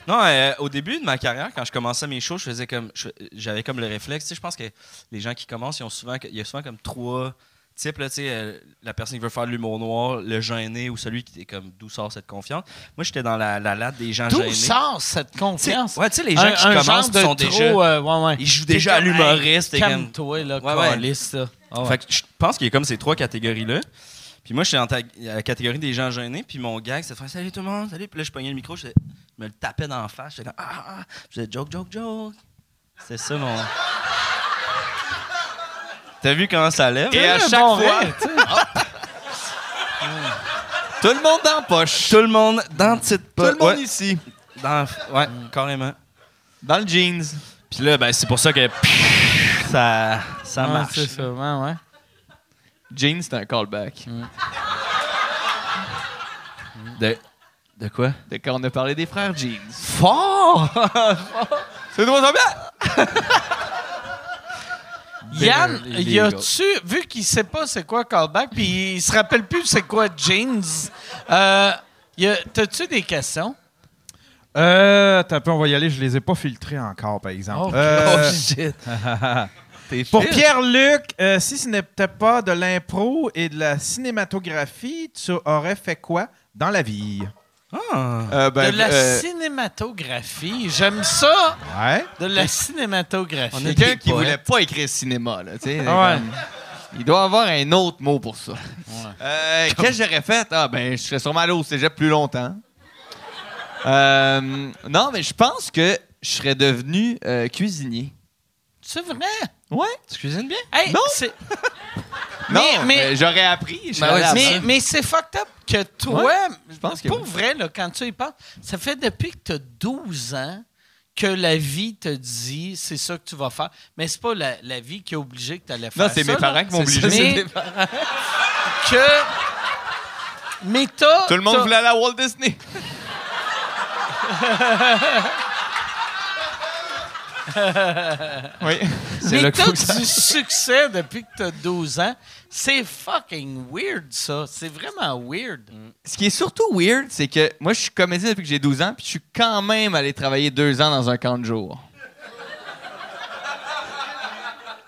D: Non, euh, au début de ma carrière, quand je commençais mes shows, je faisais comme, je- j'avais comme le réflexe. Tu sais, je pense que les gens qui commencent, ils ont souvent, il y a souvent comme trois types. Là, tu sais, euh, la personne qui veut faire de l'humour noir, le gêné ou celui qui est comme d'où sort cette confiance. Moi, j'étais dans la, la latte des gens
A: D'où
D: gênés.
A: sort cette
D: Tu sais,
A: confiance?
D: Ouais, tu sais, les gens
A: Un-
D: qui
A: un genre
D: commencent
A: de
D: qui sont
A: trop,
D: déjà.
A: euh, ouais, ouais.
D: ils jouent
A: T'es
D: déjà à
A: comme, hey,
D: l'humoriste, t'es comme-
A: Calme-toi, là,
D: Ouais, ouais.
A: câlisse, là. Ah ouais.
D: Fait que je pense qu'il y a comme ces trois catégories-là. Puis moi, je suis dans ta- la catégorie des gens gênés. Puis mon gag, c'est de faire Salut tout le monde, salut. Puis là, je pognais le micro, je, je me le tapais dans la face. J'étais comme Ah, ah, ah. Je faisais joke, joke, joke. C'est ça mon. T'as vu comment ça lève?
E: Et à
A: un
E: chaque
A: bon
E: fois,
A: rire, tu sais.
E: tout le monde dans la poche.
D: Tout le monde dans le petite
E: Tout le monde
D: ouais,
E: ici.
D: dans, ouais carrément.
E: Dans le jeans.
D: Puis là, ben, c'est pour ça que pfiou, ça, ça
A: Ouais,
D: marche.
A: Ah, c'est ça, ouais, ouais.
E: Jeans, c'est un callback.
D: De, de quoi?
E: De quand on a parlé des frères Jeans.
D: Fort!
E: C'est drôle, ça va?
A: Yann,
D: Barely
A: y a-tu, vu qu'il sait pas c'est quoi callback, puis il se rappelle plus c'est quoi jeans, euh, y a- t'as-tu des questions?
B: Euh, t'as peu, on va y aller. Je les ai pas filtrés encore, par exemple.
A: Oh,
B: Euh,
D: shit!
B: Pour Pierre-Luc, euh, si ce n'était pas de l'impro et de la cinématographie, tu aurais fait quoi dans la vie?
E: Euh, ben,
A: de la
E: euh,
A: cinématographie. J'aime ça,
B: Ouais.
A: de la cinématographie.
E: quelqu'un qui voulait pas écrire cinéma, là, tu sais.
A: Ah ouais.
E: comme- Il doit avoir un autre mot pour ça. Euh, Qu'est-ce que j'aurais fait? Ah, ben, je serais sûrement allé au cégep plus longtemps. Euh, non, mais je pense que je serais devenu euh, cuisinier.
A: C'est vrai?
E: Ouais.
D: Tu cuisines bien?
A: Hey,
E: Non.
A: c'est-
E: Non,
A: Mais-
E: mais,
A: mais-
E: j'aurais appris. j'aurais
G: ouais,
E: appris.
A: Bah Mais, mais c'est fucked up que toi,
E: Ouais, je pense que
A: pour
E: oui.
A: vrai, là, quand tu y penses, ça fait depuis que tu as 12 ans que la vie te dit c'est ça que tu vas faire. Mais c'est pas la, la vie qui a obligé que tu allais faire
E: Non,
A: ça.
E: c'est mes
A: là.
E: parents qui m'ont
A: C'est ça,
E: obligé.
A: c'est mes parents. que. Mais t'as.
E: Tout le monde
A: t'as-
E: voulait aller à Walt Disney. oui.
A: Mais
E: là que
A: t'as
E: faut que ça-
A: du succès depuis que t'as 12 ans. C'est fucking weird, ça. C'est vraiment weird.
E: Ce qui est surtout weird, c'est que moi, je suis comédien depuis que j'ai 12 ans, puis je suis quand même allé travailler deux ans dans un camp de jour.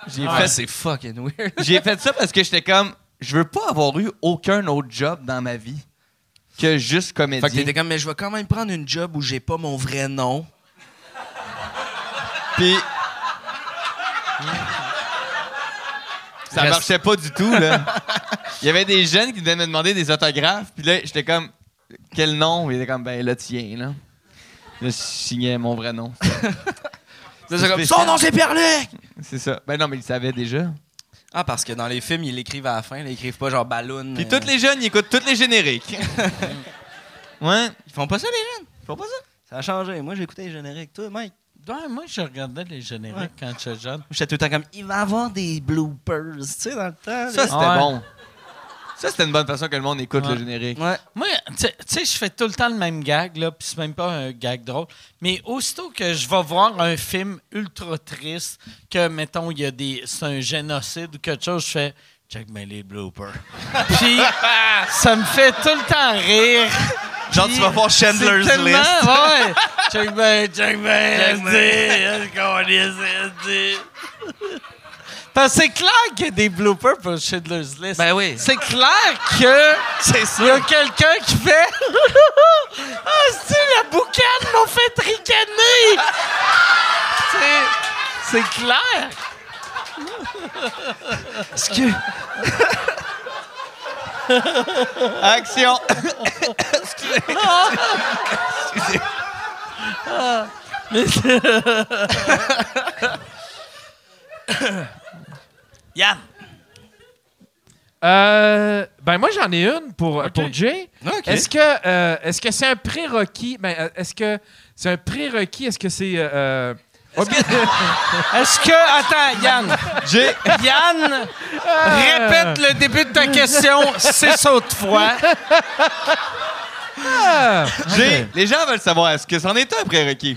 E: J'ai fait
G: c'est fucking weird.
E: J'ai fait ça parce que j'étais comme, je veux pas avoir eu aucun autre job dans ma vie que juste comédien.
G: Fait que t'étais comme, mais je vais quand même prendre une job où j'ai pas mon vrai nom.
E: Puis. Ça
G: Reste-
E: marchait pas du tout, là. Il y avait des jeunes qui venaient me demander des autographes, puis là, j'étais comme, quel nom? Il était comme, ben, le tien, là. Là, je signais mon vrai nom.
G: Là, c'est comme,
E: spécial.
G: son nom, c'est Pierre-Luc!
E: C'est ça. Ben non, mais ils savaient déjà.
G: Ah, parce que dans les films, ils l'écrivent à la fin. là, Ils écrivent pas genre Balloon.
E: Puis
G: euh,
E: tous les jeunes, ils écoutent tous les génériques. ouais.
G: Ils font pas ça, les jeunes?
E: Faut pas ça.
G: Ça a changé. Moi, j'écoutais les génériques. Toi, Mike,
A: Ouais, Ben, moi, je regardais les génériques quand j'étais jeune.
G: j'étais tout le temps comme, il va avoir des bloopers, tu sais, dans le temps. là.
E: Ça, c'était
A: Ouais.
E: bon. Ça, c'était une bonne façon que le monde écoute
A: Ouais.
E: le générique.
G: Ouais.
A: Moi, tu sais- tu sais, je fais tout le temps le même gag, là, puis c'est même pas un gag drôle. Mais aussitôt que je vais voir un film ultra triste, que, mettons, il y a des. C'est un génocide ou quelque chose, je fais. Check ben les bloopers. puis ça me fait tout le temps rire.
D: Genre, tu vas voir Chandler's
A: C'est tellement-
D: List.
A: Ouais. check ben, check ben, SD, SD. Parce que c'est clair qu'il y a des bloopers pour Chandler's List.
G: Ben oui.
A: C'est clair que.
D: C'est
A: Il y
D: ça.
A: a quelqu'un qui fait. ah, si, la boucane m'a fait ricaner! C'est- C'est clair!
E: Action!
A: Yann!
F: Euh, ben moi j'en ai une pour, pour Jay.
G: Ok.
F: Est-ce que euh, est-ce que c'est un prérequis Ben euh, est-ce que c'est un prérequis Est-ce que c'est euh,
A: Est-ce que. Attends, Yann!
E: J'ai-
A: Yann! Répète le début de ta question six autres fois.
E: J'ai- Les gens veulent savoir, est-ce que c'en est un prérequis?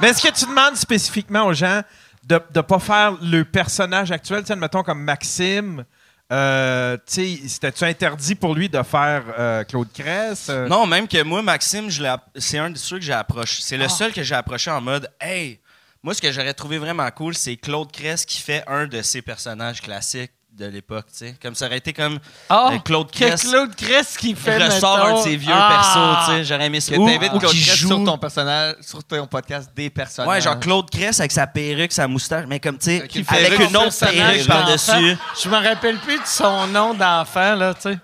B: Mais Ben, est-ce que tu demandes spécifiquement aux gens de ne pas faire le personnage actuel, tu sais, admettons comme Maxime, euh, tu sais, c'était-tu interdit pour lui de faire euh, Claude Cress? euh?
D: Non, même que moi, Maxime, je l'ai app- c'est un de ceux que j'ai approché. C'est le seul que j'ai approché en mode Hey, moi, ce que j'aurais trouvé vraiment cool, c'est Claude Cress qui fait un de ses personnages classiques de l'époque. tu sais. Comme ça aurait été comme
A: Ah!
D: euh, Claude
A: que
D: Cress
A: Claude Cress qui fait.
D: ressort
A: mettons-
D: un de ses vieux
A: Ah!
D: persos. tu sais. J'aurais aimé ça.
E: Que t'invites
D: Ou
E: Claude
D: qui
E: Crest sur
D: joue.
E: ton personnage, sur ton podcast des personnages.
D: Ouais, genre Claude Cress avec sa perruque, sa moustache, mais comme, tu sais,
E: Avec une
D: avec
E: perruque
D: une autre
A: personnage
D: perruque
A: d'enfant.
D: par-dessus.
A: Je me rappelle plus de son nom d'enfant, là, tu sais.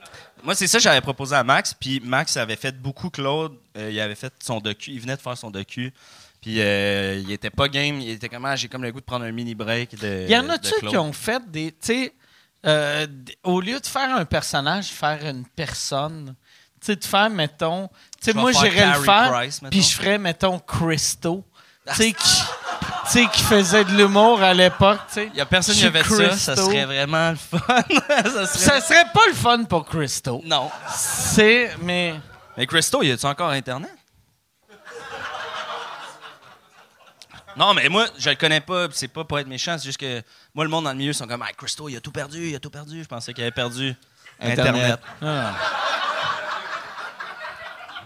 D: Moi, c'est ça que j'avais proposé à Max. Puis Max avait fait beaucoup Claude. Euh, il avait fait son docu. Il venait de faire son docu. Puis euh, il était pas game. Il était comme, Ah, j'ai comme le goût de prendre un mini break. De,
A: Il y en
D: Euh, de
A: a-tu
D: Claude.
A: qui ont fait des. Tu sais, euh, d- au lieu de faire un personnage, faire une personne. Tu sais, de faire, mettons. Tu sais,
D: Je vais
A: moi,
D: faire
A: j'irais le
D: Carrie
A: faire.
D: Price, mettons.
A: Puis je ferais, mettons, Christo. Tu sais, qui. tu sais, qui faisait de l'humour à l'époque, tu sais.
D: Il y a personne qui
A: Chez
D: avait ça. Ça
A: Christo.
D: serait vraiment le fun. ça
A: Ça
D: serait...
A: serait pas le fun pour Christo.
D: Non.
A: C'est, mais.
D: Mais Christo, y a-tu encore Internet? Non, mais moi, je le connais pas, pis c'est pas pour être méchant, c'est juste que moi, le monde dans le milieu, ils sont comme Ah, Christo, il a tout perdu, il a tout perdu. Je pensais qu'il avait perdu Internet.
E: Internet.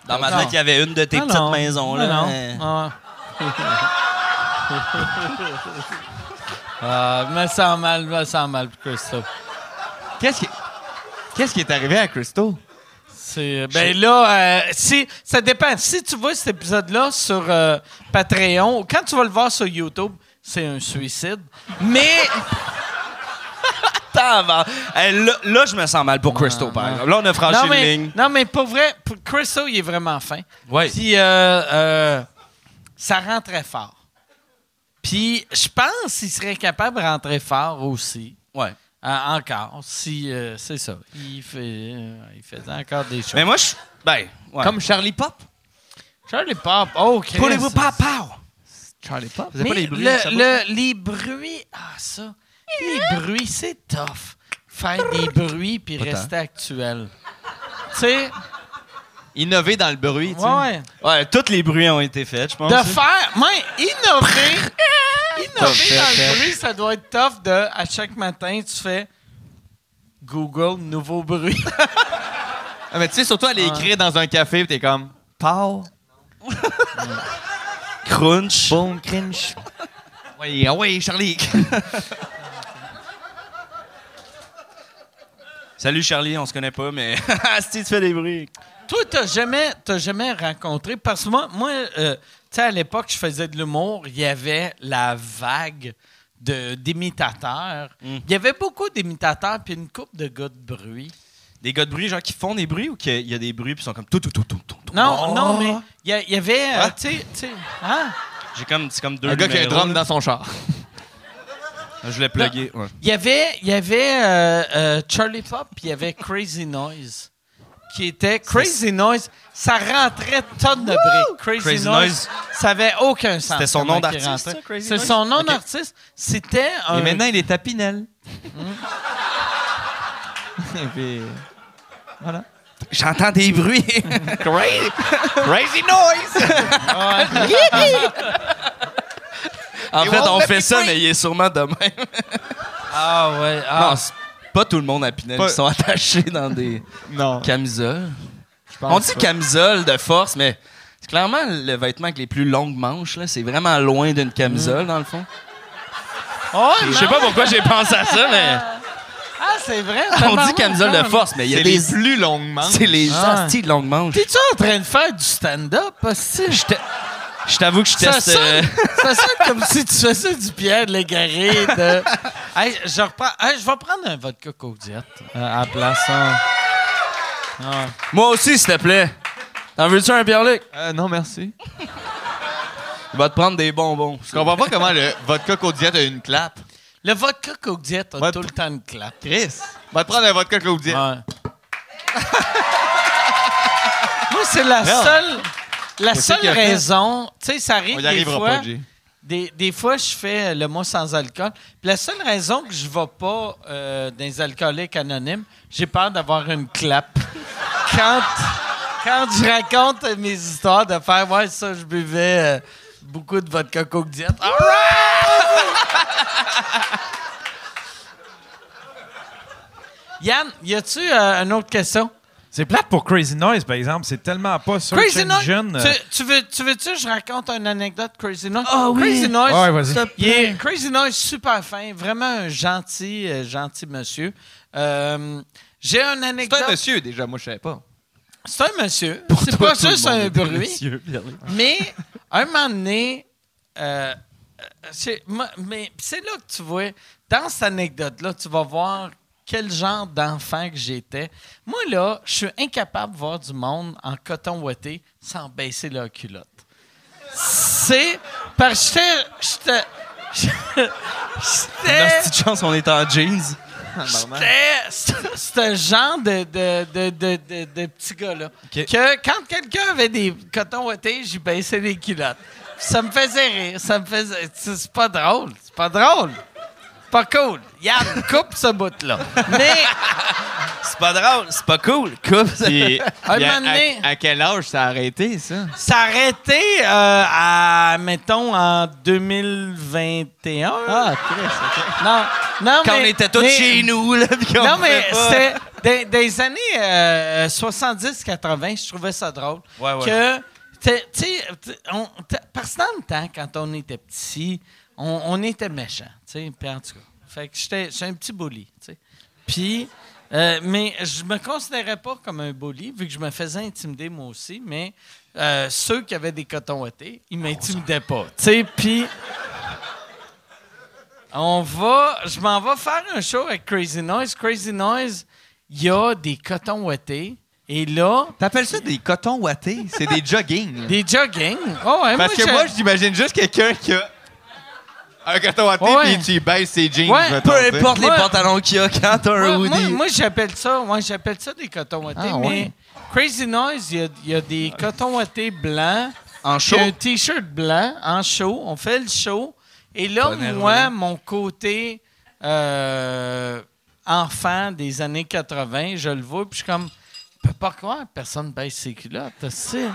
D: Dans ma
A: Non.
D: tête, il y avait une de tes
A: Ah
D: petites
A: non,
D: maisons,
A: ah
D: là. euh.
A: non,
D: mais-
A: ah. Ah, je me sens mal, je me sens mal pour Christo.
E: Qu'est-ce qui... Qu'est-ce qui est arrivé à Christo?
A: C'est- ben là, euh, si, ça dépend. Si tu vois cet épisode-là sur euh, Patreon, quand tu vas le voir sur YouTube, c'est un suicide. Mais
D: Tabarnak. Hey, là, là, je me sens mal pour Crystal, par exemple. Là, on a franchi
A: Ah, Non
D: une
A: mais,
D: ligne.
A: non, mais pour vrai, pour Christo, il est vraiment fin.
D: Ouais.
A: Puis, euh, euh, ça rend très fort. Puis, je pense qu'il serait capable de rentrer fort aussi.
D: Ouais.
A: Euh, encore, si euh, c'est ça. Il, fait, euh, il faisait encore des choses.
D: Mais moi, je. Ben, ouais.
E: Comme Charlie Pop.
A: Charlie Pop, oh, Chris.
D: Voulez-vous pas, pow!
E: Charlie Pop?
A: Mais le- le- les bruits, ah ça, les bruits, c'est tough. Faire des bruits puis rester actuel. tu sais,
E: Innover dans le bruit, tu sais.
A: ouais.
D: Ouais, tous les bruits ont été faits, je pense.
A: de faire, mais innover, innover dans le bruit, ça doit être tough de, à chaque matin, tu fais Google nouveau bruit.
E: Ah, mais tu sais, surtout aller écrire dans un café, pis t'es comme. Pow,
D: Crunch.
E: boom, cringe. Oui, ah oui, Charlie.
D: Salut Charlie, on se connaît pas, mais. si tu fais des bruits.
A: Toi, t'as jamais, t'as jamais rencontré, parce que moi, moi euh, tu sais, à l'époque, je faisais de l'humour, il y avait la vague de, d'imitateurs.
D: Hmm.
A: Il y avait beaucoup d'imitateurs, puis une coupe de gars de bruit.
D: Des gars de bruit, genre qui font des bruits ou qu'il y a des bruits puis ils sont comme tout, tout, tout, tout, tout. tout.
A: Non,
D: Oh.
A: non, mais il y a- il y, avait, euh,
D: Ah.
A: tu sais, tu sais, hein?
D: J'ai comme, c'est comme deux.
E: Un gars qui a un
D: numéros,
E: drum
D: là.
E: dans son char.
D: Je voulais plugger. Ouais.
A: Il y avait, il y avait euh, euh, Charlie Pop, puis il y avait Crazy Noise, qui était Crazy Noise. Ça rentrait tonne de briques. Crazy,
D: Crazy
A: Noise,
D: Noise.
A: ça avait aucun sens.
D: C'était son nom
A: comment qu'il
D: d'artiste,
A: rentrait.
D: ça, Crazy
A: C'est
D: Noise?
A: son nom
D: Ok.
A: d'artiste. C'était un.
E: Et maintenant, il est à Pinel. Puis,
D: J'entends des bruits. Crazy. Crazy noise. en fait, on fait ça, mais il est sûrement de même.
A: Ah ouais.
D: Non, c'est pas tout le monde à Pinel. Ils sont attachés dans des
E: Non.
D: camisoles. On dit camisole de force, mais c'est clairement le vêtement avec les plus longues manches. là. C'est vraiment loin d'une camisole, dans le fond.
A: Oh,
D: Mm. Je sais pas pourquoi j'ai pensé à ça, mais Ah.
A: Ah, c'est vrai.
D: on dit camisole de force, mais il y a
E: C'est
D: des...
E: les plus longues manches.
D: C'est les
A: Ah.
D: astis de longues manches.
A: T'es-tu en train de faire du stand-up, hostie?
D: Je t'a- je t'avoue que je
A: Ça
D: teste...
A: sonne,
D: euh,
A: ça sonne comme si tu faisais du Pierre Légaré. De... Hey, je, reprends, hey, je vais prendre un vodka coke diète euh, à place. hein. Ah.
D: Moi aussi, s'il te plaît. T'en veux-tu un, Pierre-Luc?
E: Euh, non, merci.
D: Il va te prendre des bonbons.
E: Je comprends pas comment le vodka Codiette a une clap.
A: Le vodka coke diète a
E: Ouais,
A: tout le temps une clap.
E: Chris. Va te prendre un vodka Codiette.
A: Ah. Moi, c'est la seule, la
E: Qu'est-ce
A: seule
E: qu'il a fait?
A: raison. Tu sais, ça arrive
E: On y
A: des
E: arrivera
A: fois.
E: pas, Jay.
A: Des, des fois, je fais le mois sans alcool. Puis la seule raison que je ne vais pas euh, dans les alcooliques anonymes, j'ai peur d'avoir une clap. quand, quand je raconte mes histoires de faire, ouais, ça, je buvais euh, beaucoup de vodka coke diète. All right! Yann, y a-tu euh, une autre question?
B: C'est plate pour Crazy Noise, par exemple. C'est tellement pas Search
A: Crazy Noise!
B: Engine. euh,
A: Tu, tu veux, tu veux-tu que je raconte une anecdote Crazy Noise? Crazy Noise,
B: Ouais, vas-y.
A: il est- Crazy Noise, super fin. Vraiment un gentil, euh, gentil monsieur. Euh, j'ai une
E: C'est
A: anecdote.
E: un monsieur, déjà, moi, je savais pas.
A: C'est un monsieur. C'est pas juste un bruit. Mais un moment donné, euh, euh, c'est- moi- mais pis c'est là que tu vois, dans cette anecdote-là, tu vas voir quel genre d'enfant que j'étais. Moi, là, je suis incapable de voir du monde en coton ouaté sans baisser leur culotte. C'est parce que j'étais. J'étais. j'étais-
D: petite chance, on est en jeans.
A: c'était c'était- c'était le genre de, de, de, de, de, de petit gars-là. Que quand quelqu'un avait des cotons ouatés, j'y baissais les culottes. Ça me faisait rire. Ça me faisait. C'est c'est pas drôle. C'est pas drôle. C'est Pas cool. Yann, coupe ce bout-là. Mais
D: C'est pas drôle, c'est pas cool. Coupe.
A: Un
E: Puis, puis à-
A: moment donné-
E: à, à quel âge ça a arrêté, ça?
A: s'arrêter euh, à, mettons, en 2021.
E: Ah, Chris.
A: Non, non,
D: Quand
A: mais-
D: on était tous
A: mais-
D: chez nous, là, puis qu'on
A: Non, mais
D: pouvait pas.
A: c'était des, des années euh, 70-80, je trouvais ça drôle.
D: Ouais, ouais.
A: Que, t'es- tu sais, t'es- on- t'es- parce que dans le temps, quand on était petit, on, on était méchants, tu sais, puis en tout cas. Fait que j'étais j'étais un petit bully, tu sais. Puis, euh, mais je me considérais pas comme un bully, vu que je me faisais intimider moi aussi, mais euh, ceux
D: Ah,
A: qui avaient des cotons ouatés, ils m'intimidaient pas, tu sais, puis... On va, je m'en vais faire un show avec Crazy Noise. Crazy Noise, il y a des cotons ouatés. Et là,
E: T'appelles ça des cotons ouatés? C'est des jogging.
A: des jogging. Oh, ouais,
E: Parce que
A: j'ai-
E: moi, j'imagine juste quelqu'un qui a un coton ouaté
A: Ouais.
E: puis qui baisse ses jeans.
A: Ouais,
E: mettons,
A: peu
E: tu sais.
G: Porte les
A: Moi-
G: pantalons qu'il y a quand t'as un
A: moi, moi,
G: hoodie.
A: moi, j'appelle ça, moi, j'appelle ça des cotons ouatés.
E: Ah,
A: mais
E: ouais.
A: Crazy Noise, il y a- il y, a des cotons ouatés blancs.
G: En
A: J'ai
G: chaud.
A: un t-shirt blanc en show. On fait le show. Et là, moi, mon côté euh, enfant des années 80, je le vois, puis je suis comme, je peux pas croire que personne baisse ses culottes. tu sais.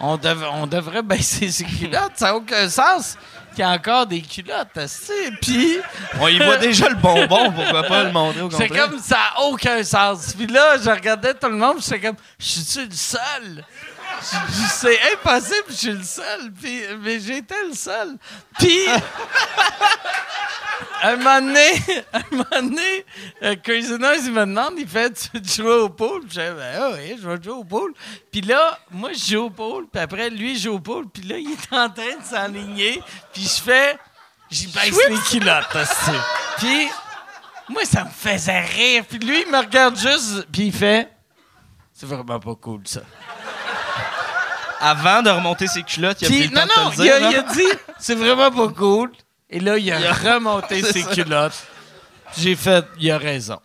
A: On, dev- on devrait baisser ses culottes. Ça n'a aucun sens qu'il y a encore des culottes. tu sais. Puis.
D: On y voit déjà le bonbon, pourquoi pas le montrer au
A: C'est
D: complet?
A: comme ça n'a aucun sens. Puis là, je regardais tout le monde, puis j'étais comme, je suis le seul? Je- je- C'est impossible, je suis le seul. Puis, mais j'étais le seul. Puis, un moment donné, un moment donné euh, Crazy Noise, il me demande, il fait, tu veux jouer au pool? Puis je dis, ben ah oui, je vais jouer au pool. Puis là, moi, je joue au pool, puis après, lui, il joue au pool, puis là, il est en train de s'enligner, puis je fais, j'y baisse les culottes, hostie. Puis, moi, ça me faisait rire. Puis lui, il me regarde juste, puis il fait C'est vraiment pas cool, ça.
D: Avant de remonter ses culottes, il a pris
A: Puis,
D: le
A: non,
D: temps
A: non,
D: de te
A: il
D: le
A: a,
D: dire. non?
A: il a dit C'est vraiment pas cool. Et là, il a remonté ses culottes. J'ai fait Il a raison.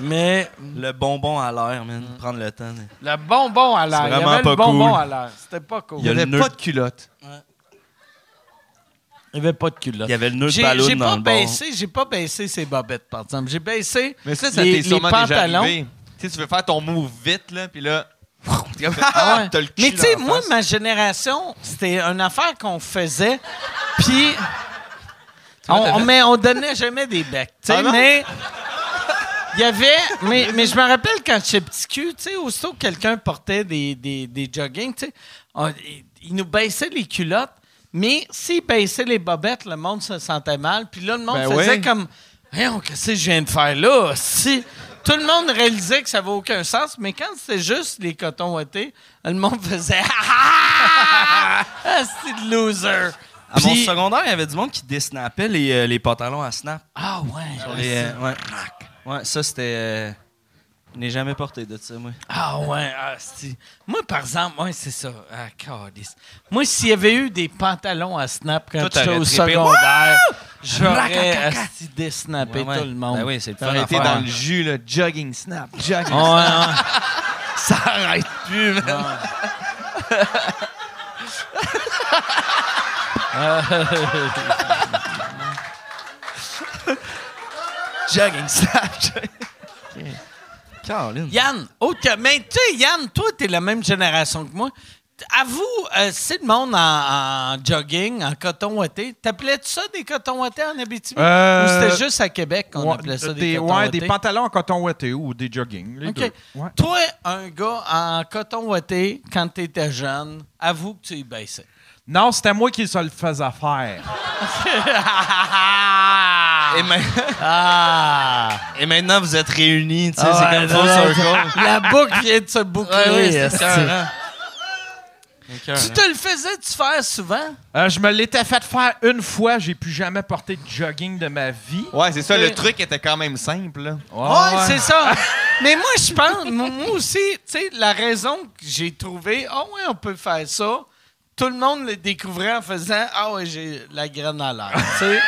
A: Mais
D: Le bonbon à l'air, man. Prendre le temps. de-
A: le bonbon à l'air, il y
D: vraiment
A: avait le
D: pas
A: bonbon
D: cool.
A: à l'air. C'était pas cool.
D: Il y a
E: Il
D: le
E: avait
D: nœud.
E: pas de culotte.
A: Il y avait pas de culottes.
D: Il y avait le nœud de
A: J'ai
D: ballon
A: j'ai
D: dans
A: pas,
D: le bon.
A: baissé, j'ai pas baissé ses bobettes, par exemple. J'ai baissé
E: Mais ça, ça
A: les-
E: t'est sûrement
A: les
E: déjà
A: pantalons.
E: arrivé. Tu sais, tu veux faire ton move vite, là, puis là...
A: Ah ouais.
E: T'as le cul
A: Mais tu sais,
E: dans la
A: moi,
E: face.
A: ma génération, c'était une affaire qu'on faisait, puis... On, on- mais on donnait jamais des becs, tu sais,
E: Ah non?
A: mais... Il y avait... Mais, mais je me rappelle quand j'étais petit cul, tu sais, aussitôt que quelqu'un portait des, des, des jogging, tu sais, on- il- il nous baissait les culottes, mais s'il baissait les bobettes, le monde se sentait mal, puis là, le monde
E: Ben
A: faisait
E: ouais.
A: comme... Voyons, qu'est-ce que je viens de faire là? Si. Tout le monde réalisait que ça n'avait aucun sens, mais quand c'était juste les cotons ouatés, le monde faisait Ah, ah, c'est de loser.
D: À mon
A: Puis-
D: secondaire, il y avait du monde qui désnappait les, euh, les pantalons à snap.
A: Ah ouais.
D: Les, euh, ouais. Ouais, ça, c'était... euh, je n'ai jamais porté de ça, moi.
A: Ah ouais, ah, c'est- Moi, par exemple, ouais, c'est ça. Ah, câlisse. Moi, s'il y avait eu des pantalons à snap quand
D: Toi,
A: j'étais au
D: t'aurais trippé.
A: secondaire, j'aurais asti, désnappé
D: Ouais, ouais.
A: tout le monde.
D: Ben oui, c'est le fun
E: T'aurais
D: à
E: été
D: faire.
E: dans le jus, là, jogging snap, Ah, jogging
A: Ouais, ouais.
G: Ça arrête plus, man. Jogging snap. jogging-
D: Caroline.
A: Yann, autre que- mais tu sais, Yann, toi, t'es la même génération que moi. T- Avoue, euh, c'est le monde en, en jogging, en coton ouaté. T'appelais-tu ça des cotons ouatés en Abitibi?
B: Euh,
A: Ou c'était juste à Québec qu'on
B: Ouais, euh,
A: appelait ça des,
B: des,
A: cotons
B: ouais,
A: ouatés?
B: des pantalons en coton ouaté ou des jogging. Les
A: OK.
B: deux. Ouais.
A: Toi, un gars en coton ouaté, quand t'étais jeune, avoue que tu y baissais.
B: Non, c'était moi qui se le faisais faire.
D: Et, ma-
A: Ah!
D: et maintenant, vous êtes réunis. tu sais,
A: Ah
D: c'est
A: ouais,
D: comme full
A: non, non,
D: circle.
A: La boucle vient de se boucler.
D: C'est hein.
A: esti.
D: écœurant.
A: tu te le faisais-tu faire souvent?
B: Euh, je me l'étais fait faire une fois. J'ai plus jamais porté de jogging de ma vie.
E: Ouais, c'est ça,
A: Euh,
E: le truc était quand même simple, là.
B: Ah
A: Ouais, c'est ça. Mais moi, je pense, moi moi aussi, tu sais, la raison que j'ai trouvée, ah ouais, on peut faire ça, tout le monde le découvrait en faisant, ah ouais, j'ai la graine à l'air. Tu sais,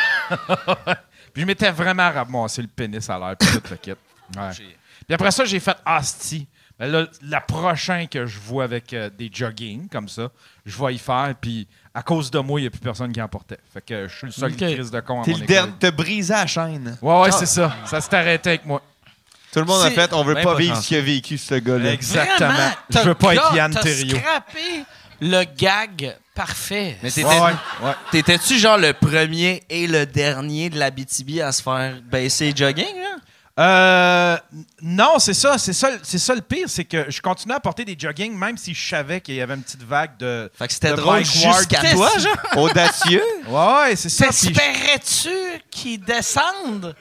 B: Puis je m'étais vraiment ramassé le pénis à l'air, puis tout le kit. Ouais. Puis après ça, j'ai fait Asti. Ben là, la prochaine que je vois avec euh, des jogging comme ça, je vais y faire. Puis à cause de moi, il n'y a plus personne qui en portait. Fait que euh, je suis le seul
A: Ok.
B: crise de con à
E: T'es
B: mon
E: le
B: école.
E: dernier, t'as brisé la chaîne.
B: Ouais, ouais, c'est ça. Ça s'est arrêté avec moi.
E: Tout le monde a
A: C'est-
E: fait, on veut
D: Ben
E: pas
D: pas
E: vivre
D: chanceux.
E: ce qu'il a vécu, ce gars-là.
B: Exactement.
A: Vraiment,
B: Je veux pas
A: t'as-
B: être Yann
A: t'as
B: Terriot.
A: scrappé le gag parfait.
G: Mais
B: Ouais,
G: t'étais-
B: ouais, ouais.
G: t'étais-tu genre le premier et le dernier de la BTB à se faire baisser jogging, là?
B: Euh, non, c'est ça, c'est ça, c'est ça le pire, c'est que je continuais à porter des joggings même si je savais qu'il y avait une petite vague de.
G: Fait que c'était
B: de
G: drôle
B: bike ward.
G: jusqu'à toi, genre.
E: Audacieux.
B: Ouais, ouais, c'est ça. puis je-
A: T'espérais-tu qu'ils descendent?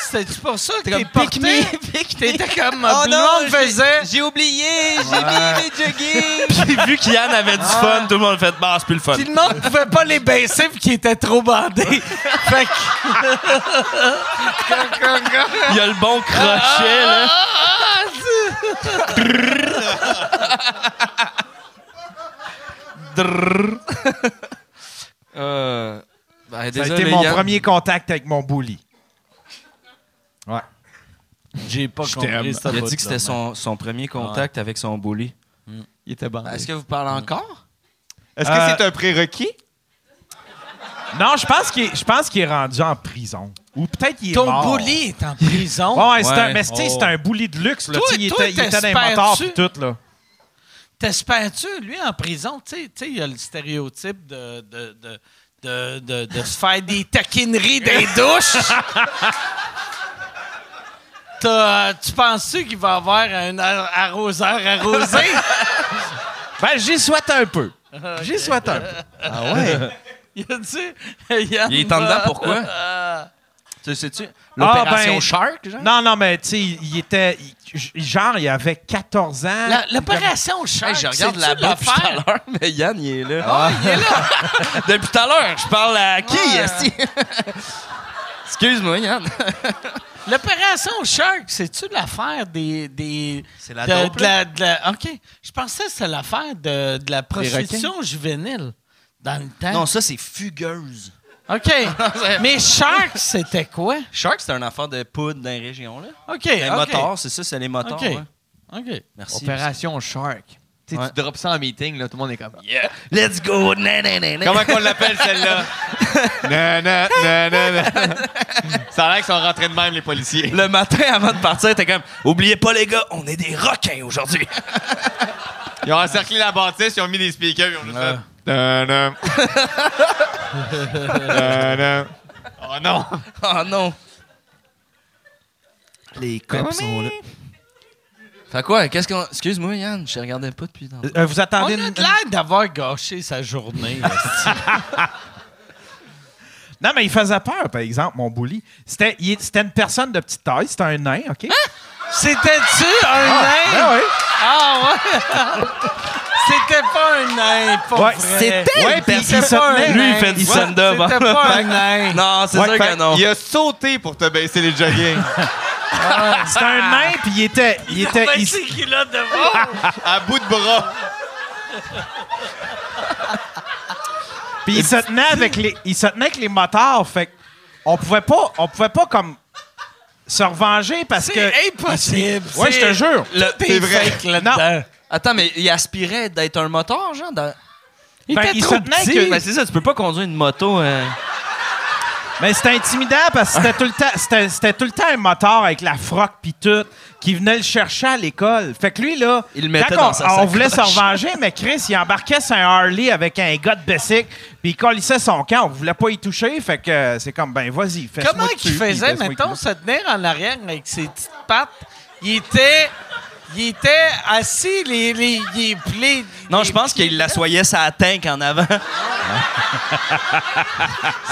A: C'était-tu pour ça que
G: comme
A: t'es porté? T'étais comme, ma blonde faisait...
G: Oh J'ai oublié, j'ai mis les jogging. Ah.
D: Puis vu qu'Yann avait du fun, tout le monde fait Bah, c'est plus le fun.
A: Puis le monde pouvait pas les baisser vu qu'ils étaient trop bandés. fait que...
D: Il y a le bon
G: Ah,
D: crochet, là.
G: Euh, ben,
B: Ça a
G: désolé,
B: été mon
G: Yann.
B: premier contact avec mon bully. Ouais.
H: J'ai pas compris ça.
G: Il a dit que c'était
B: hein.
G: son, son premier contact avec son bully.
E: Il était
D: Ben,
E: bandé.
G: Est-ce que vous parlez encore?
E: Est-ce que
B: Euh,
E: c'est un prérequis?
B: Non, je pense qu'il est, je pense qu'il est rendu en prison. Ou peut-être qu'il est mort.
A: Ton bully est en prison.
B: Ouais, ouais, c'est
G: Ouais.
B: un, mais tu sais, c'est un bully de luxe. Là.
A: Toi-
B: Tu sais, il
A: toi,
B: était, il était dans les
A: t'espères-tu?
B: motards pis tout. Là.
A: T'espères-tu, lui, en prison, tu sais- tu sais, il y a le stéréotype de, de, de, de, de- de se faire des taquineries des douches. T'as- Tu penses-tu qu'il va avoir un ar- arroseur arrosé?
B: Ben, j'y souhaite un peu. J'y souhaite un peu. Ah,
G: Ah
A: Il a dit... Yann,
G: Il est en dedans,
A: euh,
G: pourquoi?
A: euh,
G: Tu sais-tu?
B: Ah, ben,
G: L'opération Shark, genre?
B: Non, non, mais tu sais, il il était. il- genre, il avait 14 ans.
A: la- L'opération Shark,
G: Hey, je regarde
A: c'est-tu
G: la bouffe tout à
A: l'affaire?
G: l'heure, mais Yann, il est là. Ah, il est là! Ah. Depuis tout à l'heure, je parle à qui, esti? Excuse-moi, Yann.
A: L'opération Shark, c'est-tu l'affaire des. des
G: C'est la
A: de,
G: dope,
A: de la- de la- OK. Je pensais que c'était l'affaire de, de la prostitution juvénile dans le
G: Hein?
A: temps.
D: Non, ça, c'est fugueuse.
A: OK. Mais Shark, c'était quoi?
D: Shark, c'est un affaire de poudre dans les régions, là.
A: OK.
D: Les
A: OK.
D: motards, c'est ça, c'est les motards.
A: OK.
D: ouais.
A: OK.
D: Merci.
E: Opération Shark. Tu sais,
D: Ouais.
E: Tu drops ça en meeting, là, tout le monde est comme.
G: Let's go! Nan, nan, nan, nan.
E: Comment qu'on l'appelle celle-là? non, non, non, non, non. Ça a l'air qu'ils sont rentrés de même, les policiers.
G: Le matin, avant de partir, t'es comme « Oubliez pas, les gars, on est des requins aujourd'hui!
E: Ils ont encerclé la bâtisse, ils ont mis des speakers, ils ont juste fait. Non, non. Non, non. Oh non! »
D: Ah,
G: Oh non! Les cops sont là. Fait quoi? Qu'est-ce qu'on... Excuse-moi, Yann, je te regardais pas depuis tantôt.
B: Euh, vous
A: On
B: attendez
A: a
B: une-
A: de l'air d'avoir gâché sa journée.
B: Non, mais il faisait peur, par exemple, mon bully. C'était il- c'était une personne de petite taille, c'était un nain, OK?
A: Ah! C'était-tu un nain?
B: Ah, ouais.
A: Ah ouais! C'était pas un nain, pas
B: Ouais,
A: vrai.
B: c'était
A: Ouais, puis
B: une personne-
A: c'était pas un
B: Lui, il
A: nain.
B: fait du
A: Ouais,
G: stand-up, hein.
A: C'était pas un nain.
G: Non, c'est
B: Ouais,
G: sûr
B: fait-
G: que non.
E: Il a sauté pour te baisser les jogging.
B: C'était un nain, puis il était. Il était il-
E: à bout de bras.
B: Puis il se tenait avec les, il se tenait avec les motards, fait que on pouvait pas, on pouvait pas comme se revenger parce que.
A: C'est impossible.
B: Ouais, je te jure.
A: C'est vrai. là-dedans.
G: Attends, mais il aspirait d'être un moteur, genre? Dans...
A: Il
B: Ben,
A: était
B: il
A: trop
B: se tenait
A: petit.
B: que-
G: Ben, c'est ça, tu peux pas conduire une moto... euh,
B: Mais c'était intimidant parce que c'était tout le temps, c'était, c'était tout le temps un motard avec la froc puis tout qui venait le chercher à l'école. Fait que lui là,
G: Il le mettait
B: quand
G: dans
B: on,
G: sa
B: on
G: sacoche.
B: voulait se revenger, mais Chris il embarquait sur un Harley avec un gars de Bessic, puis il collissait son camp. On voulait pas y toucher, fait que euh, c'est comme ben vas-y. fais-moi
A: Comment
B: dessus,
A: qu'il
B: puis
A: faisait,
B: laisse-moi
A: mettons,
B: y-
A: se tenir en arrière avec ses petites pattes? Il était... Il était assis, les, les, les, les-
G: Non,
A: les-
G: je pense qu'il l'assoyait sa tank en avant.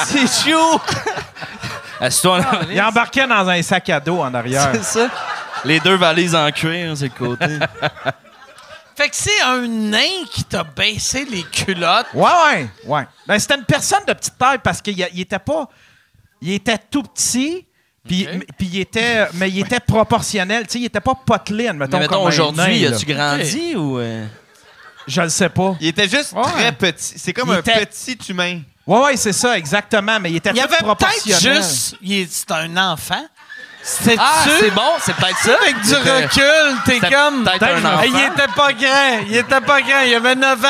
G: c'est chaud! Assis-toi en
B: Il embarquait dans un sac à dos en arrière.
G: C'est ça. Les deux valises en cuir, c'est le côté.
A: Fait que c'est un nain qui t'a baissé les culottes.
B: Ouais, ouais, ouais. Ben, c'était une personne de petite taille parce qu'il a- il était pas. Il était tout petit. Puis, m- puis il était, mais il était proportionnel, tu sais, il était pas potelé, admettons,
G: Mais mettons,
B: comme un nain,
G: aujourd'hui,
B: là.
G: as-tu grandi ou... euh?
B: Je le sais pas.
E: Il était juste
B: Ouais.
E: très petit. C'est comme
B: Il
E: un
B: était-
E: petit humain.
B: Ouais, ouais, c'est ça, exactement, mais il était
A: Il y
B: tout
A: avait peut-être
B: proportionnel.
A: juste... il est- C'est un enfant. C'était-tu...
G: Ah, c'est bon, c'est peut-être ça.
A: Avec du recul, t'es
G: C'était
A: comme...
G: peut-être un enfant.
A: Il était pas grand. Il était pas grand. Il avait 9 ans.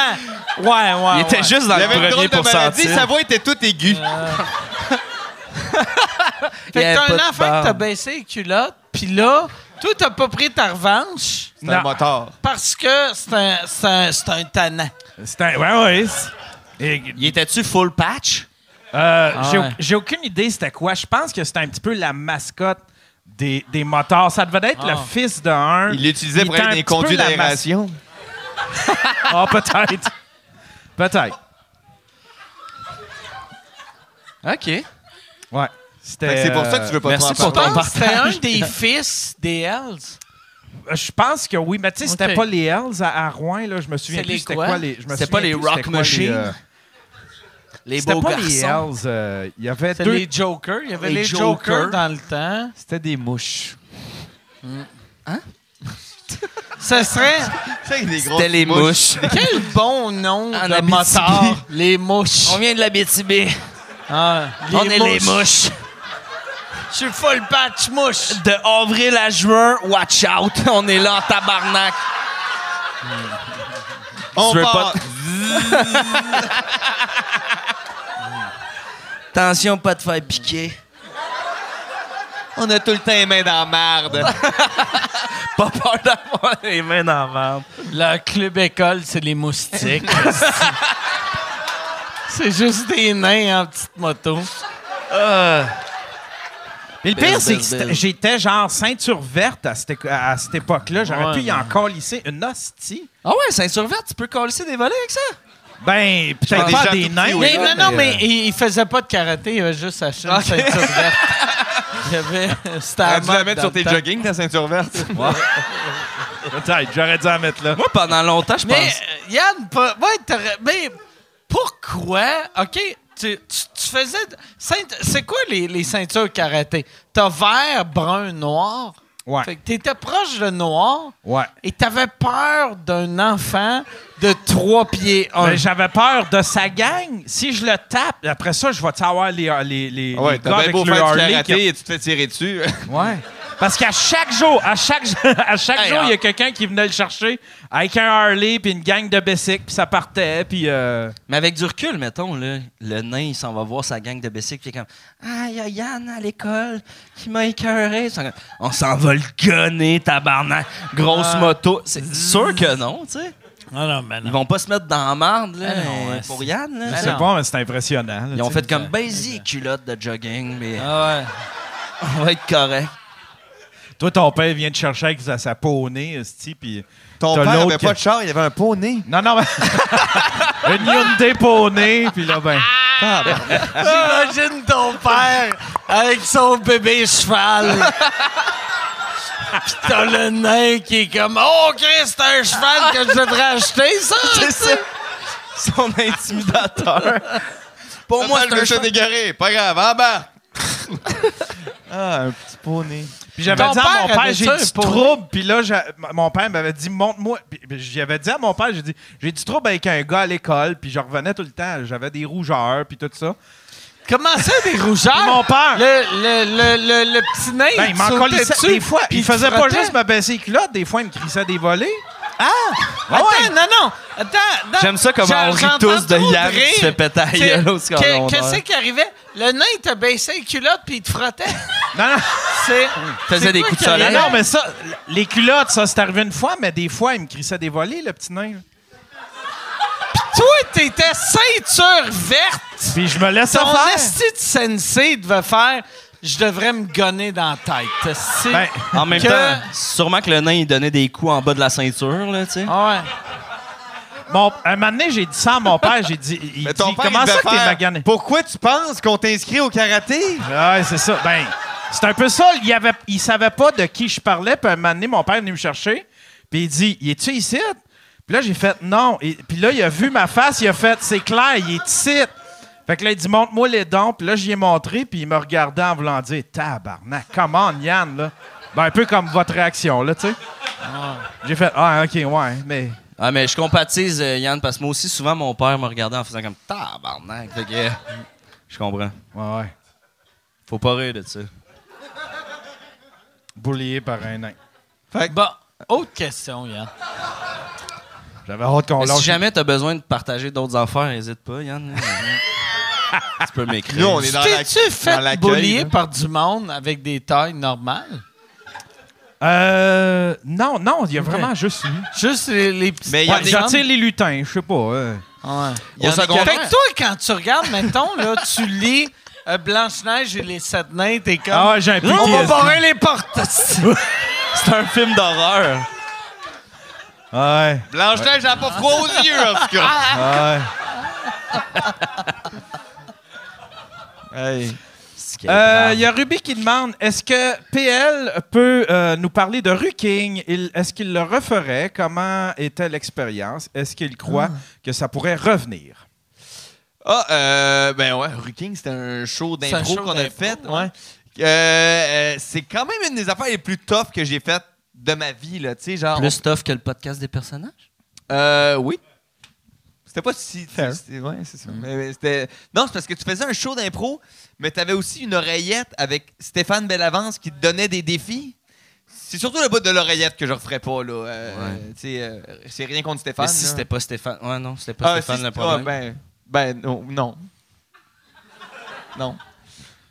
A: Ouais, ouais,
G: Ah, Il était
A: ouais.
G: juste dans
E: Il
G: le
E: avait
G: premier
E: une drôle de maladie,
G: pourcentage.
E: sa voix était toute aiguë.
G: Il
A: Fait
G: y
A: que
G: avait
A: t'as
G: pas
A: un
G: de
A: enfant que t'as
G: barbe.
A: baissé les culottes, puis là, toi, t'as pas pris ta revanche
E: C'est un motard.
A: parce que c'est un, c'est un, c'est un tannant.
B: C'était un- ouais, ouais. c'est- Et-
G: Il était-tu full patch?
B: euh, j'ai-
G: Ah, ouais.
B: J'ai aucune idée c'était quoi. Je pense que c'était un petit peu la mascotte des, des motards. Ça devait être
G: Ah.
B: le fils d'un.
E: Il l'utilisait pour
B: était
E: être
B: un
E: des
B: petit peu
E: conduits
B: la mas-
E: d'aération.
B: Ah, peut-être. peut-être.
G: OK.
B: Ouais. C'était,
E: Fait que C'est pour ça que tu veux pas
D: merci
E: trop en
D: pour
E: parler.
D: ton
A: pense que c'était un des fils des Hells.
B: euh, Je pense que oui, mais tu sais, c'était
A: Ok.
B: pas les Hells à, à Rouen, là. Je me souviens
A: C'est les
B: plus c'était
A: quoi?
B: quoi les. je me
D: C'était
B: souviens
D: pas les
B: plus c'était
D: Rock
B: quoi les,
D: Machines?
B: euh,
D: Les
B: C'était
D: beaux
B: pas les
D: garçons.
B: Hells. euh, Il y avait
A: C'était
B: deux.
A: les Jokers. Il y avait les,
D: Les
A: Jokers
D: Jokers.
A: dans le temps.
E: C'était des mouches.
A: Ce serait...
D: C'était les mouches.
A: Quel bon nom
D: En
A: de
D: Abitibi.
A: motard. Les mouches.
D: On vient de la BTB.
A: Ah,
D: On est les mouches.
A: Je suis full patch mouche.
D: De avril à juin, watch out. On est là en tabarnak.
E: On
D: Tu veux
E: part.
D: Attention, pas de faire piquer.
E: On a tout le temps les mains dans la marde.
D: Pas peur d'avoir les mains dans la merde.
A: Le club école, c'est les moustiques. c'est juste des nains en petite moto.
B: Mais le pire,
D: Belle,
B: c'est
D: belle,
B: que c'était-
D: belle.
B: j'étais genre ceinture verte à cette, éco- à cette époque-là. J'aurais
A: Ouais,
B: pu y
A: ouais.
B: encore lisser une hostie.
D: Ah ouais, ceinture verte, tu peux colisser des volets avec ça?
B: Ben, peut-être
E: des
B: pas
E: gens
B: des
E: tout
B: nains.
E: petits, oui.
A: Mais non, non,
B: euh,
A: mais il, il faisait pas de karaté, il avait juste acheté une ceinture verte. Il y avait- euh, C'était à
E: Ah, tu la
A: mode
E: mettre
A: dans
E: sur
A: le
E: tes
A: temps.
E: jogging, ta ceinture verte.
B: Peut-être, j'aurais dû en mettre là.
D: Moi, pendant longtemps, je
A: Mais
D: pense.
A: euh, Yann, pas, ouais, t'aurais- mais pourquoi? OK, tu, tu, tu faisais. ceint- C'est quoi les, les ceintures karaté? T'as vert, brun, noir.
B: Ouais.
A: Fait que t'étais proche de noir
B: Ouais.
A: et t'avais peur d'un enfant de 3 pieds 1.
B: Ben, j'avais peur de sa gang. Si je le tape, après ça, je vais avoir les, les, les, les
E: Ouais,
B: gars
E: t'as bien
B: avec
E: beau
B: le
E: faire du
B: Harley. qui-
E: karaté et tu te fais tirer dessus.
B: Ouais. Parce qu'à chaque jour, à chaque, à chaque
D: Hey,
B: jour, il y
D: hein.
B: a quelqu'un qui venait le chercher avec un Harley puis une gang de Bessic, puis ça partait, puis... euh,
D: Mais avec du recul, mettons, là, le nain, il s'en va voir sa gang de bicycles, puis il est comme Ah, il y a Yann à l'école qui m'a écœuré. Ils sont comme, On s'en va le gonner, tabarnak. Grosse moto. C'est sûr que Ah. non, tu sais.
A: Non, non, mais
D: Ils vont pas se mettre dans la marde, là,
A: Ah non,
D: euh,
A: ouais,
D: pour Yann, là.
B: c'est bon, mais c'est impressionnant. là,
D: Ils ont
B: tu
D: fait
B: sais.
D: comme Baisy, culotte de jogging, mais
A: Ah ouais.
D: on va être correct.
B: Toi, ton père vient te chercher avec sa, sa peau au nez, esti, puis...
I: Ton
B: T'as
I: père
B: l'autre
I: avait
B: qui-
I: pas de char, il avait un poney.
B: Non, non, mais... une Hyundai peau au nez, puis là, ben...
A: J'imagine ton père avec son bébé cheval. Pis t'as le nain qui est comme Oh, Chris, c'est un cheval que je devrais acheter, ça!
D: C'est ça. Son intimidateur. Pour moi,
E: Moi,
D: c'est un
E: le chat
D: cheval.
E: dégaré. Pas grave, en bas.
I: Ah, un petit poney.
B: Puis j'avais
A: Ton
B: dit à
A: père
B: mon père,
A: avait
B: j'ai
A: ça,
B: du
A: pour-
B: trouble. Puis là, j'a- m- mon père m'avait dit, montre-moi. Puis puis j'avais dit à mon père, j'ai dit, j'ai du trouble avec un gars à l'école. Puis je revenais tout le temps. J'avais des rougeurs, puis tout ça.
A: Comment ça, des rougeurs?
B: Puis mon père,
A: Le, le, le, le, le petit nain,
B: ben,
A: il
B: il m'en
A: sautait
B: collait ça
A: dessus,
B: des fois.
A: puis
B: il faisait
A: te
B: pas
A: frottait.
B: juste me baisser les culottes. Des fois, il me crissait des volets.
A: Attends,
B: Ah
A: non, non. Attends, non.
D: J'aime ça comment
A: J'en-
D: on rit
A: j'entends
D: tous de
A: trop
D: Yann qui
A: rire.
D: se fait péter la
A: Que-
D: gueule au score
A: que-
D: d'honneur.
A: Qu'est-ce qui arrivait? Le nain, il te baissait les culottes puis il te frottait.
B: Non, non.
A: C'est.
D: Faisait
A: c'est
D: des
A: quoi
D: coups de
A: qu'il
D: soleil.
A: y avait?
B: Non, mais ça, les culottes, ça, c'est arrivé une fois, mais des fois, il me crissait des volets, le petit nain.
A: Toi, t'étais ceinture verte.
B: Puis je me laissais
A: Ton
B: faire.
A: esti de sensei devait faire je devrais me gonner dans la tête. C'est-
B: Ben,
D: En même
A: Que-
D: temps, sûrement que le nain, il donnait des coups en bas de la ceinture, là, tu sais.
A: Ah ouais.
B: mon- un moment donné, j'ai dit ça à mon père. J'ai dit, il
E: Mais ton
B: dit,
E: père, il
B: comment ça
E: devait
B: que t'es
E: faire-
B: magané?
I: Pourquoi tu penses qu'on t'inscrit au karaté?
B: Ouais, c'est ça. Ben, c'est un peu ça. Il, avait, il savait pas de qui je parlais. Puis un moment donné, mon père est venu me chercher. Puis il dit Y es-tu ici Puis là, j'ai fait Non. Et, puis là, il a vu ma face. Il a fait C'est clair, il est ici. Fait que là, il dit Montre-moi les dons. Puis là, j'y ai montré. Puis il me regardait en voulant dire Tabarnak, comment Yann, là Ben, un peu comme votre réaction, là, tu sais. J'ai fait Ah, ok, ouais, mais.
D: Ah, mais je compatise, euh, Yann, parce que moi aussi, souvent, mon père me regardait en faisant comme tabarnak. Fait que, euh, je comprends.
B: Ouais, ouais.
D: Faut pas rire de ça.
B: Boulié par un nain.
A: Bon, autre question, Yann.
B: J'avais hâte qu'on
D: Mais
B: lâche.
D: si jamais t'as besoin de partager d'autres affaires, hésite pas, Yann. tu peux m'écrire.
E: Nous, on est dans la
A: T'es-tu
E: dans
A: fait
E: l'accueil,
A: bullier
E: là.
A: par du monde avec des tailles normales?
B: Euh. Non, non, il y a vraiment juste lui.
A: Juste les, les petits.
E: Mais il y a
B: Ouais,
E: des
B: J'attire les lutins, je sais pas. euh.
A: Ouais.
E: Il y en a qui-
A: Fait que toi, quand tu regardes, mettons, là, tu lis euh, Blanche-Neige et les Sept Nains, t'es comme.
B: Ah, ouais, j'ai un
A: on va
B: PTSD.
A: barrer les portes!
D: C'est un film d'horreur.
B: Ouais,
E: Blanche-Neige, elle a pas froid aux yeux, en tout cas.
B: ouais.
D: C'est
B: Euh, Il y a Ruby qui demande est-ce que PL peut euh, nous parler de Ruking Il- Est-ce qu'il le referait Comment était l'expérience Est-ce qu'il croit que ça pourrait revenir
E: Ah, euh, ben ouais, Ruking, c'était un show
A: C'est un
E: d'impro
A: show
E: qu'on a
A: d'impro,
E: fait. Ouais. Euh, euh, c'est quand même une des affaires les plus tough que j'ai faites de ma vie, là. Tu sais, genre.
G: Plus tough que le podcast des personnages?
E: Euh, oui. C'était pas si.
J: Fair.
E: c'était- Ouais, c'est ça. Mais- mais c'était- non, c'est parce que tu faisais un show d'impro, mais tu avais aussi une oreillette avec Stéphane Bellavance qui te donnait des défis. C'est surtout le bout de l'oreillette que je referais pas, là. Euh,
G: Ouais.
E: tu sais, euh, c'est rien contre
D: Mais
E: Stéphane.
D: si
E: là.
D: c'était pas Stéphane. Ouais, non, c'était pas
E: Ah,
D: Stéphane
E: si-
D: le problème.
E: ah, ben, ben, non. Non, non.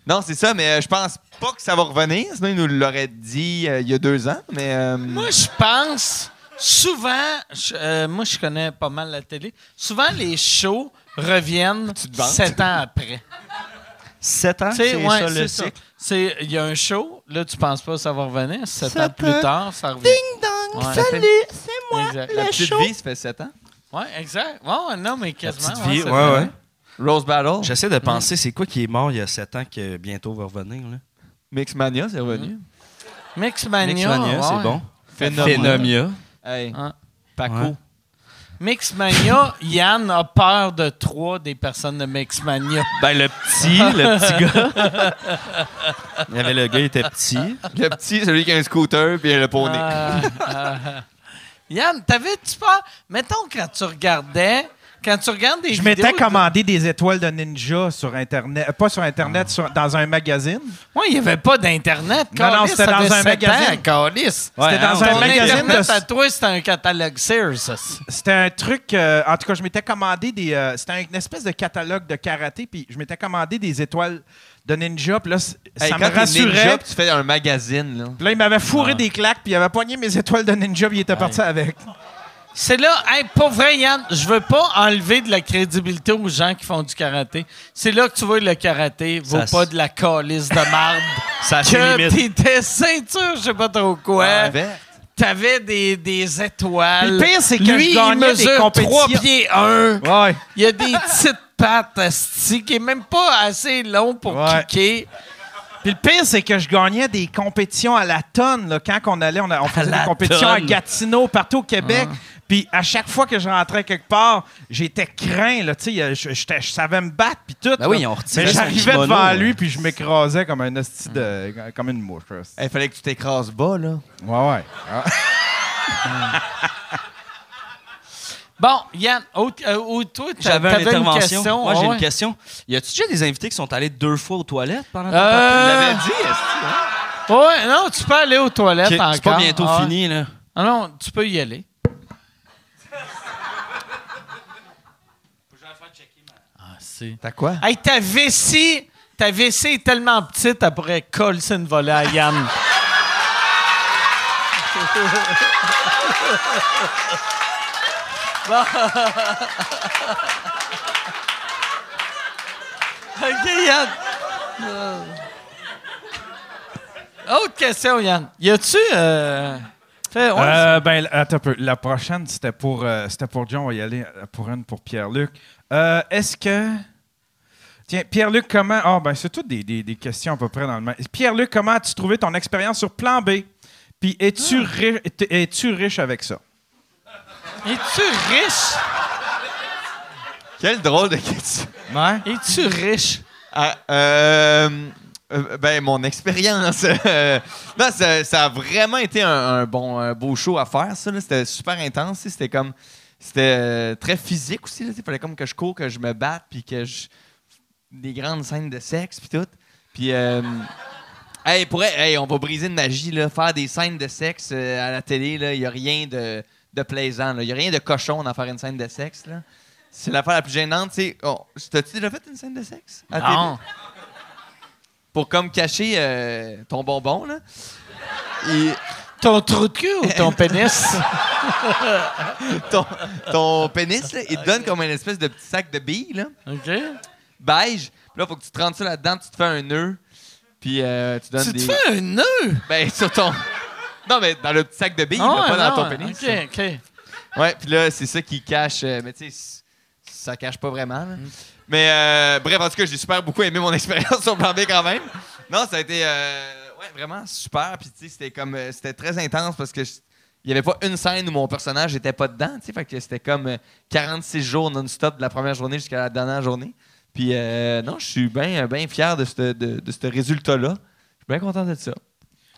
E: Non, c'est ça, mais euh, je pense pas que ça va revenir. Sinon, il nous l'aurait dit euh, il y a deux ans, mais... euh,
A: Moi, je pense souvent, je- euh, moi, je connais pas mal la télé. Souvent, les shows reviennent
E: te vantes?
A: sept ans après.
G: 7 ans,
A: Tu sais,
G: c'est
A: ouais,
G: ça le
A: c'est ça.
G: cycle.
A: C'est- Il y a un show, là, tu penses pas que ça va revenir. Sept,
G: Sept
A: ans plus
G: ans.
A: tard, ça revient.
G: dong,
A: Ouais.
G: c'est
A: Exact.
E: la petite vie, ça fait sept ans.
A: Ouais, exact. Ouais, ouais, non, mais quasiment.
D: petite vie,
A: ben, ah, c'est
D: ouais,
A: vrai.
D: ouais.
E: Rose Battle,
D: J'essaie de penser, c'est quoi qui est mort il y a 7 ans que bientôt va revenir? Là?
E: Mixmania, c'est revenu.
A: Mixmania,
D: Mixmania,
A: ouais.
D: c'est bon.
G: Phénomia.
E: Hey,
A: Hein?
E: Paco.
D: Ouais.
A: Mixmania, Yann a peur de trois des personnes de Mixmania.
D: Ben, le petit, le petit gars. Il y avait le gars, il était petit.
E: Le petit, celui qui a un scooter, puis le poney.
A: Euh, euh, Yann, t'avais-tu peur? Mettons, quand tu regardais, quand tu regardes des
B: Je
A: vidéos...
B: m'étais commandé des étoiles de ninja sur Internet. euh, pas sur Internet, sur- dans un magazine.
A: Moi, il n'y avait pas d'Internet.
B: Non, non,
A: Calice,
B: c'était
A: ça
B: dans
A: fait
B: un
A: sept
B: magazine.
A: ans, Calice.
B: C'était dans
A: Ton
B: un magazine
A: Internet à
B: de...
A: toi, c'était un catalogue Sears. ça.
B: C'était un truc... euh, en tout cas, je m'étais commandé des... euh, c'était une espèce de catalogue de karaté, puis je m'étais commandé des étoiles de ninja, puis là, c-
E: Hey,
B: ça
E: quand
B: me
E: t'es
B: rassurait. Euh.
E: ninja, puis tu fais un magazine, là.
B: Puis là, il m'avait fourré des claques, puis il avait poigné mes étoiles de ninja, puis il était parti avec.
A: C'est là, hey, pour vrai, Yann, je veux pas enlever de la crédibilité aux gens qui font du karaté. C'est là que tu vois le karaté vaut
D: Ça
A: pas
D: se-
A: de la calice de marde.
D: Ça a ses
A: que
D: limites.
A: t'étais ceinture, je sais pas trop quoi.
E: Vert.
A: T'avais des, des étoiles.
B: Le pire, c'est que
A: Lui,
B: je
A: il
B: gagnais des
A: mesure
B: compétitions.
A: 3 pieds 1.
B: Ouais.
A: Il a des petites pattes, asti, qui est même pas assez long pour
B: Ouais.
A: kicker.
B: Puis le pire, c'est que je gagnais des compétitions à la tonne. Là. Quand on allait, on, a- on faisait des compétitions à Gatineau, partout au Québec.
E: Ah.
B: Puis à chaque fois que je rentrais quelque part, j'étais craint. Là, Tu sais, euh, je, j'étais- je savais me battre, puis tout.
D: Ben oui,
B: là.
D: ils ont retiré
B: Mais
D: son
B: j'arrivais
D: kimono,
B: devant
D: là.
B: lui, puis je m'écrasais comme un hostie de... comme une mouche. là.
E: Hey, fallait que tu t'écrases bas, là.
B: Eh. Ouais, ouais.
A: Bon, Yann, ou, euh, ou toi, t'a-
D: J'avais
A: t'avais
D: une intervention.
A: une question.
D: Moi,
A: Ah
D: j'ai
A: ouais.
D: une question. Y a-tu déjà des invités qui sont allés deux fois aux toilettes pendant ton
A: Euh,
D: podcast?
E: T'avais dit, est-ce que-
A: Ouais, non, tu peux aller aux toilettes
D: hein? Ok,
A: encore.
D: C'est pas bientôt
A: Ah ouais.
D: fini, là.
A: Ah non, tu peux y aller.
E: T'as quoi?
A: Hey, ta vessie, ta vessie est tellement petite, elle pourrait coller une volée à Yann. Bon. OK, Yann. Euh. Autre question, Yann. Y a-tu... euh, fait- ouais,
B: Euh, ben, attends un peu. La prochaine, c'était pour, euh, c'était pour John. On va y aller euh, pour une pour Pierre-Luc. Euh, Est-ce que. Tiens, Pierre-Luc, comment. Ah, ben, c'est toutes des, des- des questions à peu près dans le même. Pierre-Luc, comment as-tu trouvé ton expérience sur Plan B? Puis es-tu ri- t- es-tu riche avec ça?
A: Es-tu riche?
E: Quel drôle de question.
B: Ouais.
A: Es-tu riche?
E: Ah, euh, euh, ben, mon expérience. euh, non, ça, ça a vraiment été un, un bon, un beau show à faire, ça. là. C'était super intense. tu sais. C'était comme. C'était euh, très physique aussi. là. Il fallait comme que je cours, que je me batte, puis que je. Des grandes scènes de sexe, puis tout. Puis. euh, hey, pour, hey, on va briser une magie, là. Faire des scènes de sexe euh, à la télé, là. Il n'y a rien de, de plaisant, là. Il n'y a rien de cochon d'en faire une scène de sexe, là. C'est l'affaire la plus gênante, tu sais. Oh, T'as-tu déjà fait une scène de sexe? à la télé?
A: Non.
E: pour comme cacher euh, ton bonbon là. Et
A: Ton trou de cul ou ton pénis?
E: ton, ton pénis là, il te donne comme une espèce de petit sac de billes là,
A: OK.
E: beige. Puis là faut que tu te rentres ça là-dedans, tu te fais un nœud. Puis euh, tu donnes
A: Tu te
E: des
A: fais un nœud?
E: ben sur ton Non mais dans le petit sac de billes,
A: Ah
E: là,
A: ouais,
E: pas dans
A: non,
E: ton pénis.
A: OK, OK. Mm.
E: Ouais, puis là c'est ça qui cache euh, mais tu sais c- ça cache pas vraiment. là. Mais euh, bref, en tout cas, j'ai super beaucoup aimé mon expérience sur plan B quand même. Non, ça a été euh, ouais, vraiment super. Puis, tu sais, c'était comme. euh, c'était très intense parce que. je- Il n'y avait pas une scène où mon personnage n'était pas dedans. tu sais. Fait que c'était comme euh, 46 jours non-stop de la première journée jusqu'à la dernière journée. Puis euh, non, je suis bien ben fier de ce de, de ce résultat-là. Je suis bien content de ça.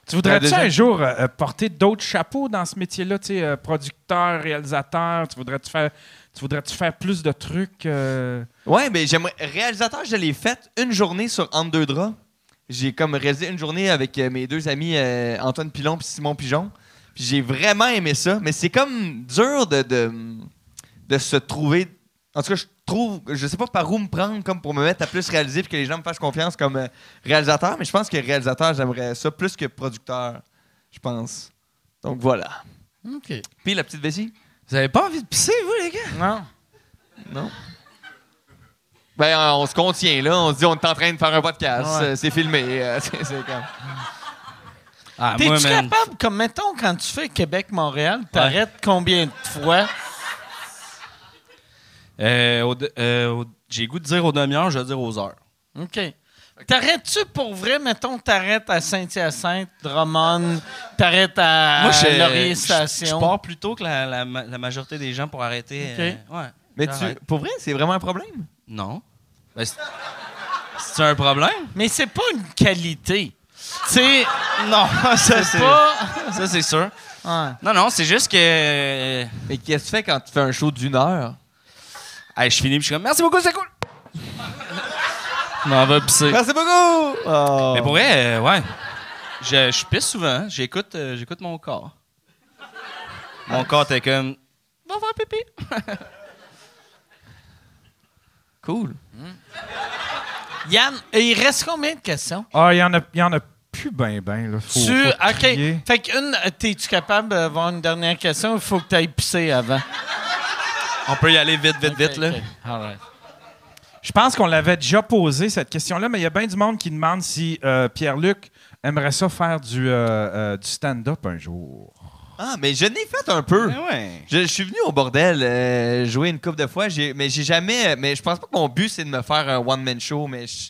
B: Tu voudrais-tu
E: Deuxième.
B: un jour euh, euh, porter d'autres chapeaux dans ce métier-là, tu sais, euh, producteur, réalisateur, tu voudrais-tu faire, tu voudrais-tu faire plus de trucs? euh,
E: Ouais, mais j'aimerais. Réalisateur, je l'ai fait une journée sur Entre deux draps. J'ai comme réalisé une journée avec euh, mes deux amis euh, Antoine Pilon et Simon Pigeon. Puis j'ai vraiment aimé ça. Mais c'est comme dur de, de, de se trouver. En tout cas, je trouve. Je sais pas par où me prendre comme pour me mettre à plus réaliser puis que les gens me fassent confiance comme euh, réalisateur. Mais je pense que réalisateur, j'aimerais ça plus que producteur. Je pense. Donc voilà.
G: OK.
E: Puis la petite vessie?
G: Vous avez pas envie de pisser, vous, les gars?
B: Non.
E: Non. Ben, euh, on se contient, là. On se dit, on est en train de faire un podcast.
A: Ouais.
E: Euh, C'est filmé. Euh, c'est c'est comme...
D: Ah,
A: T'es-tu
D: moi, man,
A: capable, comme mettons, quand tu fais Québec-Montréal, t'arrêtes combien de fois?
D: euh, au de- euh, au- j'ai le goût de dire aux demi-heures, je vais dire aux heures.
A: OK. T'arrêtes-tu pour vrai? Mettons, t'arrêtes à Saint-Hyacinthe, Drummond, t'arrêtes à
D: moi, je,
A: Laurier
D: Euh, je- Je,
A: Station.
D: pars plus tôt que la, la ma- la majorité des gens pour arrêter.
A: Ok.
D: euh, ouais.
E: Mais tu,
D: J'arrête.
E: pour vrai, c'est vraiment un problème?
D: Non. Ben, c'est- c'est un problème?
A: Mais c'est pas une qualité. C'est
D: Non, ça c'est
A: pas...
D: ça, c'est sûr.
A: Ouais.
D: Non, non, c'est juste que euh,
E: Mais qu'est-ce que tu fais quand tu fais un show d'une heure?
D: hey, je finis puis je suis comme merci beaucoup, c'est cool. Je M'en va pisser.
E: Merci beaucoup! Oh.
D: Mais pour vrai, euh, ouais. Je, je pisse souvent. J'écoute, euh, j'écoute mon corps. Mon corps t'es comme. Va faire pipi.
E: Cool.
A: Yann, euh, il reste combien de questions?
B: Ah, il y en a, il y en a plus ben ben, là. Faut-
A: tu...
B: faut
A: OK.
B: trier.
A: Fait qu'une... T'es-tu capable d'avoir une dernière question? Il faut que t'ailles pisser avant.
D: On peut y aller vite, vite, vite, là.
A: OK, all right.
B: Je pense qu'on l'avait déjà posé, cette question-là, mais il y a bien du monde qui demande si euh, Pierre-Luc aimerait ça faire du, euh, euh, du stand-up un jour.
E: Ah, mais je n'ai fait un peu.
D: ouais.
E: Je, je suis venu au bordel euh, jouer une coupe de fois, j'ai- mais j'ai jamais. Mais je pense pas que mon but, c'est de me faire un one-man show, mais je.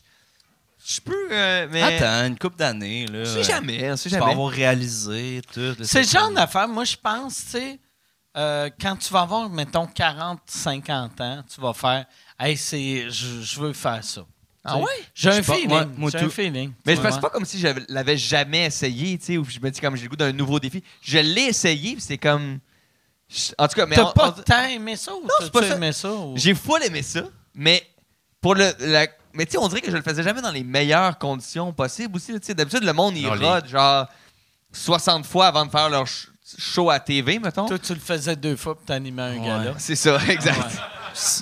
E: Je peux. euh, mais.
D: Attends, une couple d'années, là.
E: On sait jamais, on sait
D: Tu vas
E: jamais.
D: avoir réalisé tout. là,
A: C'est le genre d'affaire, moi, je pense, tu sais, euh, quand tu vas avoir, mettons, 40, 50 ans, tu vas faire Hey, c'est, je, je veux faire ça.
E: Ah
A: ouais?
E: ouais?
A: J'ai un
D: Je pense-
A: feeling.
D: ouais, moi
A: J'ai
D: tout.
A: un feeling.
E: Mais
A: Tu
E: je
A: vois.
E: pense pas comme si je l'avais jamais essayé, tu sais, ou je me dis comme j'ai le goût d'un nouveau défi. Je l'ai essayé, puis c'est comme. je- En tout cas, mais.
A: T'as
E: on-
A: pas
E: on-
A: tant aimé ça ou
E: c'est pas
A: t'as-tu
E: ça.
A: aimé ça? ou-
E: J'ai full aimé ça, mais pour le. la- Mais tu sais, on dirait que je le faisais jamais dans les meilleures conditions possibles aussi. là, Tu sais, d'habitude, le monde, il
D: Non, les-
E: rôde genre 60 fois avant de faire leur ch- show à TV, mettons.
A: Toi, tu le faisais deux fois puis t'animais un gars-là.
E: C'est ça, exact.
D: Ah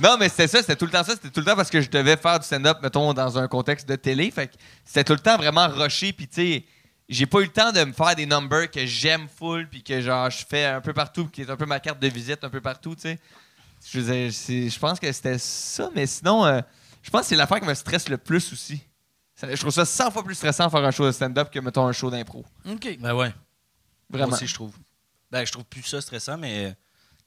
E: Non, mais c'était ça, c'était tout le temps ça. C'était tout le temps parce que je devais faire du stand-up, mettons, dans un contexte de télé. Fait que c'était tout le temps vraiment rushé. Puis, tu sais, j'ai pas eu le temps de me faire des numbers que j'aime full, puis que genre, je fais un peu partout, puis qui est un peu ma carte de visite un peu partout, tu sais. Je veux dire, c'est- je pense que c'était ça, mais sinon, euh, je pense que c'est l'affaire qui me stresse le plus aussi. Ça- Je trouve ça 100 fois plus stressant faire un show de stand-up que, mettons, un show d'impro.
A: OK.
D: Ben ouais.
E: Vraiment.
D: Moi aussi, je trouve. Ben, je trouve plus ça stressant, mais euh,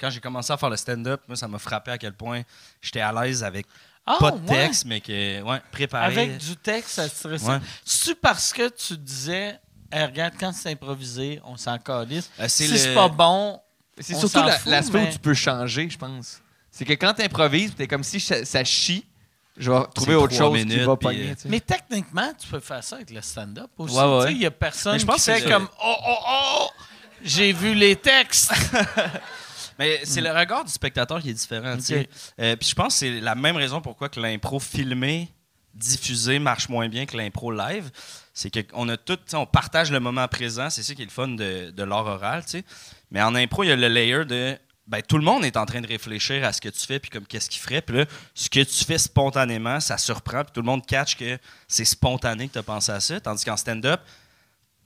D: quand j'ai commencé à faire le stand-up, moi, ça m'a frappé à quel point j'étais à l'aise avec
A: Ah,
D: pas de
A: ouais.
D: texte, mais que, ouais, préparé.
A: Avec du texte, ça te stressait.
D: Ouais.
A: C'est-tu parce que tu disais, Eh, regarde, quand c'est improvisé, on s'en calisse.
D: Euh, c'est
A: Si
D: le-
A: c'est pas bon,
E: C'est
A: On
E: surtout
A: s'en
E: la-
A: fout,
E: l'aspect
A: mais-
E: où tu peux changer, je pense. C'est que quand t'improvises, t'es comme si ça, ça chie, je vais trouver autre
D: trois
E: chose qui
D: minutes,
E: va
D: puis,
E: pogner.
D: euh,
E: tu sais.
A: Mais techniquement, tu peux faire ça avec le stand-up aussi.
D: Ouais, ouais.
A: Tu sais, Il n'y a personne
D: Mais je pense
A: qui
D: que
A: fait
D: c'est-
A: comme « Oh, oh, oh, j'ai vu les textes.
D: Mais
A: Mm.
D: c'est le regard du spectateur qui est différent. tu sais. Euh, Puis je pense que c'est la même raison pourquoi que l'impro filmé, diffusé, marche moins bien que l'impro live. C'est qu'on a tout, tu sais, on partage le moment présent. C'est ça qui est le fun de, de l'art oral. tu sais. Mais en impro, il y a le layer de. Ben, tout le monde est en train de réfléchir à ce que tu fais, puis comme qu'est-ce qu'il ferait. Puis là, ce que tu fais spontanément, ça surprend, puis tout le monde catch que c'est spontané que tu as pensé à ça. Tandis qu'en stand-up,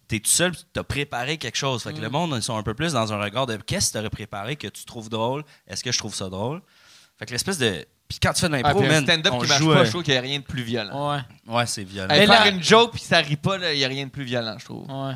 D: t'es tout seul, tu as préparé quelque chose. Fait que le monde, ils sont un peu plus dans un regard de qu'est-ce que tu aurais préparé que tu trouves drôle, est-ce que je trouve ça drôle? Fait que l'espèce de. Puis quand tu fais de
E: Ah,
D: l'impro,
E: puis un
D: man,
E: stand-up
D: on
E: qui marche
D: joue,
E: pas,
D: euh,
E: je trouve qu'il n'y a rien de plus violent.
A: Ouais,
D: Ouais, c'est violent.
E: Hey,
A: Mais
E: faire
A: là-
E: une joke puis ça rit pas, il n'y a rien de plus violent, je trouve.
A: ouais.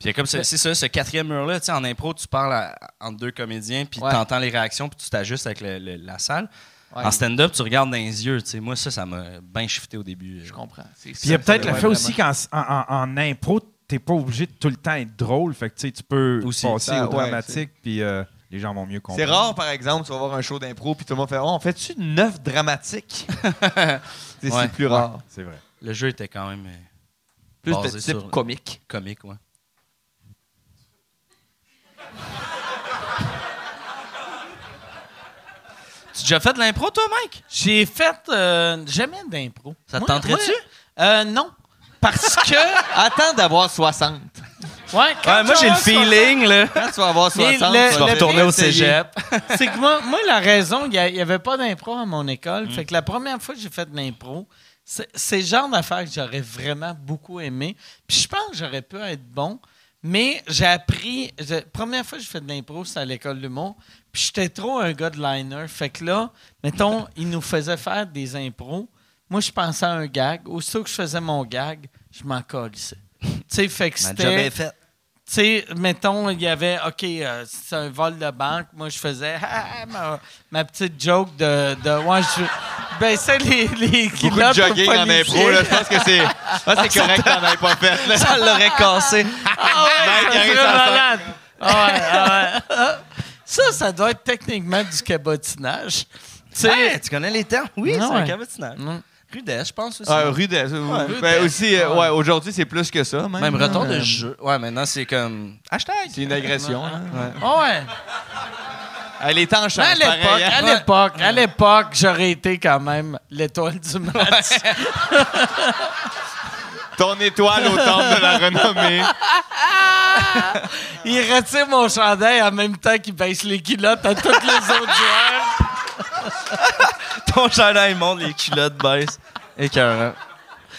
D: Puis il y a comme ce- c'est ça, ce quatrième mur-là, tu sais, en impro, tu parles à- entre deux comédiens, puis
E: Ouais.
D: tu entends les réactions, puis tu t'ajustes avec le- le- la salle. En stand-up, tu regardes dans les yeux. tu sais. Moi, ça, ça m'a bien shifté au début. Euh,
E: Je comprends. C'est
B: Puis il y a
E: ça,
B: peut-être
E: ça,
B: le
E: ouais,
B: fait aussi qu'en en, en- en impro, t'es pas obligé de tout le temps être drôle. Fait que tu sais, tu peux
D: Aussi.
B: passer
E: Ah,
B: au
E: ouais,
B: dramatique, puis euh, les gens vont mieux comprendre.
J: C'est rare, par exemple, tu vas voir un show d'impro, puis tout le monde fait oh, On fait-tu neuf dramatiques C'est
D: Ouais.
J: c'est plus rare.
B: C'est vrai.
D: Le jeu était quand même euh,
E: Plus
D: basé
E: de type
D: sur-
E: comique.
D: comique. Ouais. tu as déjà fait de l'impro, toi, Mike?
A: J'ai fait euh, jamais d'impro.
D: Ça te
A: Moi-
D: tenterait-tu?
A: moi, euh, non. Parce que.
E: Attends d'avoir 60.
A: Ouais, quand
D: Ouais, moi,
A: tu
D: j'ai le
A: vas-
D: feeling, là.
E: Quand tu vas avoir
A: Mais
E: 60,
A: le- le
E: tu vas
D: Tourner
E: retourner
D: au cégep.
A: C'est que moi, moi, la raison, il n'y avait pas d'impro à mon école.
D: Mm.
A: Fait que la première fois que j'ai fait de l'impro, c'est c'est le genre d'affaires que j'aurais vraiment beaucoup aimé. Puis je pense que j'aurais pu être bon. Mais j'ai appris. La première fois que j'ai fait de l'impro, c'était à l'école du mot. Puis j'étais trop un gars de liner. Fait que là, mettons, il nous faisait faire des impros. Moi, je pensais à un gag. Aussitôt que je faisais mon gag, je m'en colissais. Tu sais, fait que
D: Ma job est
A: c'était
D: faite.
A: tu sais, mettons, il y avait, OK, euh, c'est un vol de banque. Moi, je faisais ah, ma, ma petite joke de. de ouais, je baissais les, les
E: Beaucoup
A: culottes
E: de
A: aux
E: jogging en
A: policiers.
E: impro, là, je pense que c'est ah, c'est correct qu'on n'ait pas fait. là.
D: Ça l'aurait cassé.
A: Ah ouais, ça
E: Mike,
A: serait
E: ça sent-
A: malade. Ah ouais, ah ouais. Ça, ça doit être techniquement du cabotinage. Tu sais,
D: Hey, tu connais les termes? Oui,
A: Ah
D: c'est un
A: ouais.
D: cabotinage.
A: Mm.
D: Rudesse, je pense aussi.
E: Ah, rude.
J: euh,
D: rude. hein.
E: ben, aussi, euh, ouais, aujourd'hui, c'est plus que ça. Même,
D: Même
A: euh,
E: là.
D: retour de jeu. Ouais, maintenant, c'est comme. Hashtag.
E: C'est une agression.
J: hein.
E: là.
A: ah ouais.
E: Ah, Les temps
A: Mais à
E: changent. pareil,
A: l'époque, à
E: hein.
A: l'époque, à l'époque, j'aurais été quand même l'étoile du match.
E: Ton étoile au temple de la renommée.
A: Il retire mon chandail en même temps qu'il baisse les culottes à tous les autres joueurs.
D: Ton chandail monte, les culottes baissent. Écœurant.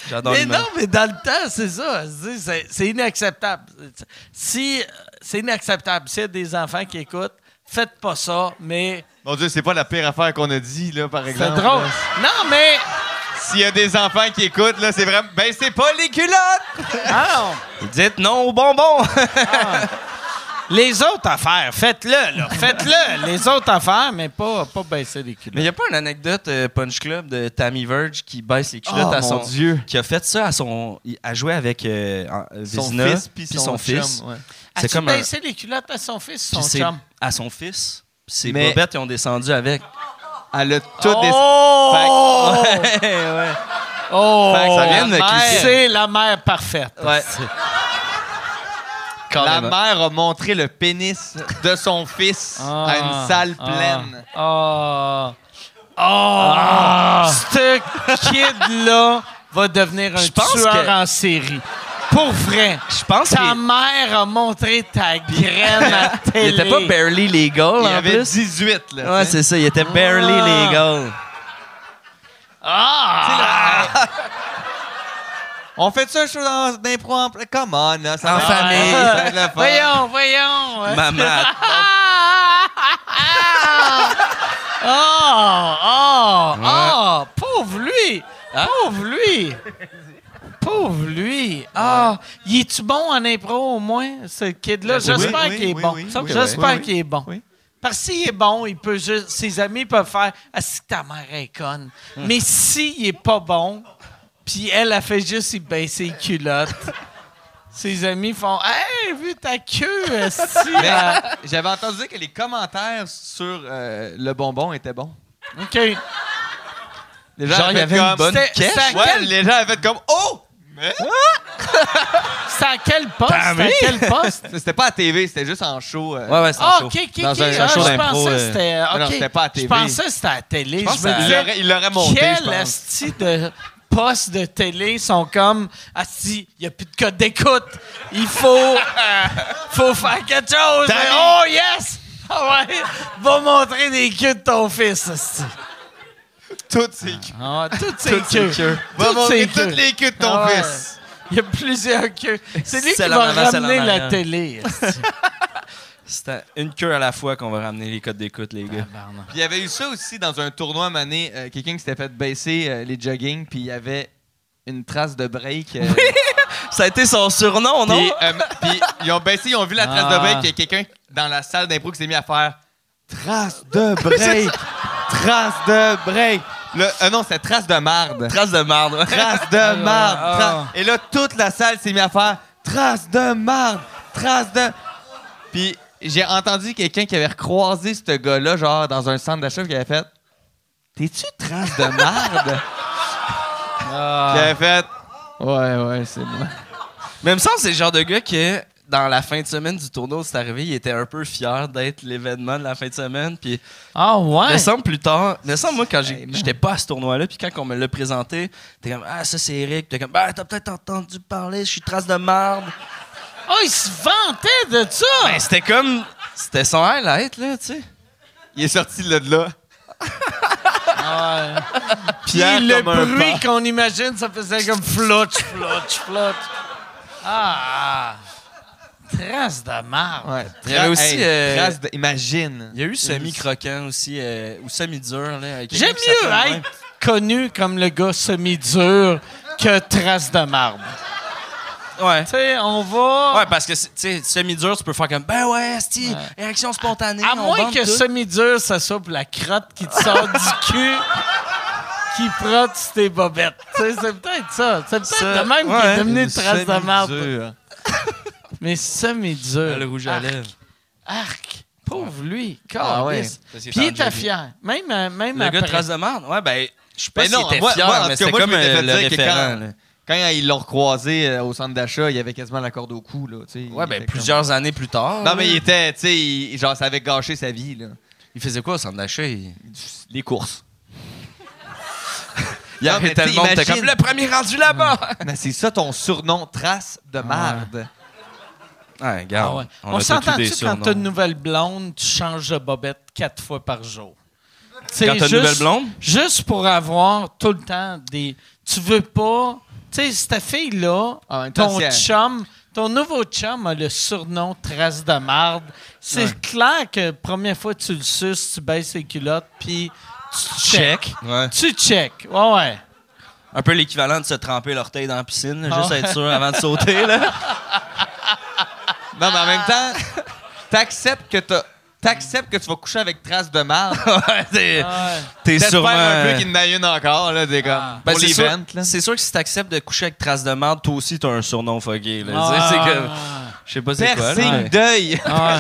D: J'adore
A: Mais
D: l'image.
A: non, mais dans le temps, c'est ça. C'est- C'est c'est inacceptable. Si c'est inacceptable, s'il y a des enfants qui écoutent, faites pas ça, mais
J: Mon Dieu, c'est pas la pire affaire qu'on a dit, là, par
A: c'est
J: exemple.
A: drôle.
J: là.
A: Non, mais
J: S'il y a des enfants qui écoutent, là, c'est vraiment. Ben, c'est pas les culottes!
A: ah,
D: Dites non aux bonbons.
A: les autres affaires, faites-le, là. Faites-le. les autres affaires, mais pas, pas baisser les
D: Mais
A: culottes.
D: il a pas une anecdote euh, Punch Club de Tammy Verge qui baisse les culottes
J: Oh,
D: à
J: mon
D: son
J: Dieu.
D: qui a fait ça à son il- à jouer avec euh, en- Vézina, puis son, fils.
J: chum, ouais.
D: C'est
A: As-tu
D: comme un-
A: baissé les culottes à son fils,
D: Puis
A: son
D: c'est-
A: chum?
D: à son fils. Puis Ses
E: Mais-
D: bobettes ils ont descendu avec.
E: Elle a tout des...
A: Oh!
D: ouais.
A: Oh!
D: Fait que ça vient de
A: la
D: me
A: mère.
D: crisser.
A: C'est la mère parfaite.
J: La
D: Carrément.
J: mère a montré le pénis de son fils
D: Ah.
J: à une salle pleine.
A: Oh. Oh. Ah. Ce kid-là va devenir un
D: Ah. Je pense
A: tueur
D: que-
A: en série. Pour vrai.
D: Je pense
A: Ta
D: qu'il
A: mère a montré ta graine à
D: il
A: télé.
D: était pas barely legal
J: Il
D: en
J: avait
D: plus.
J: 18, là.
D: Ouais,
J: tu sais.
D: c'est ça, il était barely
A: Ah.
D: legal.
A: Ah!
J: On fait ça, show dans- d'impro en. Come on, là, ça
D: En
J: va-
D: famille.
J: ça va être le fun.
A: Ah. Voyons, voyons.
D: Maman,
A: Ah! Oh! Oh! Oh! Pauvre lui!
J: Hein?
A: Pauvre lui! Pauvre lui! Ah! Il est-tu bon en impro au moins, ce kid-là? J'espère
J: Ben, oui,
A: qu'il est
J: oui,
A: bon.
J: oui, oui.
A: J'espère
J: Oui, oui.
A: qu'il est bon.
J: Oui.
A: Parce que s'il est bon, il peut juste. Ses amis peuvent faire Ah, si ta mère est conne.
J: Hmm.
A: Mais s'il est pas bon, puis elle a fait juste y baisser les culottes. Ses amis font Hey, vu ta queue, esti!
J: Mais
A: euh,
J: J'avais entendu dire que les commentaires sur euh, le bonbon étaient bons.
A: OK.
J: Les gens
A: Genre,
J: avaient
A: il y avait
J: comme,
A: une bonne
J: C'était-
A: cache.
J: c'était à
A: Ouais,
J: quel- les gens avaient fait comme Oh!
A: C'est à quel poste? C'est à quel poste?
J: C'était pas à TV, c'était juste en show. euh.
D: Ouais, ouais, c'est un
A: Ah,
D: show.
A: OK, OK,
J: Dans
A: OK.
J: un-
A: Ah,
J: un show
A: je
D: d'impro,
A: pensais que
D: euh,
A: c'était...
J: non,
A: OK.
J: c'était pas à
A: Je
J: TV.
A: pensais que c'était à la télé. Je,
J: pense
A: me
J: que
A: disais,
J: il l'aurait monté, je
A: quel
J: pense.
A: esti de poste de télé sont comme... Ah, si, il n'y a plus de code d'écoute. Il faut... faut faire quelque chose. Mais, oh, yes! Ah ouais! Va montrer des queues de ton fils, esti.
J: Toutes ces queues.
A: Ah, toutes ces queues.
J: Va montrer
A: ces
J: toutes
A: queues.
J: les queues de ton
A: Ah ouais.
J: fils.
A: Il y a plusieurs queues. C'est lui qui
D: Celle en
A: va
D: avant, celle en
A: ramener la
D: arrière.
A: télé. esti.
D: C'était une queue à la fois qu'on va ramener les codes d'écoute, les gars.
J: Puis il y avait eu ça aussi dans un tournoi à un moment donné, euh, quelqu'un qui s'était fait baisser euh, les jogging, puis il y avait une trace de break. euh,
D: Ça a été son surnom, non?
J: puis, euh, puis ils ont baissé, ils ont vu la trace
A: Ah.
J: de break, il y a quelqu'un dans la salle d'impro qui s'est mis à faire Trace de break!
E: Trace de break. Le, euh, non, c'était trace de marde.
D: Trace de marde. ouais.
E: Trace de marde. Tra- Et là, toute la salle s'est mise à faire trace de marde. Trace de. Puis j'ai entendu quelqu'un qui avait recroisé ce gars-là, genre dans un centre d'achat, qui avait fait T'es-tu trace de marde
A: Ah.
E: Qui
J: Ah.
E: avait fait Ouais, ouais, c'est moi.
D: Mais il me semble que c'est le genre de gars que dans la fin de semaine du tournoi où c'est arrivé, il était un peu fier d'être l'événement de la fin de semaine. Puis,
A: Ah
D: il
A: ouais?
D: me semble plus tard, il me semble, moi, quand j'ai-
E: Hey, man.
D: j'étais pas à ce tournoi-là, puis quand on me l'a présenté, t'es comme Ah, ça c'est Eric. Puis T'es comme Bah, t'as peut-être entendu parler, je suis trace de marde.
A: Ah, il se vantait de ça!
D: Ben, c'était comme. C'était son highlight, là, tu sais.
E: Il est sorti là de là.
A: Puis le bruit qu'on imagine, ça faisait comme flotch, flotch, flotch. Ah! Trace de marde.
E: Ouais.
D: Il y avait aussi, euh,
E: trace de- Imagine.
D: Il y a eu semi-croquant aussi, euh, ou semi-dur, là. avec
A: J'aime
D: quelqu'un qui
A: mieux
D: s'appelle de même.
A: être connu comme le gars semi-dur que trace de marde.
D: Ouais.
A: Tu sais, on va.
D: Ouais, parce que, c'est- tu sais, semi-dur, tu peux faire comme Ben ouais, Asti, réaction spontanée.
A: À
D: ben, on
A: moins
D: bande
A: que
D: tout.
A: semi-dur, ça soit pour la crotte qui te sort du cul, qui frotte sur tes bobettes. Tu sais, c'est peut-être ça. C'est peut-être
D: Ça,
A: de même qui
D: ouais.
A: est devenu une trace de marde.
E: Semi-dur.
A: Mais semi-dur.
D: Ah, Le rouge à
A: Arc.
D: lèvres.
A: Arc. Pauvre lui.
E: Ah ouais.
A: câlisse.
D: Parce qu'il
A: Puis il
D: était en
A: était
D: jogging.
A: fier. Même, euh, même
D: Le gars
A: après.
D: de trace de marde. Ouais, ben, je sais pas
E: Mais
D: s'il
E: non,
D: était
E: moi-
D: fier,
E: moi, en tout
D: mais
E: cas,
D: c'était
E: moi, je
D: comme
E: m'étais
D: euh,
E: fait
D: le
E: dire que
D: référent.
E: quand-
D: là.
E: Quand ils l'ont recroisé euh, au centre d'achat, il avait quasiment la corde au cou. Là, tu sais. Il
D: Ouais, ben,
E: était comme-
D: plusieurs années plus tard.
E: Non, mais il était, tu sais, il- genre, ça avait gâché sa vie. Là.
D: il faisait quoi au centre d'achat? Il,
E: Les courses.
D: il
E: Non, mais
D: arrêtait le monde.
E: t'imagines-
D: T'es comme le premier rendu là-bas.
E: Mais c'est ça ton surnom, trace de marde.
D: Ouais, regarde.
A: Ah ouais.
D: a
A: On,
D: tous des
A: s'entend-tu quand
D: surnoms.
A: t'as une nouvelle blonde, tu changes de bobette quatre fois par jour?
D: Quand t'as une nouvelle blonde?
A: Juste pour avoir tout le temps des. Tu veux pas. Tu sais, cette fille-là,
D: Ah,
E: En même temps,
A: ton
E: si elle-
A: chum, ton nouveau chum a le surnom Trace de marde. C'est clair que première fois que tu le suces, tu baisses les culottes, puis tu check.
D: Ouais.
A: Tu check. Ouais, ouais.
D: Un peu l'équivalent de se tremper l'orteil dans la piscine, là,
A: Ah
D: juste
A: ouais.
D: être sûr avant de sauter. Là.
E: Non, mais en même
A: Ah.
E: temps, t'acceptes que t'as- T'acceptes que tu vas coucher avec trace de marde.
D: Ouais, t'es
A: Ouais.
D: t'es
E: T'espères
D: sûrement...
E: un peu qu'il y en a une encore, là, t'es
A: Ah.
E: comme...
D: Ben,
E: pour
D: c'est
E: les
D: sûr-
E: ventes, là.
D: C'est sûr que si t'acceptes de coucher avec trace de merde, toi aussi t'as un surnom fucké. Là. Tu sais,
A: Ah,
D: c'est comme- Je sais pas c'est quoi.
E: Piercing
D: là.
E: deuil.
A: ah,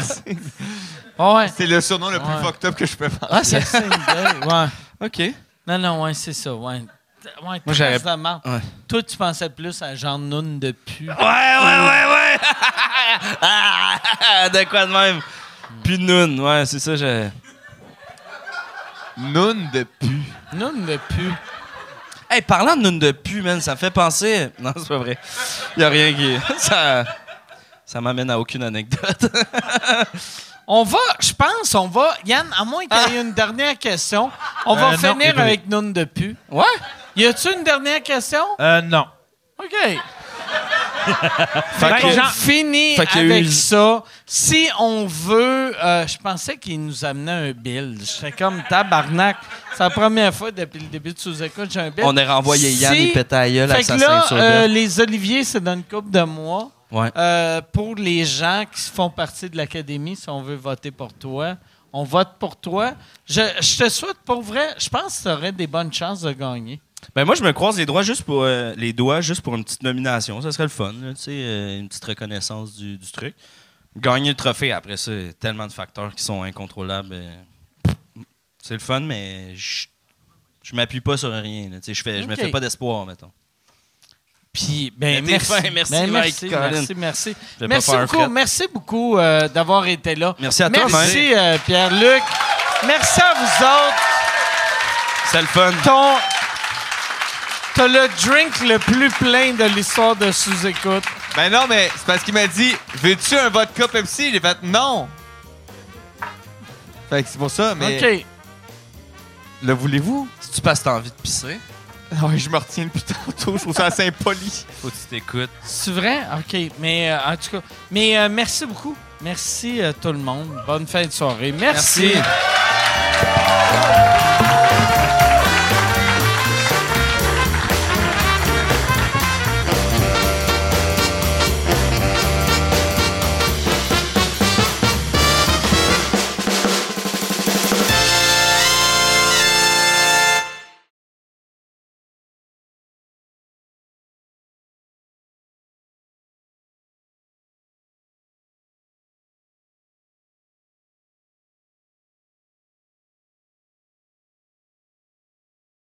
A: ah, ouais.
E: C'est le surnom le plus
A: Ouais.
E: fucked up que je peux faire.
A: Ah, c'est ça, une idée. Ouais.
D: OK.
A: Non, non, ouais, c'est ça. Ouais. Ouais,
D: Moi, j'aurais-
A: trace de marde.
D: Ouais. Ah.
A: Toi, tu pensais plus à Jean Noun de pu.
D: Ouais, ouais, ouais, ouais! Ah, de quoi de même? Puis Noun, ouais, c'est ça, j'ai.
E: Noun de pu.
A: Noun de pu.
D: Hey, parlant de Noun de pu, man, ça me fait penser. Non, c'est pas vrai. Y a rien qui. Ça. Ça m'amène à aucune anecdote.
A: On va, je pense, on va. Yann, à moins que tu aies une dernière question, on va
B: non,
A: finir
B: désolé.
A: avec Noun de pu.
D: Ouais?
A: Y a-tu une dernière question?
B: Euh, non.
A: OK.
D: Fait
B: Ben,
D: que-
B: Jean-
A: On finit
D: Fait qu'il y a eu-
A: avec ça. Si on veut, euh, je pensais qu'il nous amenait un bill. J'étais comme tabarnak. C'est la première fois depuis le début de sous-écoute, j'ai un bill.
D: On est renvoyé Yann,
A: Si-
D: il pète à la gueule
A: Fait
D: avec
A: que
D: sa
A: là,
D: ceinture.
A: euh,
D: verte.
A: les Oliviers, c'est dans une couple de mois.
D: Ouais.
A: Euh, pour les gens qui font partie de l'Académie, si on veut voter pour toi, on vote pour toi. Je, je te souhaite, pour vrai, je pense que tu aurais des bonnes chances de gagner.
D: Ben, moi, je me croise les doigts juste pour, euh, les doigts juste pour une petite nomination. Ça serait le fun, là, tu sais, euh, une petite reconnaissance du, du truc. Gagner le trophée, après ça, il y a tellement de facteurs qui sont incontrôlables. euh, c'est le fun, mais je, je m'appuie pas sur rien. là, tu sais, je fais, je me
A: Ok.
D: fais pas d'espoir, mettons.
A: Puis, ben,
D: Mais t'es
A: merci.
D: fin, merci,
A: Ben,
D: Mike
A: merci,
D: Collin.
A: merci, merci.
D: Je vais pas
A: Merci
D: faire un
A: beaucoup,
D: fret.
A: merci beaucoup euh, d'avoir été là.
D: Merci à toi,
A: Merci, euh, Pierre-Luc. Merci à vous autres.
D: C'est le fun.
A: Ton... T'as le drink le plus plein de l'histoire de sous-écoute.
E: Ben non, mais c'est parce qu'il m'a dit « Veux-tu un vodka Pepsi? » J'ai fait « Non! » Fait que c'est pour ça, mais...
A: OK.
E: Le voulez-vous?
D: Si tu passes, t'as envie de pisser.
E: Ouais, je me retiens depuis tantôt. Je trouve ça assez impoli.
D: Faut que tu t'écoutes.
A: C'est vrai? OK. Mais euh, en tout cas, mais euh, merci beaucoup. Merci euh, tout le monde. Bonne fin de soirée. Merci.
D: Merci.